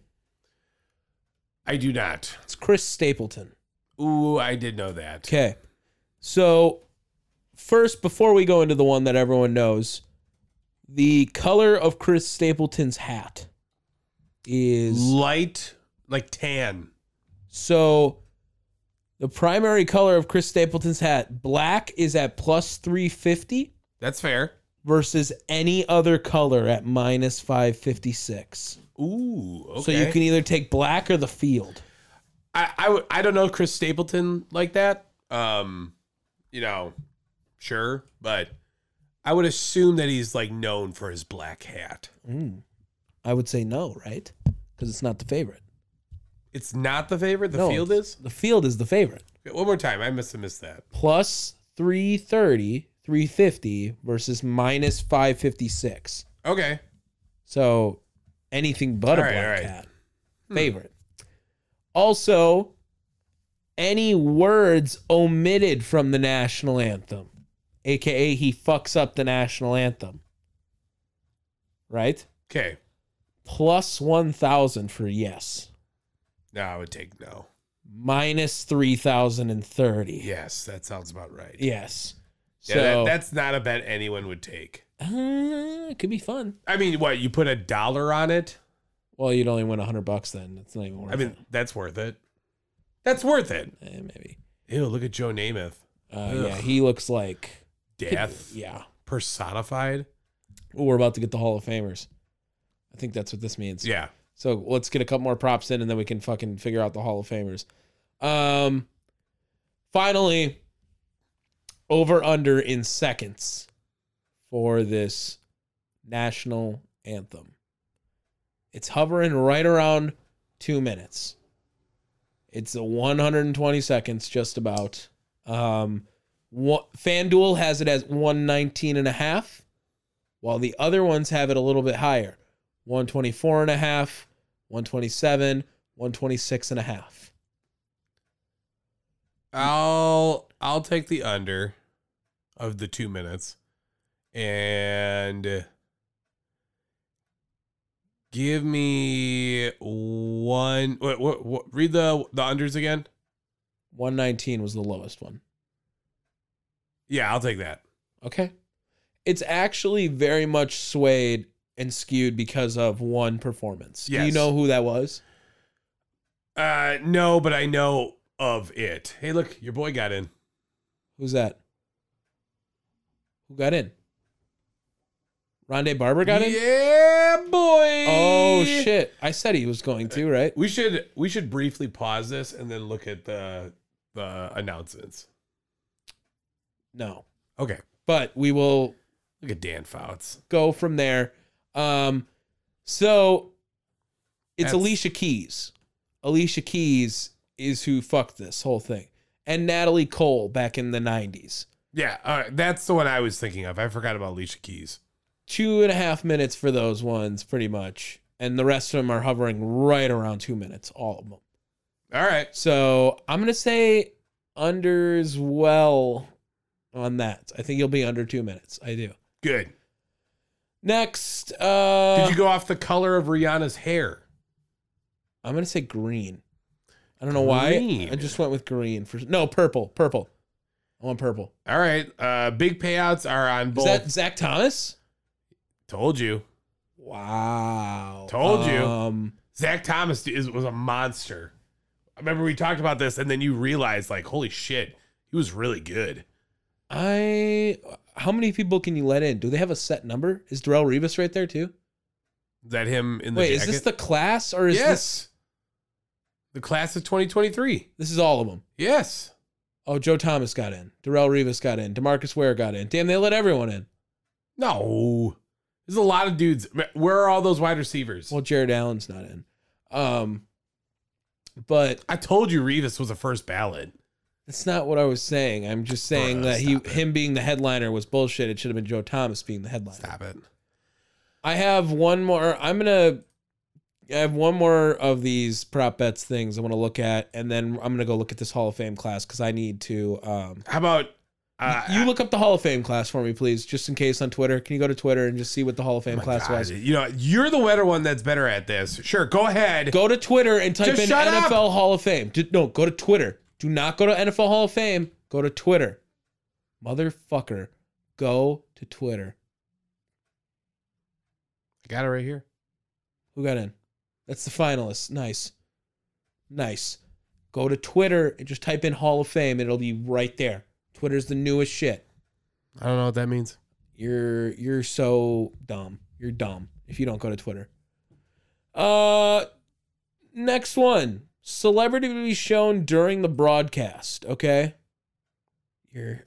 [SPEAKER 3] I do not.
[SPEAKER 1] It's Chris Stapleton.
[SPEAKER 3] Ooh, I did know that.
[SPEAKER 1] Okay. So, first, before we go into the one that everyone knows, the color of Chris Stapleton's hat is
[SPEAKER 3] Light, like tan.
[SPEAKER 1] so the primary color of Chris Stapleton's hat, black is at plus 350
[SPEAKER 3] That's fair.
[SPEAKER 1] versus any other color at minus 556.
[SPEAKER 3] Ooh, okay.
[SPEAKER 1] So you can either take black or the field.
[SPEAKER 3] I, I, would- I don't know Chris Stapleton like that. Um, you know, sure, but I would assume that he's like known for his black hat.
[SPEAKER 1] I would say no, right? Because it's not the favorite.
[SPEAKER 3] It's not the favorite. The
[SPEAKER 1] No,
[SPEAKER 3] field is.
[SPEAKER 1] The field is the favorite.
[SPEAKER 3] Okay, One more time. I must have missed that.
[SPEAKER 1] Plus 330, 350 versus minus 556.
[SPEAKER 3] Okay.
[SPEAKER 1] So anything but
[SPEAKER 3] All right,
[SPEAKER 1] a black
[SPEAKER 3] all right.
[SPEAKER 1] cat. Favorite. Also, any words omitted from the national anthem, aka he fucks up the national anthem. Right?
[SPEAKER 3] Okay.
[SPEAKER 1] Plus 1,000 for yes,
[SPEAKER 3] No, I would take no.
[SPEAKER 1] minus 3,030.
[SPEAKER 3] Yes, that sounds about right.
[SPEAKER 1] Yes.
[SPEAKER 3] Yeah,
[SPEAKER 1] so
[SPEAKER 3] that, that's not a bet anyone would take.
[SPEAKER 1] Uh, it could be fun.
[SPEAKER 3] I mean, what you put a dollar on it?
[SPEAKER 1] Well, you'd only win hundred bucks then. It's not even worth
[SPEAKER 3] I mean,
[SPEAKER 1] it.
[SPEAKER 3] that's worth it. That's worth it.
[SPEAKER 1] Eh, maybe.
[SPEAKER 3] Ew, look at Joe Namath.
[SPEAKER 1] Uh, yeah, he looks like
[SPEAKER 3] Death
[SPEAKER 1] yeah.
[SPEAKER 3] personified.
[SPEAKER 1] Ooh, we're about to get the Hall of Famers. I think that's what this means.
[SPEAKER 3] Yeah.
[SPEAKER 1] So let's get a couple more props in, and then we can fucking figure out the Hall of Famers. Um, finally, over under in seconds for this national anthem. It's hovering right around two minutes. It's a 120 seconds, just about. Um, one, FanDuel has it as 119 and a half, while the other ones have it a little bit higher. 124 and a half, 127, 126 and a half.
[SPEAKER 3] I'll I'll take the under of the two minutes and give me one. What, what, what, read the the unders again.
[SPEAKER 1] 119 was the lowest one.
[SPEAKER 3] Yeah, I'll take that.
[SPEAKER 1] Okay. It's actually very much swayed and skewed because of one performance. Do you
[SPEAKER 3] Yes.
[SPEAKER 1] know who that was?
[SPEAKER 3] Uh, no, but I know of it. Hey, look, your boy got in.
[SPEAKER 1] Who's that? Who got in? Rondé Barber got in?
[SPEAKER 3] Yeah, boy.
[SPEAKER 1] Oh shit. I said he was going to, right?
[SPEAKER 3] We should we should briefly pause this and then look at the the announcements.
[SPEAKER 1] No.
[SPEAKER 3] Okay,
[SPEAKER 1] But we will
[SPEAKER 3] look at Dan Fouts.
[SPEAKER 1] go from there. Um, so it's
[SPEAKER 3] That's-
[SPEAKER 1] Alicia Keys. Alicia Keys is who fucked this whole thing, and Natalie Cole back in the '90s.
[SPEAKER 3] Yeah, all right, that's the one I was thinking of. I forgot about Alicia Keys.
[SPEAKER 1] Two and a half minutes for those ones, pretty much, and the rest of them are hovering right around two minutes, all of them.
[SPEAKER 3] All right,
[SPEAKER 1] So I'm gonna say unders well on that. I think you'll be under two minutes. I do.
[SPEAKER 3] good.
[SPEAKER 1] Next, uh,
[SPEAKER 3] Did you go off the color of Rihanna's hair?
[SPEAKER 1] I'm gonna say green. I don't know why.
[SPEAKER 3] Green.
[SPEAKER 1] I just went with green for no purple. Purple. I want purple.
[SPEAKER 3] All right, uh, big payouts are on
[SPEAKER 1] Is
[SPEAKER 3] both.
[SPEAKER 1] that Zach Thomas?
[SPEAKER 3] Told you,
[SPEAKER 1] Wow.
[SPEAKER 3] Told you.
[SPEAKER 1] Um,
[SPEAKER 3] Zach Thomas is, was a monster. I remember we talked about this, and then you realized, like, holy shit, he was really good.
[SPEAKER 1] I. How many people can you let in? Do they have a set number? Is Darrell Rebus right there too?
[SPEAKER 3] Is that him in the
[SPEAKER 1] Wait,
[SPEAKER 3] jacket?
[SPEAKER 1] is this the class or is
[SPEAKER 3] yes?
[SPEAKER 1] this?
[SPEAKER 3] The class of 2023.
[SPEAKER 1] This is all of them.
[SPEAKER 3] Yes.
[SPEAKER 1] Oh, Joe Thomas got in. Darrell Rivas got in. Demarcus Ware got in. Damn, they let everyone in.
[SPEAKER 3] No. There's a lot of dudes. Where are all those wide receivers?
[SPEAKER 1] Well, Jared Allen's not in. Um, but
[SPEAKER 3] I told you Revis was a first ballot.
[SPEAKER 1] that's not what I was saying. I'm just saying
[SPEAKER 3] Bruh,
[SPEAKER 1] that he
[SPEAKER 3] stop it.
[SPEAKER 1] him being the headliner was bullshit. It should have been Joe Thomas being the headliner.
[SPEAKER 3] Stop it.
[SPEAKER 1] I have one more. I'm gonna. I have one more of these prop bets things I want to look at, and then I'm gonna go look at this Hall of Fame class because I need to. Um,
[SPEAKER 3] How about uh,
[SPEAKER 1] you look up the Hall of Fame class for me, please, just in case on Twitter. Can you go to Twitter and just see what the Hall of Fame class
[SPEAKER 3] Oh God,
[SPEAKER 1] was?
[SPEAKER 3] You know, you're the better one that's better at this. Sure, go ahead.
[SPEAKER 1] Go to Twitter and type
[SPEAKER 3] Just
[SPEAKER 1] in
[SPEAKER 3] shut
[SPEAKER 1] NFL
[SPEAKER 3] up.
[SPEAKER 1] Hall of Fame. Do- no, go to Twitter. Do not go to NFL Hall of Fame. Go to Twitter, motherfucker. Go to Twitter.
[SPEAKER 3] I got it right here.
[SPEAKER 1] Who got in? That's the finalists. Nice. Nice. Go to Twitter and just type in Hall of Fame. It'll be right there. Twitter's the newest shit.
[SPEAKER 3] I don't know what that means.
[SPEAKER 1] You're you're so dumb. You're dumb if you don't go to Twitter. Uh next one. Celebrity to be shown during the broadcast, okay? You're god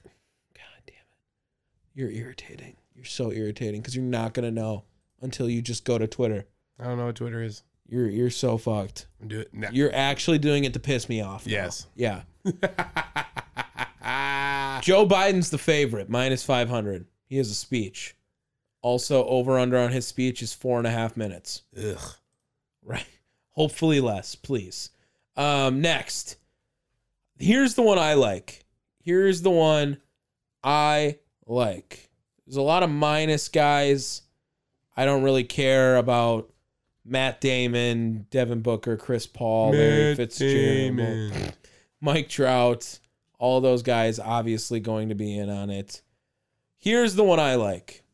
[SPEAKER 1] damn it. You're irritating. You're so irritating because you're not gonna know until you just go to Twitter.
[SPEAKER 3] I don't know what Twitter is.
[SPEAKER 1] You're you're so fucked.
[SPEAKER 3] Do it now.
[SPEAKER 1] You're actually doing it to piss me off. now.
[SPEAKER 3] Yes. Ah.
[SPEAKER 1] Yeah. Joe Biden's the favorite, minus 500. He has a speech. Also, over under on his speech is four and a half minutes.
[SPEAKER 3] Ugh.
[SPEAKER 1] Right. [LAUGHS] Hopefully less, please. Um, next. Here's the one I like. Here's the one I like. There's a lot of minus guys. I don't really care about Matt Damon, Devin Booker, Chris Paul, Larry Fitzgerald, Mike Trout, all those guys obviously going to be in on it. Here's the one I like.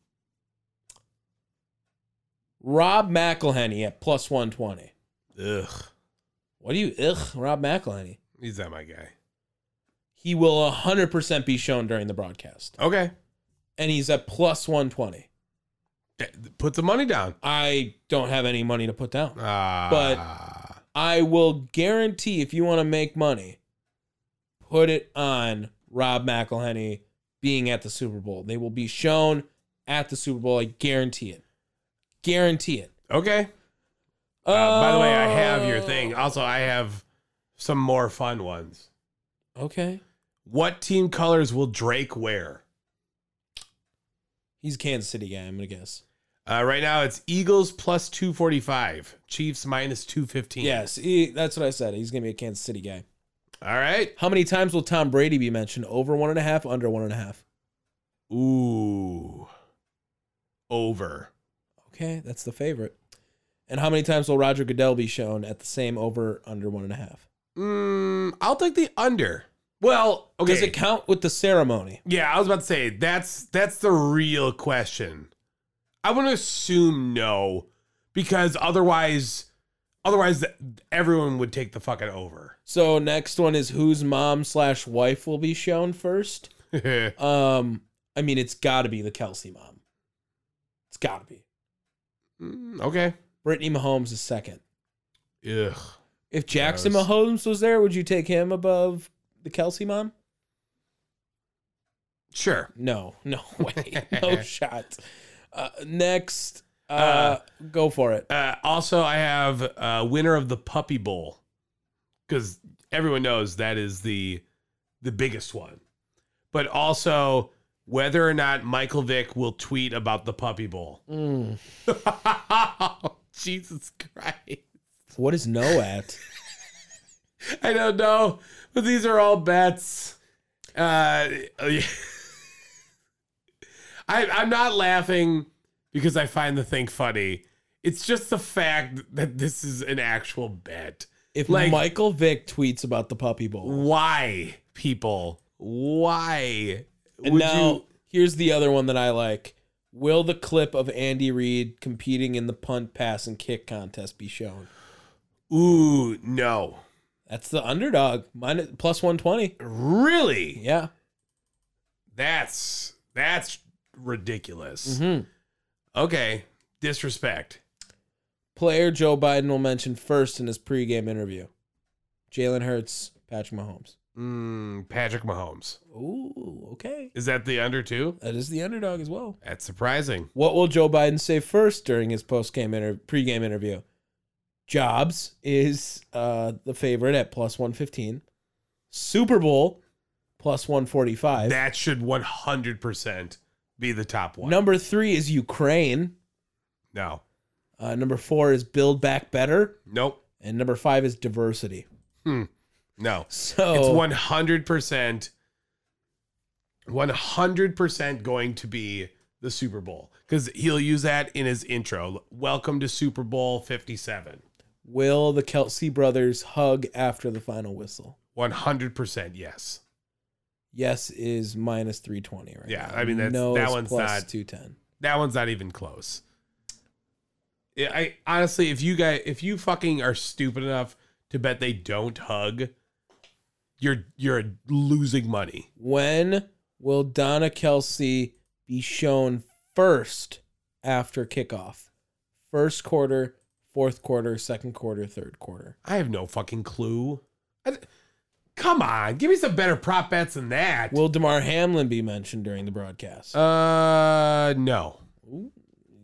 [SPEAKER 1] Rob McElhenney at plus 120.
[SPEAKER 3] Ugh.
[SPEAKER 1] What do you ugh, Rob McElhenney?
[SPEAKER 3] He's not my guy.
[SPEAKER 1] He will 100% be shown during the broadcast.
[SPEAKER 3] Okay.
[SPEAKER 1] And he's at plus 120.
[SPEAKER 3] Th- Put the money down.
[SPEAKER 1] I don't have any money to put down.
[SPEAKER 3] Ah.
[SPEAKER 1] I will guarantee if you want to make money, put it on Rob McElhenney being at the Super Bowl. They will be shown at the Super Bowl. I guarantee it. Guarantee it.
[SPEAKER 3] okay. Uh, by the way, I have your
[SPEAKER 1] Oh.
[SPEAKER 3] thing. Also, I have some more fun ones.
[SPEAKER 1] Okay.
[SPEAKER 3] What team colors will Drake wear?
[SPEAKER 1] He's a Kansas City guy, I'm going to guess.
[SPEAKER 3] Uh, right now, it's Eagles plus 245, Chiefs minus 215.
[SPEAKER 1] Yes, he, that's what I said. He's going to be a Kansas City guy.
[SPEAKER 3] All right.
[SPEAKER 1] How many times will Tom Brady be mentioned? Over one and a half, under one and a half.
[SPEAKER 3] Ooh. Over.
[SPEAKER 1] Okay, that's the favorite. And how many times will Roger Goodell be shown at the same over under one and a half?
[SPEAKER 3] Mm, I'll take the under. Well, okay.
[SPEAKER 1] Oh, Does it count with the ceremony?
[SPEAKER 3] yeah, I was about to say that's that's the real question. I want to assume no, because otherwise, otherwise th- everyone would take the fucking over. [LAUGHS]
[SPEAKER 1] So next one is whose mom slash wife will be shown first.
[SPEAKER 3] Mm,
[SPEAKER 1] Um, I mean, it's got to be the Kelsey mom. It's got to be.
[SPEAKER 3] Mm, okay.
[SPEAKER 1] Brittany Mahomes is second.
[SPEAKER 3] Ugh.
[SPEAKER 1] If Jackson
[SPEAKER 3] Gross.
[SPEAKER 1] Mahomes was there, would you take him above the Kelsey mom?
[SPEAKER 3] Sure.
[SPEAKER 1] No, no [LAUGHS] way,
[SPEAKER 3] [LAUGHS]
[SPEAKER 1] no shot. Uh, next, uh,
[SPEAKER 3] Uh,
[SPEAKER 1] go for it.
[SPEAKER 3] Uh, also, I have uh, winner of the Puppy Bowl because everyone knows that is the the biggest one. But also whether or not Michael Vick will tweet about the Puppy Bowl. [LAUGHS] Oh, Jesus Christ!
[SPEAKER 1] What is no at?
[SPEAKER 3] I don't know, but these are all bets. Uh, [LAUGHS] I I'm not laughing because I find the thing funny. It's just the fact that this is an actual bet.
[SPEAKER 1] If
[SPEAKER 3] Like-
[SPEAKER 1] Michael Vick tweets about the puppy bowl.
[SPEAKER 3] Why, people? Why
[SPEAKER 1] And
[SPEAKER 3] would
[SPEAKER 1] now
[SPEAKER 3] you?
[SPEAKER 1] here's the other one that I like. Will the clip of Andy Reid competing in the punt, pass, and kick contest be shown?
[SPEAKER 3] Ooh, no.
[SPEAKER 1] That's the underdog. Minus plus one twenty.
[SPEAKER 3] Really?
[SPEAKER 1] Yeah.
[SPEAKER 3] That's that's ridiculous. Okay, disrespect.
[SPEAKER 1] Player Joe Biden will mention first in his pregame interview. Jalen Hurts, Patrick Mahomes.
[SPEAKER 3] Mm, Patrick Mahomes.
[SPEAKER 1] Ooh, okay.
[SPEAKER 3] Is that the under two?
[SPEAKER 1] That is the underdog as well.
[SPEAKER 3] That's surprising.
[SPEAKER 1] What will Joe Biden say first during his post-game inter- pre-game interview? Jobs is uh, the favorite at plus 115. Super Bowl plus 145.
[SPEAKER 3] That should 100% be the top one.
[SPEAKER 1] Number three is Ukraine.
[SPEAKER 3] No.
[SPEAKER 1] Uh, number four is Build Back Better.
[SPEAKER 3] Nope.
[SPEAKER 1] And number five is Diversity.
[SPEAKER 3] No.
[SPEAKER 1] So
[SPEAKER 3] It's 100%. 100% going to be the Super Bowl because he'll use that in his intro. Welcome to Super Bowl 57.
[SPEAKER 1] will the Kelsey brothers hug after the final whistle?
[SPEAKER 3] 100% yes.
[SPEAKER 1] Yes is minus 320 right
[SPEAKER 3] Yeah,
[SPEAKER 1] now.
[SPEAKER 3] I mean, that's-
[SPEAKER 1] no
[SPEAKER 3] that
[SPEAKER 1] is
[SPEAKER 3] one's
[SPEAKER 1] plus
[SPEAKER 3] not-
[SPEAKER 1] 210.
[SPEAKER 3] That one's not even close. I- I honestly, if you guys, if you fucking are stupid enough to bet they don't hug, you're you're losing money.
[SPEAKER 1] When will Donna Kelsey be shown first after kickoff? First quarter, fourth quarter, second quarter, third quarter.
[SPEAKER 3] I have no fucking clue. I d come on, give me some better prop bets than that.
[SPEAKER 1] Will Damar Hamlin be mentioned during the broadcast?
[SPEAKER 3] uh, no,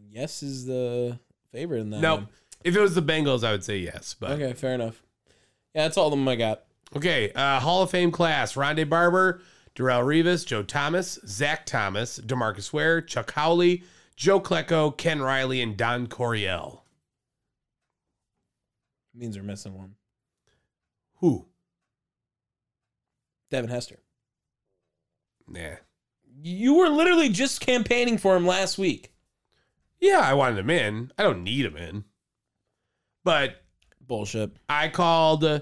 [SPEAKER 1] yes is the favorite in that.
[SPEAKER 3] no.
[SPEAKER 1] one.
[SPEAKER 3] If it was the Bengals, I would say yes. But okay,
[SPEAKER 1] Um, Okay, fair enough. Yeah, that's all of them I got.
[SPEAKER 3] uh, Hall of Fame class: Rondé Barber, Darrell Revis, Joe Thomas, Zach Thomas, Demarcus Ware, Chuck Howley, Joe Klecko, Ken Riley, and Don Coryell.
[SPEAKER 1] Means we're missing one.
[SPEAKER 3] Who?
[SPEAKER 1] Devin Hester.
[SPEAKER 3] Yeah.
[SPEAKER 1] You were literally just campaigning for him last week.
[SPEAKER 3] Yeah, I wanted him in. I don't need him in. But
[SPEAKER 1] Bullshit.
[SPEAKER 3] I called uh,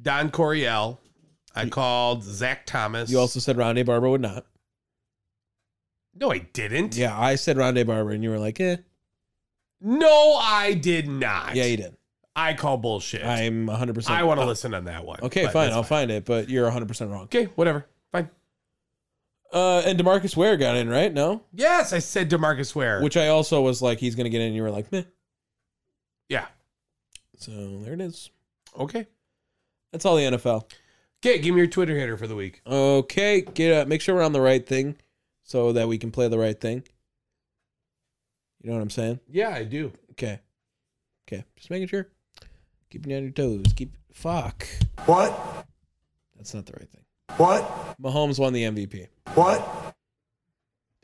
[SPEAKER 3] Don Coryell. I called Zach Thomas.
[SPEAKER 1] You also said Rondé Barber would not.
[SPEAKER 3] No, I didn't.
[SPEAKER 1] Yeah, I said Rondé Barber, and you were like, eh.
[SPEAKER 3] No, I did not.
[SPEAKER 1] Yeah, you did.
[SPEAKER 3] I call bullshit. I,
[SPEAKER 1] I'm 100%.
[SPEAKER 3] want to listen on that one.
[SPEAKER 1] uh, Okay,
[SPEAKER 3] but
[SPEAKER 1] fine.
[SPEAKER 3] that's
[SPEAKER 1] I'll find it, but you're 100% wrong.
[SPEAKER 3] Okay, whatever. Fine.
[SPEAKER 1] Uh, and Demarcus Ware got in, right? No?
[SPEAKER 3] Yes, I said Demarcus Ware.
[SPEAKER 1] Which I also was like, he's going to get in, and you were like, meh.
[SPEAKER 3] yeah.
[SPEAKER 1] So there it is.
[SPEAKER 3] Okay.
[SPEAKER 1] That's all the NFL.
[SPEAKER 3] Okay, give me your Twitter hitter for the week.
[SPEAKER 1] Okay, get up. Make sure we're on the right thing so that we can play the right thing. You know what I'm saying?
[SPEAKER 3] Yeah, I do. [LAUGHS]
[SPEAKER 1] Okay. Okay. Just making sure. Keeping you on your toes. Keep. Fuck.
[SPEAKER 2] What?
[SPEAKER 1] That's not the right thing.
[SPEAKER 2] What?
[SPEAKER 1] Mahomes won the MVP. They
[SPEAKER 2] What?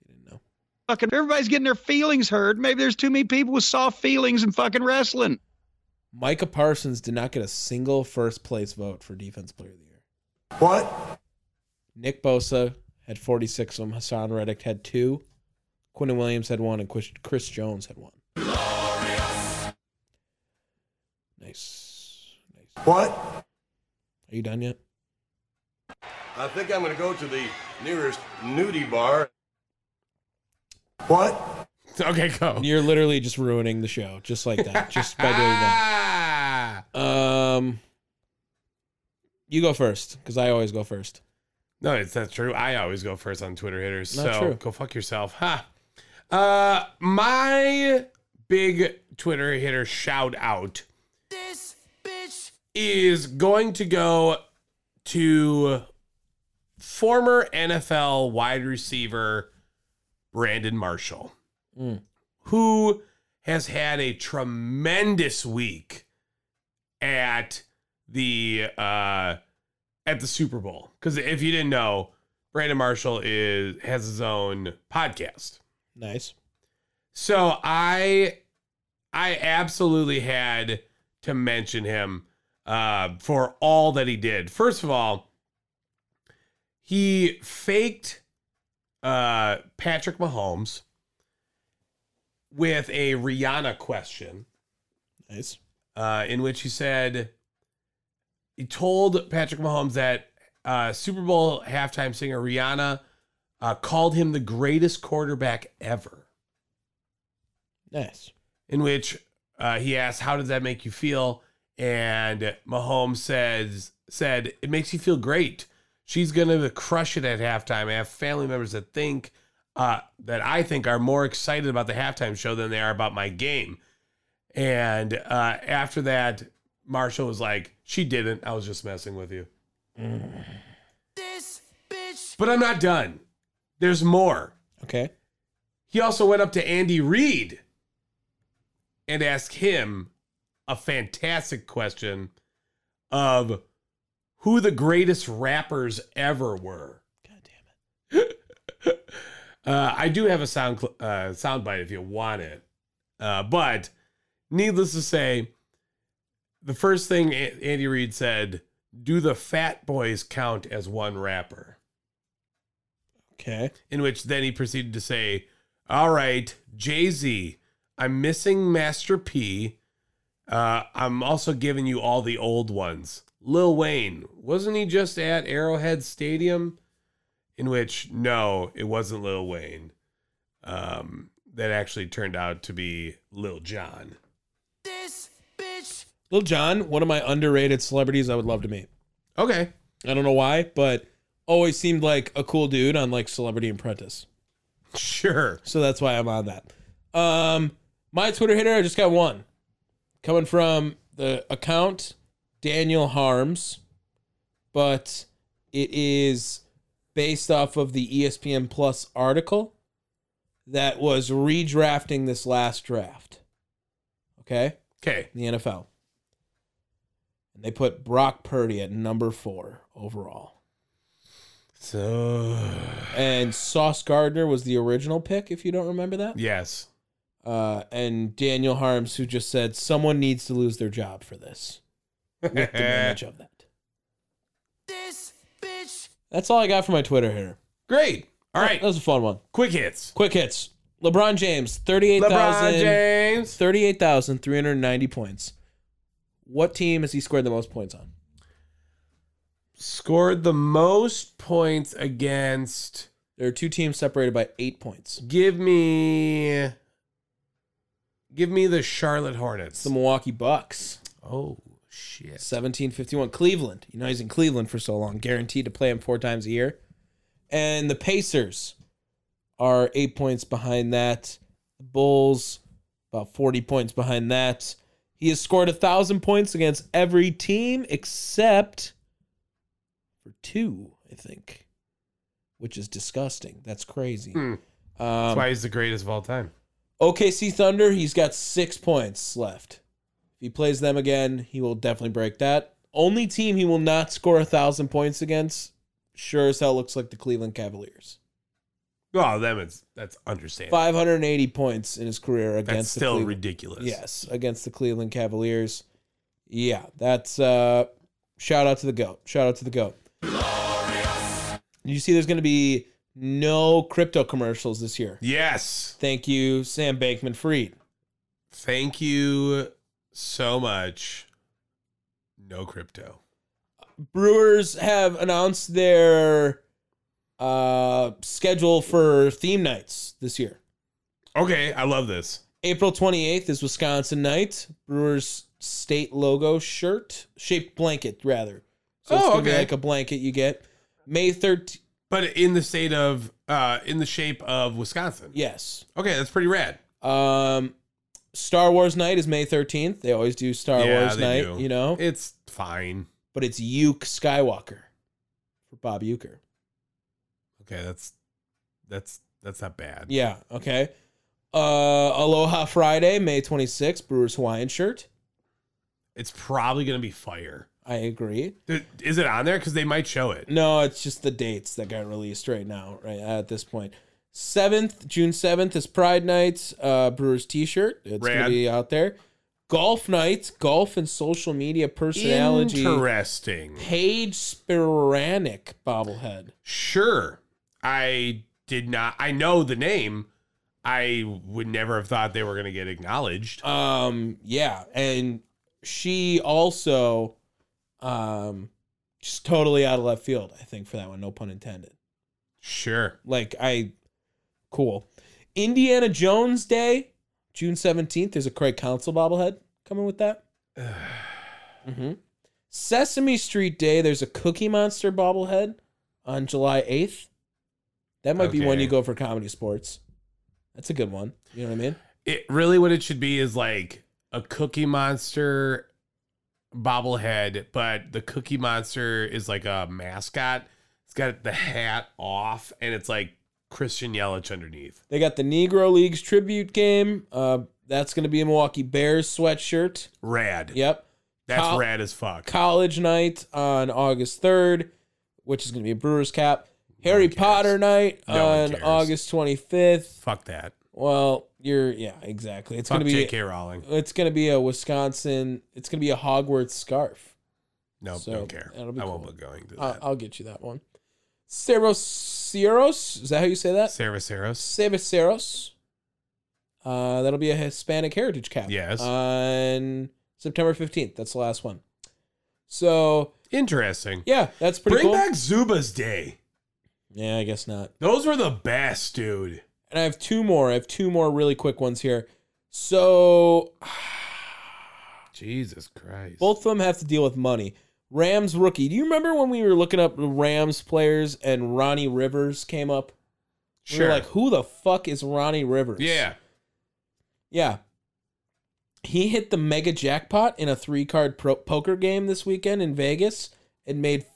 [SPEAKER 1] didn't know.
[SPEAKER 6] Fucking everybody's getting their feelings hurt. Maybe there's too many people with soft feelings in fucking wrestling.
[SPEAKER 1] Micah Parsons did not get a single first place vote for Defense Player of the Year.
[SPEAKER 2] What?
[SPEAKER 1] Nick Bosa had 46 of them. Hassan Reddick had two. Quinton Williams had one, and Chris- Chris Jones had one. Nice. Nice.
[SPEAKER 2] What?
[SPEAKER 1] Are you done yet?
[SPEAKER 7] I think I'm going to go to the nearest nudie bar.
[SPEAKER 2] What?
[SPEAKER 3] Okay, go.
[SPEAKER 1] [LAUGHS] You're literally just ruining the show, just like that, just by doing [LAUGHS] that.
[SPEAKER 3] Ah.
[SPEAKER 1] Um, you go first, because I always go first.
[SPEAKER 3] No, it's not true. I always go first on Twitter hitters.
[SPEAKER 1] Not
[SPEAKER 3] so
[SPEAKER 1] true.
[SPEAKER 3] go fuck yourself. Ha. Uh my big Twitter hitter shout out is going to go to former NFL wide receiver Brandon Marshall,
[SPEAKER 1] Mm.
[SPEAKER 3] who has had a tremendous week at the uh at the Super Bowl. Because if you didn't know, Brandon Marshall is has his own podcast.
[SPEAKER 1] Nice.
[SPEAKER 3] So I I absolutely had to mention him uh, for all that he did. First of all, he faked uh, Patrick Mahomes with a Rihanna question
[SPEAKER 1] Nice.
[SPEAKER 3] uh, in which he said he told Patrick Mahomes that uh, Super Bowl halftime singer Rihanna uh, called him the greatest quarterback ever.
[SPEAKER 1] Nice.
[SPEAKER 3] In which uh, he asked, "How does that make you feel?" And Mahomes says, "said It makes you feel great. She's gonna crush it at halftime. I have family members that think." Uh, that I think are more excited about the halftime show than they are about my game. And uh, after that, Marshall was like, "She didn't. I was just messing with you." But I'm not done. There's more.
[SPEAKER 1] Okay.
[SPEAKER 3] He also went up to Andy Reid and asked him a fantastic question of who the greatest rappers ever were. God damn it. [LAUGHS] uh, I do have a sound cl- uh, soundbite if you want it. Uh, but needless to say, the first thing A- Andy Reid said, do the Fat Boys count as one rapper?
[SPEAKER 1] Okay.
[SPEAKER 3] in which then he proceeded to say, "All right, Jay Z, I'm missing Master P. Uh, I'm also giving you all the old ones. Lil Wayne, wasn't he just at Arrowhead Stadium? In which, no, it wasn't Lil Wayne. Um, that actually turned out to be Lil John.
[SPEAKER 1] Lil John, one of my underrated celebrities I would love to meet.
[SPEAKER 3] Okay, [LAUGHS]
[SPEAKER 1] I don't know why, but always seemed like a cool dude on like Celebrity Apprentice.
[SPEAKER 3] sure.
[SPEAKER 1] So that's why I'm on that. Um, my Twitter hitter, I just got one coming from the account Daniel Harms, but it is based off of the E ESPN Plus article that was redrafting this last draft. Okay,
[SPEAKER 3] Okay,
[SPEAKER 1] in the NFL, and they put Brock Purdy at number four overall.
[SPEAKER 3] so
[SPEAKER 1] And Sauce Gardner was the original pick, if you don't remember that.
[SPEAKER 3] yes,
[SPEAKER 1] uh, and Daniel Harms, who just said someone needs to lose their job for this. With
[SPEAKER 3] [LAUGHS]
[SPEAKER 1] the
[SPEAKER 3] great.
[SPEAKER 1] manage of that. This bitch. That's all I got for my Twitter here.
[SPEAKER 3] All
[SPEAKER 1] That
[SPEAKER 3] right,
[SPEAKER 1] was a fun one.
[SPEAKER 3] quick hits.
[SPEAKER 1] Quick hits. LeBron James,
[SPEAKER 3] LeBron
[SPEAKER 1] 38,000
[SPEAKER 3] James.
[SPEAKER 1] 38,390 points. What team has he scored the most points on?
[SPEAKER 3] scored the most points against.
[SPEAKER 1] There are two teams separated by eight points.
[SPEAKER 3] Give me. Give me the Charlotte Hornets.
[SPEAKER 1] The Milwaukee Bucks,
[SPEAKER 3] Oh shit!
[SPEAKER 1] 1751. Cleveland. You know, he's in Cleveland for so long, guaranteed to play him four times a year. And the Pacers are eight points behind that. The Bulls, about 40 points behind that. He has scored a thousand points against every team except for two, I think, which is disgusting. That's crazy.
[SPEAKER 3] Hmm. That's
[SPEAKER 1] Um,
[SPEAKER 3] why he's the greatest of all time.
[SPEAKER 1] OKC Thunder, he's got six points left. If he plays them again, he will definitely break that. Only team he will not score a thousand points against, sure as hell looks like the Cleveland Cavaliers.
[SPEAKER 3] Oh, that is that's understandable.
[SPEAKER 1] Five hundred and eighty points in his career against
[SPEAKER 3] That's
[SPEAKER 1] the
[SPEAKER 3] still
[SPEAKER 1] Cleveland.
[SPEAKER 3] ridiculous.
[SPEAKER 1] Yes, against the Cleveland Cavaliers. Yeah, that's uh shout out to the goat. Shout out to the goat. You see there's going to be no crypto commercials this year.
[SPEAKER 3] Yes.
[SPEAKER 1] Thank you Sam Bankman-Fried.
[SPEAKER 3] Thank you so much. No crypto.
[SPEAKER 1] Brewers have announced their uh, schedule for theme nights this year.
[SPEAKER 3] Okay, I love this.
[SPEAKER 1] April 28th is Wisconsin night. Brewers state logo shirt, shaped blanket rather. So it's
[SPEAKER 3] Oh,
[SPEAKER 1] gonna be
[SPEAKER 3] okay.
[SPEAKER 1] like a blanket you get. May 13th,
[SPEAKER 3] But in the state of, uh, in the shape of Wisconsin.
[SPEAKER 1] yes.
[SPEAKER 3] Okay, that's pretty rad.
[SPEAKER 1] Um, Star Wars night is May 13th. They always do Star
[SPEAKER 3] Yeah,
[SPEAKER 1] Wars
[SPEAKER 3] they
[SPEAKER 1] night,
[SPEAKER 3] do.
[SPEAKER 1] you know.
[SPEAKER 3] It's fine.
[SPEAKER 1] But it's Yuke Skywalker for Bob Euchre.
[SPEAKER 3] Okay, that's that's that's not bad.
[SPEAKER 1] Yeah. Okay. Uh, Aloha Friday, May 26th, Brewers Hawaiian shirt.
[SPEAKER 3] It's probably gonna be fire.
[SPEAKER 1] I agree.
[SPEAKER 3] There- Is it on there? Because they might show it.
[SPEAKER 1] No, it's just the dates that got released right now, right at this point. 7th, June 7th is Pride Night, uh, Brewers t shirt. It's going
[SPEAKER 3] Rad.
[SPEAKER 1] to be out there. Golf Night, Golf and Social Media Personality.
[SPEAKER 3] Interesting.
[SPEAKER 1] Paige Spiranic bobblehead.
[SPEAKER 3] Sure. I did not. I know the name. I would never have thought they were gonna get acknowledged.
[SPEAKER 1] Um, yeah, and she also, um, just totally out of left field. I think for that one, no pun intended.
[SPEAKER 3] Sure.
[SPEAKER 1] Like I, cool. Indiana Jones Day, June seventeenth. There's a Craig Council bobblehead coming with that. hmm Sesame Street Day. There's a Cookie Monster bobblehead on July eighth. That might be one
[SPEAKER 3] Okay.
[SPEAKER 1] you go for comedy sports. That's a good one. You know what I mean?
[SPEAKER 3] It really what it should be is like a Cookie Monster bobblehead, but the Cookie Monster is like a mascot. It's got the hat off, and it's like Christian Yelich underneath.
[SPEAKER 1] They got the Negro Leagues tribute game. Uh, that's going to be a Milwaukee Bears sweatshirt.
[SPEAKER 3] Rad.
[SPEAKER 1] Yep.
[SPEAKER 3] That's
[SPEAKER 1] Kyle-
[SPEAKER 3] rad as fuck.
[SPEAKER 1] College night on August 3rd, which is going to be a Brewers Cap. Harry Potter night
[SPEAKER 3] No one
[SPEAKER 1] on
[SPEAKER 3] cares.
[SPEAKER 1] August 25th.
[SPEAKER 3] Fuck that.
[SPEAKER 1] Well, you're yeah, exactly. It's
[SPEAKER 3] Fuck
[SPEAKER 1] going to be
[SPEAKER 3] J.K. Rowling.
[SPEAKER 1] it's going to be a Wisconsin, it's going to be a Hogwarts scarf.
[SPEAKER 3] No,
[SPEAKER 1] So,
[SPEAKER 3] don't care. I
[SPEAKER 1] that'll be
[SPEAKER 3] won't
[SPEAKER 1] cool. Uh,
[SPEAKER 3] be going to
[SPEAKER 1] I-
[SPEAKER 3] that.
[SPEAKER 1] I'll get you that one. Cerros, is that how you say that?
[SPEAKER 3] Sarah Saros.
[SPEAKER 1] Cerveceros. Uh, that'll be a Hispanic Heritage Cap.
[SPEAKER 3] Yes.
[SPEAKER 1] On September 15th. That's the last one. So,
[SPEAKER 3] Interesting.
[SPEAKER 1] yeah, that's pretty
[SPEAKER 3] Bring
[SPEAKER 1] cool.
[SPEAKER 3] back Zuba's Day.
[SPEAKER 1] yeah, I guess not.
[SPEAKER 3] Those were the best, dude.
[SPEAKER 1] And I have two more. I have two more really quick ones here. So,
[SPEAKER 3] Jesus Christ.
[SPEAKER 1] both of them have to deal with money. Rams rookie. Do you remember when we were looking up Rams players and Ronnie Rivers came up? We
[SPEAKER 3] sure.
[SPEAKER 1] were like, who the fuck is Ronnie Rivers?
[SPEAKER 3] yeah.
[SPEAKER 1] Yeah. He hit the mega jackpot in a three card pro- poker game this weekend in Vegas and made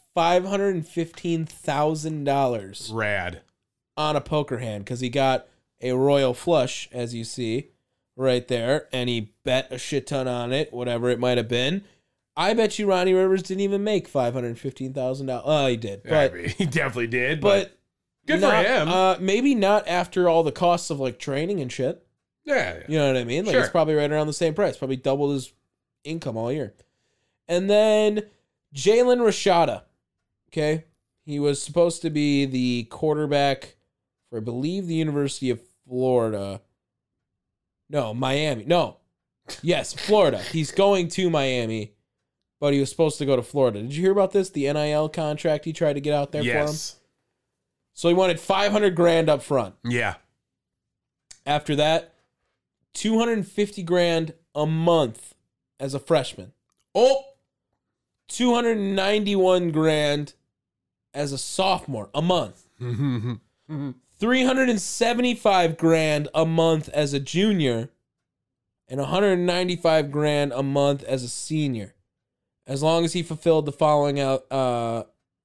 [SPEAKER 1] $515,000
[SPEAKER 3] Rad.
[SPEAKER 1] on a poker hand because he got a royal flush, as you see right there, and he bet a shit ton on it, whatever it might have been. I bet you Ronnie Rivers didn't even make $515,000. Oh, he did.
[SPEAKER 3] I
[SPEAKER 1] But,
[SPEAKER 3] mean, [LAUGHS] he definitely did. But,
[SPEAKER 1] but
[SPEAKER 3] good
[SPEAKER 1] not-
[SPEAKER 3] for him.
[SPEAKER 1] Uh, maybe not after all the costs of like training and shit.
[SPEAKER 3] yeah. yeah.
[SPEAKER 1] You know what I mean? Like it's
[SPEAKER 3] Sure.
[SPEAKER 1] probably right around the same price. Probably doubled his income all year. And then Jalen Rashada. Okay. He was supposed to be the quarterback for I believe the University of Florida. No, Miami. No. Yes, Florida.
[SPEAKER 3] [LAUGHS]
[SPEAKER 1] He's going to Miami, but he was supposed to go to Florida. Did you hear about this? The NIL contract he tried to get out there for him.
[SPEAKER 3] Yes.
[SPEAKER 1] So he wanted 500 grand up front.
[SPEAKER 3] Yeah.
[SPEAKER 1] After that, 250 grand a month as a freshman.
[SPEAKER 3] Oh,
[SPEAKER 1] 291 grand as a sophomore a month. 375 grand a month as a junior and 195 grand a month as a senior. As long as he fulfilled the following out uh,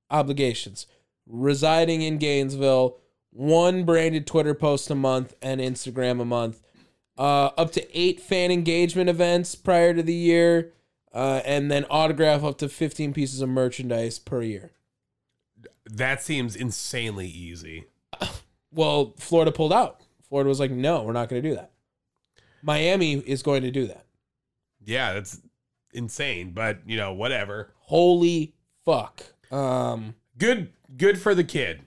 [SPEAKER 1] obligations. Residing in Gainesville, one branded Twitter post a month and Instagram a month. Uh, up to eight fan engagement events prior to the year, uh, and then autograph up to 15 pieces of merchandise per year.
[SPEAKER 3] [LAUGHS] that seems insanely easy.
[SPEAKER 1] Well, Florida pulled out. Florida was like, no, we're not going to do that. Miami is going to do that.
[SPEAKER 3] Yeah, that's insane. But you know, whatever.
[SPEAKER 1] Holy fuck. Um,
[SPEAKER 3] Good. Good for the kid.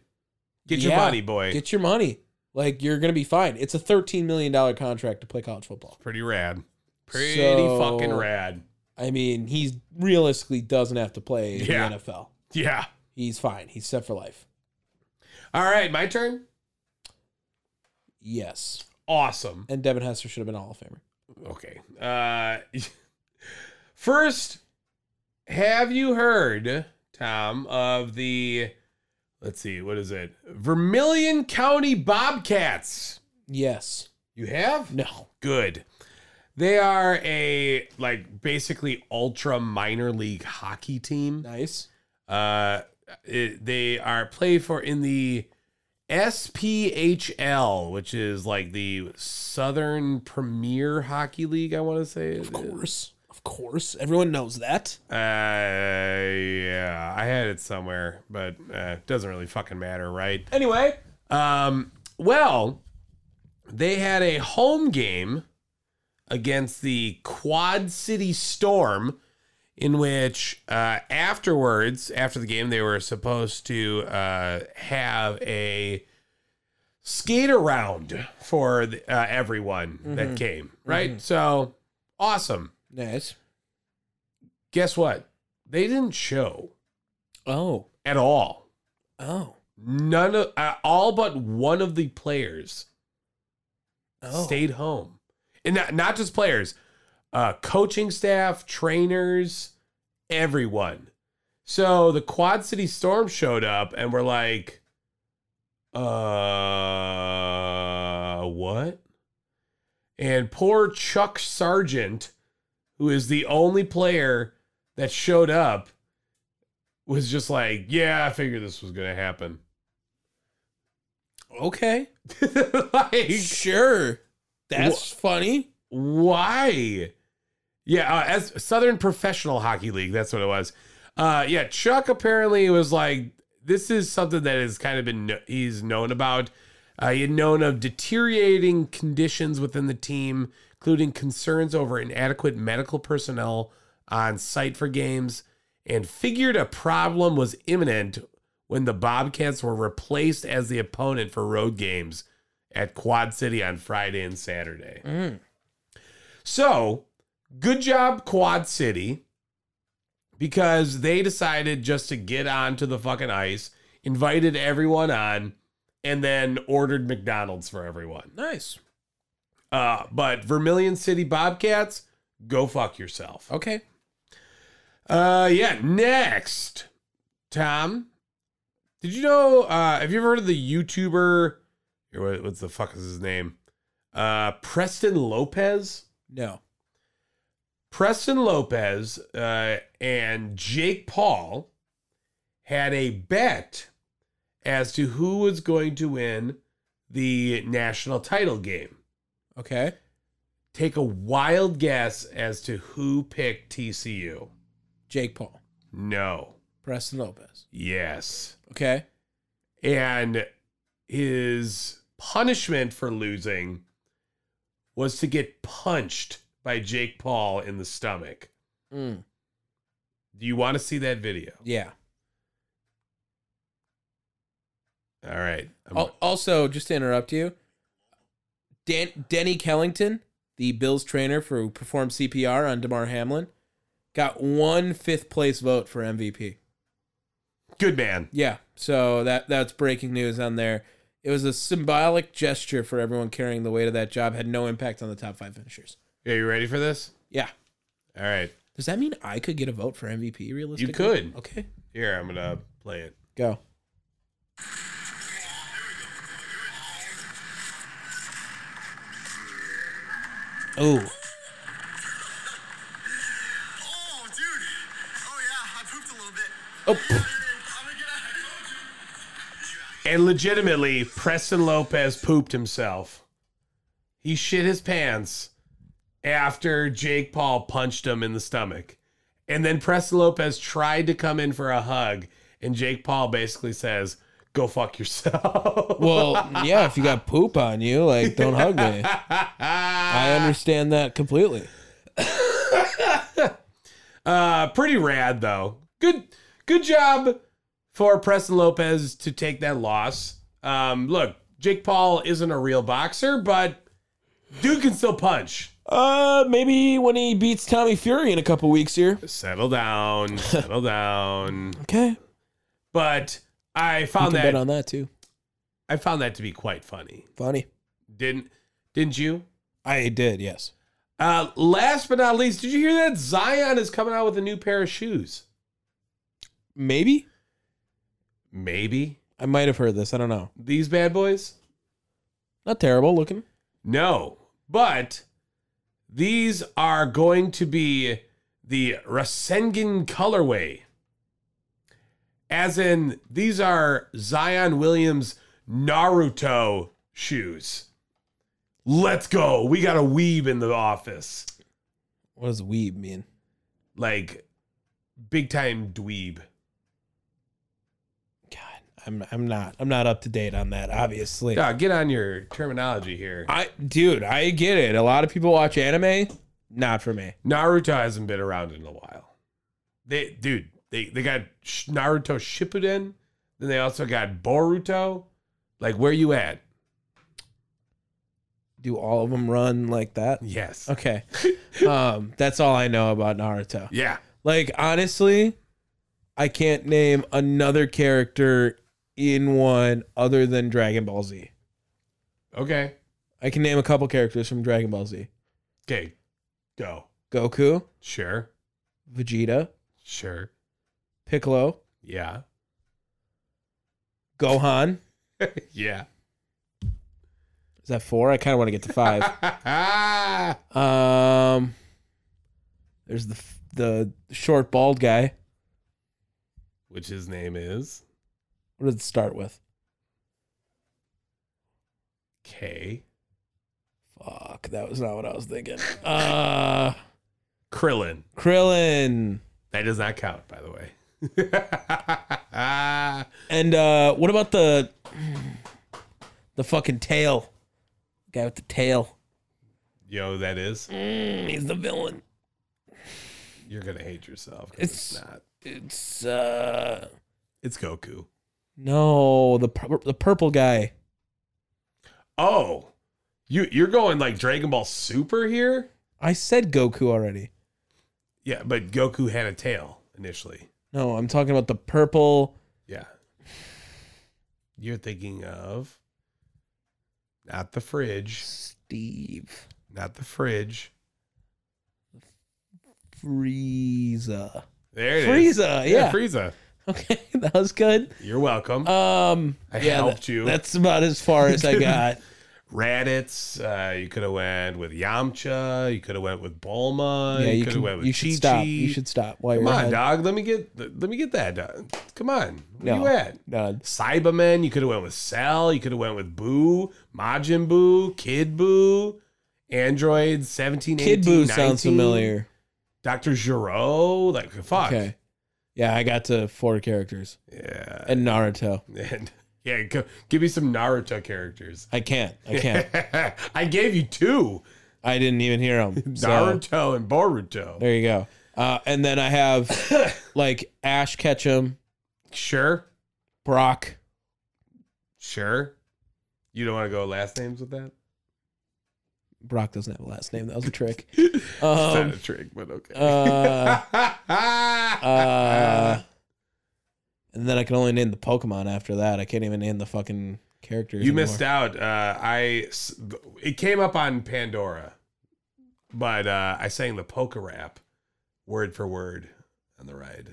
[SPEAKER 3] Get your
[SPEAKER 1] Yeah.
[SPEAKER 3] money, boy.
[SPEAKER 1] Get your money. Like, you're going to be fine. It's a $13 million contract to play college football.
[SPEAKER 3] Pretty rad. Pretty
[SPEAKER 1] So-
[SPEAKER 3] fucking rad.
[SPEAKER 1] I mean, he realistically doesn't have to play in
[SPEAKER 3] Yeah.
[SPEAKER 1] the NFL.
[SPEAKER 3] Yeah.
[SPEAKER 1] He's fine. He's set for life.
[SPEAKER 3] All right, my turn.
[SPEAKER 1] Yes.
[SPEAKER 3] Awesome.
[SPEAKER 1] And Devin Hester should have been a Hall of Famer.
[SPEAKER 3] Okay. Uh [LAUGHS] First, have you heard, Tom, of the let's see, what is it? Vermilion County Bobcats.
[SPEAKER 1] Yes.
[SPEAKER 3] You have?
[SPEAKER 1] No.
[SPEAKER 3] Good. They are a like basically ultra minor league hockey team.
[SPEAKER 1] Nice.
[SPEAKER 3] Uh, it, they are played for in the SPHL, which is like the Southern Premier Hockey League. I want to say. it
[SPEAKER 1] Of
[SPEAKER 3] is.
[SPEAKER 1] course. Of course. Everyone knows that.
[SPEAKER 3] Uh, yeah, I had it somewhere, but uh, it doesn't really fucking matter, right?
[SPEAKER 1] Anyway.
[SPEAKER 3] Um, well, they had a home game against the Quad City Storm, in which uh, afterwards, after the game, they were supposed to uh, have a skate around for the, uh, everyone that came, right? So awesome.
[SPEAKER 1] Nice.
[SPEAKER 3] Guess what? They didn't show
[SPEAKER 1] Oh.
[SPEAKER 3] at all.
[SPEAKER 1] Oh.
[SPEAKER 3] None of uh, all but one of the players
[SPEAKER 1] Oh.
[SPEAKER 3] stayed home. And not, not just players, uh, coaching staff, trainers, everyone. So the Quad City Storm showed up and we're like, uh, what? And poor Chuck Sargent, who is the only player that showed up was just like, yeah, I figured this was gonna happen. [LAUGHS]
[SPEAKER 1] Okay.
[SPEAKER 3] like,
[SPEAKER 1] Sure. That's funny.
[SPEAKER 3] why? Yeah, uh, as Southern Professional Hockey League, that's what it was. Uh, yeah, Chuck apparently was like, this is something that has kind of been kn- he's known about. Uh, he had known of deteriorating conditions within the team, including concerns over inadequate medical personnel on site for games, and figured a problem was imminent when the Bobcats were replaced as the opponent for road games at Quad City on Friday and Saturday. So, good job, Quad City, because they decided just to get onto the fucking ice, invited everyone on, and then ordered McDonald's for everyone.
[SPEAKER 1] Nice.
[SPEAKER 3] Uh, but Vermilion City Bobcats, go fuck yourself.
[SPEAKER 1] Okay.
[SPEAKER 3] Uh, yeah. Next, Tom, did you know? Uh, have you ever heard of the YouTuber? or what- What's the fuck is his name? Uh, Preston Lopez.
[SPEAKER 1] No.
[SPEAKER 3] Preston Lopez uh, and Jake Paul had a bet as to who was going to win the national title game.
[SPEAKER 1] Okay.
[SPEAKER 3] Take a wild guess as to who picked TCU.
[SPEAKER 1] Jake Paul.
[SPEAKER 3] No.
[SPEAKER 1] Preston Lopez.
[SPEAKER 3] Yes.
[SPEAKER 1] Okay.
[SPEAKER 3] And his punishment for losing was to get punched by Jake Paul in the stomach.
[SPEAKER 1] Mm.
[SPEAKER 3] Do you want to see that video?
[SPEAKER 1] Yeah.
[SPEAKER 3] All right. I'm-
[SPEAKER 1] Al- also, just to interrupt you, Dan- Denny Kellington, the Bills trainer for who performed CPR on Damar Hamlin, got one fifth place vote for MVP.
[SPEAKER 3] Good man.
[SPEAKER 1] Yeah, so that that's breaking news on there. It was a symbolic gesture for everyone carrying the weight of that job. Had no impact on the top five finishers.
[SPEAKER 3] Are you ready for this?
[SPEAKER 1] Yeah.
[SPEAKER 3] All right.
[SPEAKER 1] Does that mean I could get a vote for MVP realistically?
[SPEAKER 3] You could.
[SPEAKER 1] Okay.
[SPEAKER 3] Here, I'm going to play it.
[SPEAKER 1] Go. Oh,
[SPEAKER 2] Oh, dude. Oh, yeah, I pooped a little bit.
[SPEAKER 1] oh,
[SPEAKER 2] I'm gonna get out.
[SPEAKER 3] And legitimately, Preston Lopez pooped himself. He shit his pants after Jake Paul punched him in the stomach. And then Preston Lopez tried to come in for a hug, and Jake Paul basically says, Go fuck yourself. [LAUGHS]
[SPEAKER 1] well, yeah. If you got poop on you, like, don't hug me. I understand that completely.
[SPEAKER 3] Uh, pretty rad though. Good, good job for Preston Lopez to take that loss. Um, look, Jake Paul isn't a real boxer, but dude can still punch.
[SPEAKER 1] Uh, maybe when he beats Tommy Fury in a couple weeks here.
[SPEAKER 3] Settle
[SPEAKER 1] [LAUGHS]
[SPEAKER 3] down, settle down.
[SPEAKER 1] Okay,
[SPEAKER 3] But I
[SPEAKER 1] I
[SPEAKER 3] found
[SPEAKER 1] can bet
[SPEAKER 3] that
[SPEAKER 1] on that too.
[SPEAKER 3] I found that to be quite funny.
[SPEAKER 1] Funny.
[SPEAKER 3] Didn't didn't you?
[SPEAKER 1] I did, yes.
[SPEAKER 3] Uh, last but not least, did you hear that Zion is coming out with a new pair of shoes?
[SPEAKER 1] Maybe
[SPEAKER 3] Maybe
[SPEAKER 1] I might have heard this. I don't know.
[SPEAKER 3] these bad boys.
[SPEAKER 1] Not terrible looking.
[SPEAKER 3] No, but these are going to be the Rasengin colorway. As in, these are Zion Williams Naruto shoes. Let's go. We got a weeb in the office.
[SPEAKER 1] What does weeb mean?
[SPEAKER 3] Like, big time dweeb.
[SPEAKER 1] God, I'm I'm not I'm not up to date on that. Obviously,
[SPEAKER 3] Dog, get on your terminology here.
[SPEAKER 1] I dude, I get it. A lot of people watch anime. Not for me.
[SPEAKER 3] Naruto hasn't been around in a while. They, dude, they they got Sh- Naruto Shippuden, then they also got Boruto. Like, where you at?
[SPEAKER 1] Do all of them run like that?
[SPEAKER 3] Yes.
[SPEAKER 1] Okay, um, that's all I know about Naruto.
[SPEAKER 3] Yeah.
[SPEAKER 1] Like honestly, I can't name another character in one other than Dragon Ball Z.
[SPEAKER 3] Okay.
[SPEAKER 1] I can name a couple characters from Dragon Ball Z.
[SPEAKER 3] Okay. Go.
[SPEAKER 1] Goku,
[SPEAKER 3] Sure.
[SPEAKER 1] Vegeta,
[SPEAKER 3] Sure.
[SPEAKER 1] Piccolo,
[SPEAKER 3] Yeah.
[SPEAKER 1] Gohan.
[SPEAKER 3] yeah. [LAUGHS]
[SPEAKER 1] Is that four? I kind of want to get to five. Um, There's the the short bald guy.
[SPEAKER 3] which his name is
[SPEAKER 1] What did it start with?
[SPEAKER 3] K.
[SPEAKER 1] Fuck, that was not what I was thinking.
[SPEAKER 3] [LAUGHS]
[SPEAKER 1] Uh
[SPEAKER 3] Krillin.
[SPEAKER 1] Krillin.
[SPEAKER 3] That does not count, by the way.
[SPEAKER 1] And uh what about the the fucking tail? Guy with the tail.
[SPEAKER 3] [LAUGHS] Yo, that is. Mm.
[SPEAKER 1] He's the villain.
[SPEAKER 3] You're gonna hate yourself. 'cause It's,
[SPEAKER 1] It's-
[SPEAKER 3] not.
[SPEAKER 1] It's uh
[SPEAKER 3] It's Goku.
[SPEAKER 1] no, the pur- the purple guy.
[SPEAKER 3] Oh, you you're going like Dragon Ball Super here?
[SPEAKER 1] I said Goku already.
[SPEAKER 3] Yeah, but Goku had a tail initially.
[SPEAKER 1] No, I'm talking about the purple
[SPEAKER 3] Yeah. You're thinking of not the fridge,
[SPEAKER 1] Steve
[SPEAKER 3] not the fridge.
[SPEAKER 1] Frieza.
[SPEAKER 3] There it is.
[SPEAKER 1] Frieza, yeah.
[SPEAKER 3] Frieza.
[SPEAKER 1] [LAUGHS] okay, that was good.
[SPEAKER 3] You're welcome.
[SPEAKER 1] Um
[SPEAKER 3] I
[SPEAKER 1] yeah,
[SPEAKER 3] helped you.
[SPEAKER 1] That's about as far
[SPEAKER 3] [LAUGHS]
[SPEAKER 1] as I got.
[SPEAKER 3] Raditz. Uh, you could have went with Yamcha. You could have went with Bulma.
[SPEAKER 1] yeah, you,
[SPEAKER 3] could have
[SPEAKER 1] can,
[SPEAKER 3] went with
[SPEAKER 1] you should
[SPEAKER 3] Chi-Chi.
[SPEAKER 1] stop. You should stop. While
[SPEAKER 3] Come
[SPEAKER 1] you're
[SPEAKER 3] on,
[SPEAKER 1] ahead.
[SPEAKER 3] dog. Let me get let me get that. Dog. Come on. Where
[SPEAKER 1] No.
[SPEAKER 3] you at?
[SPEAKER 1] No,
[SPEAKER 3] Cybermen. You could have went with Cell. You could have went with Boo, Majin Boo, Kid Boo, Android 17,
[SPEAKER 1] Kid
[SPEAKER 3] 18,
[SPEAKER 1] Boo sounds
[SPEAKER 3] 19,
[SPEAKER 1] familiar.
[SPEAKER 3] Dr. Giro. Like, fuck.
[SPEAKER 1] Okay. Yeah, I got to four characters
[SPEAKER 3] Yeah. [LAUGHS]
[SPEAKER 1] and Naruto.
[SPEAKER 3] And yeah, go, give me some Naruto characters.
[SPEAKER 1] I can't.
[SPEAKER 3] [LAUGHS]
[SPEAKER 1] I can't.
[SPEAKER 3] I gave you two
[SPEAKER 1] I didn't even hear him. So,
[SPEAKER 3] Naruto and Boruto.
[SPEAKER 1] there you go. Uh, and then
[SPEAKER 3] [COUGHS]
[SPEAKER 1] I have like Ash Ketchum,
[SPEAKER 3] Sure.
[SPEAKER 1] Brock.
[SPEAKER 3] Sure. You don't want to go last names with that?
[SPEAKER 1] Brock doesn't have a last name. That was
[SPEAKER 3] [LAUGHS]
[SPEAKER 1] a trick.
[SPEAKER 3] It's
[SPEAKER 1] Um,
[SPEAKER 3] not a trick, but okay.
[SPEAKER 1] uh,
[SPEAKER 3] [LAUGHS]
[SPEAKER 1] uh, and then I can only name the Pokemon after that. I can't even name the fucking characters.
[SPEAKER 3] you missed out. Uh, I s- it came up on Pandora, but uh, I sang the polka rap word for word on the ride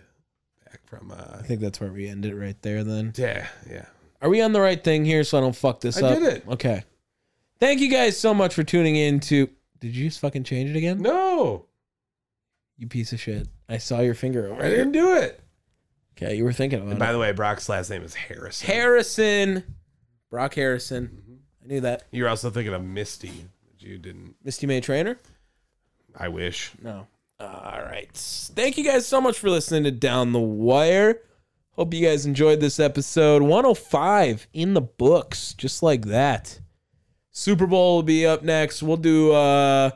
[SPEAKER 3] back from. Uh,
[SPEAKER 1] I think that's where we end it right there. Then
[SPEAKER 3] yeah, yeah.
[SPEAKER 1] Are we on the right thing here so I don't fuck this
[SPEAKER 3] I
[SPEAKER 1] up?
[SPEAKER 3] did it.
[SPEAKER 1] Okay. Thank you guys so much for tuning in to. Did you just fucking change it again?
[SPEAKER 3] No,
[SPEAKER 1] You piece of shit. I saw your finger over
[SPEAKER 3] I
[SPEAKER 1] there.
[SPEAKER 3] didn't do it.
[SPEAKER 1] Okay, you were thinking about
[SPEAKER 3] And
[SPEAKER 1] it.
[SPEAKER 3] by the way, Brock's last name is Harrison.
[SPEAKER 1] Harrison. Brock Harrison.
[SPEAKER 3] Mm-hmm.
[SPEAKER 1] I knew that.
[SPEAKER 3] You're also thinking of Misty. but You didn't.
[SPEAKER 1] Misty May Trainer?
[SPEAKER 3] I wish.
[SPEAKER 1] No. All right. Thank you guys so much for listening to Down the Wire. Hope you guys enjoyed this episode. 105 in the books, just like that. Super Bowl will be up next. We'll do uh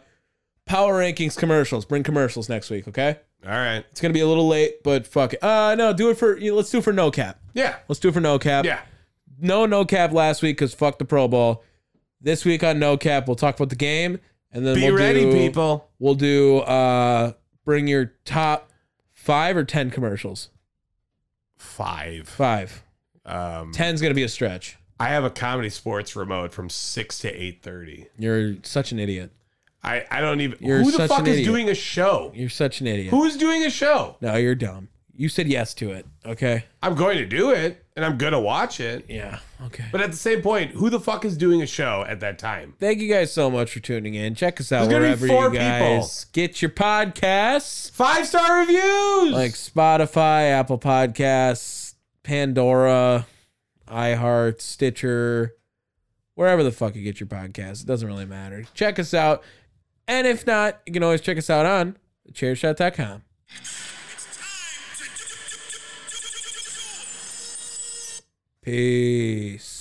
[SPEAKER 1] power rankings commercials. Bring commercials next week, okay?
[SPEAKER 3] All right.
[SPEAKER 1] It's gonna be a little late, but fuck it. Uh no, do it for you know, let's do it for no cap.
[SPEAKER 3] Yeah.
[SPEAKER 1] Let's do it for no cap.
[SPEAKER 3] Yeah.
[SPEAKER 1] No no cap last week because fuck the Pro Bowl. This week on no cap, we'll talk about the game and then
[SPEAKER 3] Be
[SPEAKER 1] we'll
[SPEAKER 3] ready,
[SPEAKER 1] do,
[SPEAKER 3] people.
[SPEAKER 1] We'll do uh bring your top five or ten commercials.
[SPEAKER 3] Five.
[SPEAKER 1] Five.
[SPEAKER 3] Um,
[SPEAKER 1] Ten's gonna be a stretch.
[SPEAKER 3] I have a comedy sports remote from six to eight thirty.
[SPEAKER 1] You're such an idiot.
[SPEAKER 3] I I don't even.
[SPEAKER 1] You're
[SPEAKER 3] who the
[SPEAKER 1] such
[SPEAKER 3] fuck
[SPEAKER 1] an
[SPEAKER 3] is
[SPEAKER 1] idiot.
[SPEAKER 3] doing a show?
[SPEAKER 1] You're such an idiot.
[SPEAKER 3] Who's doing a show?
[SPEAKER 1] No, you're dumb. You said yes to it. Okay.
[SPEAKER 3] I'm going to do it and I'm going to watch it.
[SPEAKER 1] Yeah. Okay.
[SPEAKER 3] But at the same point, who the fuck is doing a show at that time?
[SPEAKER 1] Thank you guys so much for tuning in. Check us out
[SPEAKER 3] There's gonna be
[SPEAKER 1] wherever
[SPEAKER 3] four
[SPEAKER 1] you guys get your podcasts.
[SPEAKER 3] Five star reviews.
[SPEAKER 1] like Spotify, Apple Podcasts, Pandora, iHeart, Stitcher, wherever the fuck you get your podcast. It doesn't really matter. Check us out. And if not, you can always check us out on chairshot.com. Peace.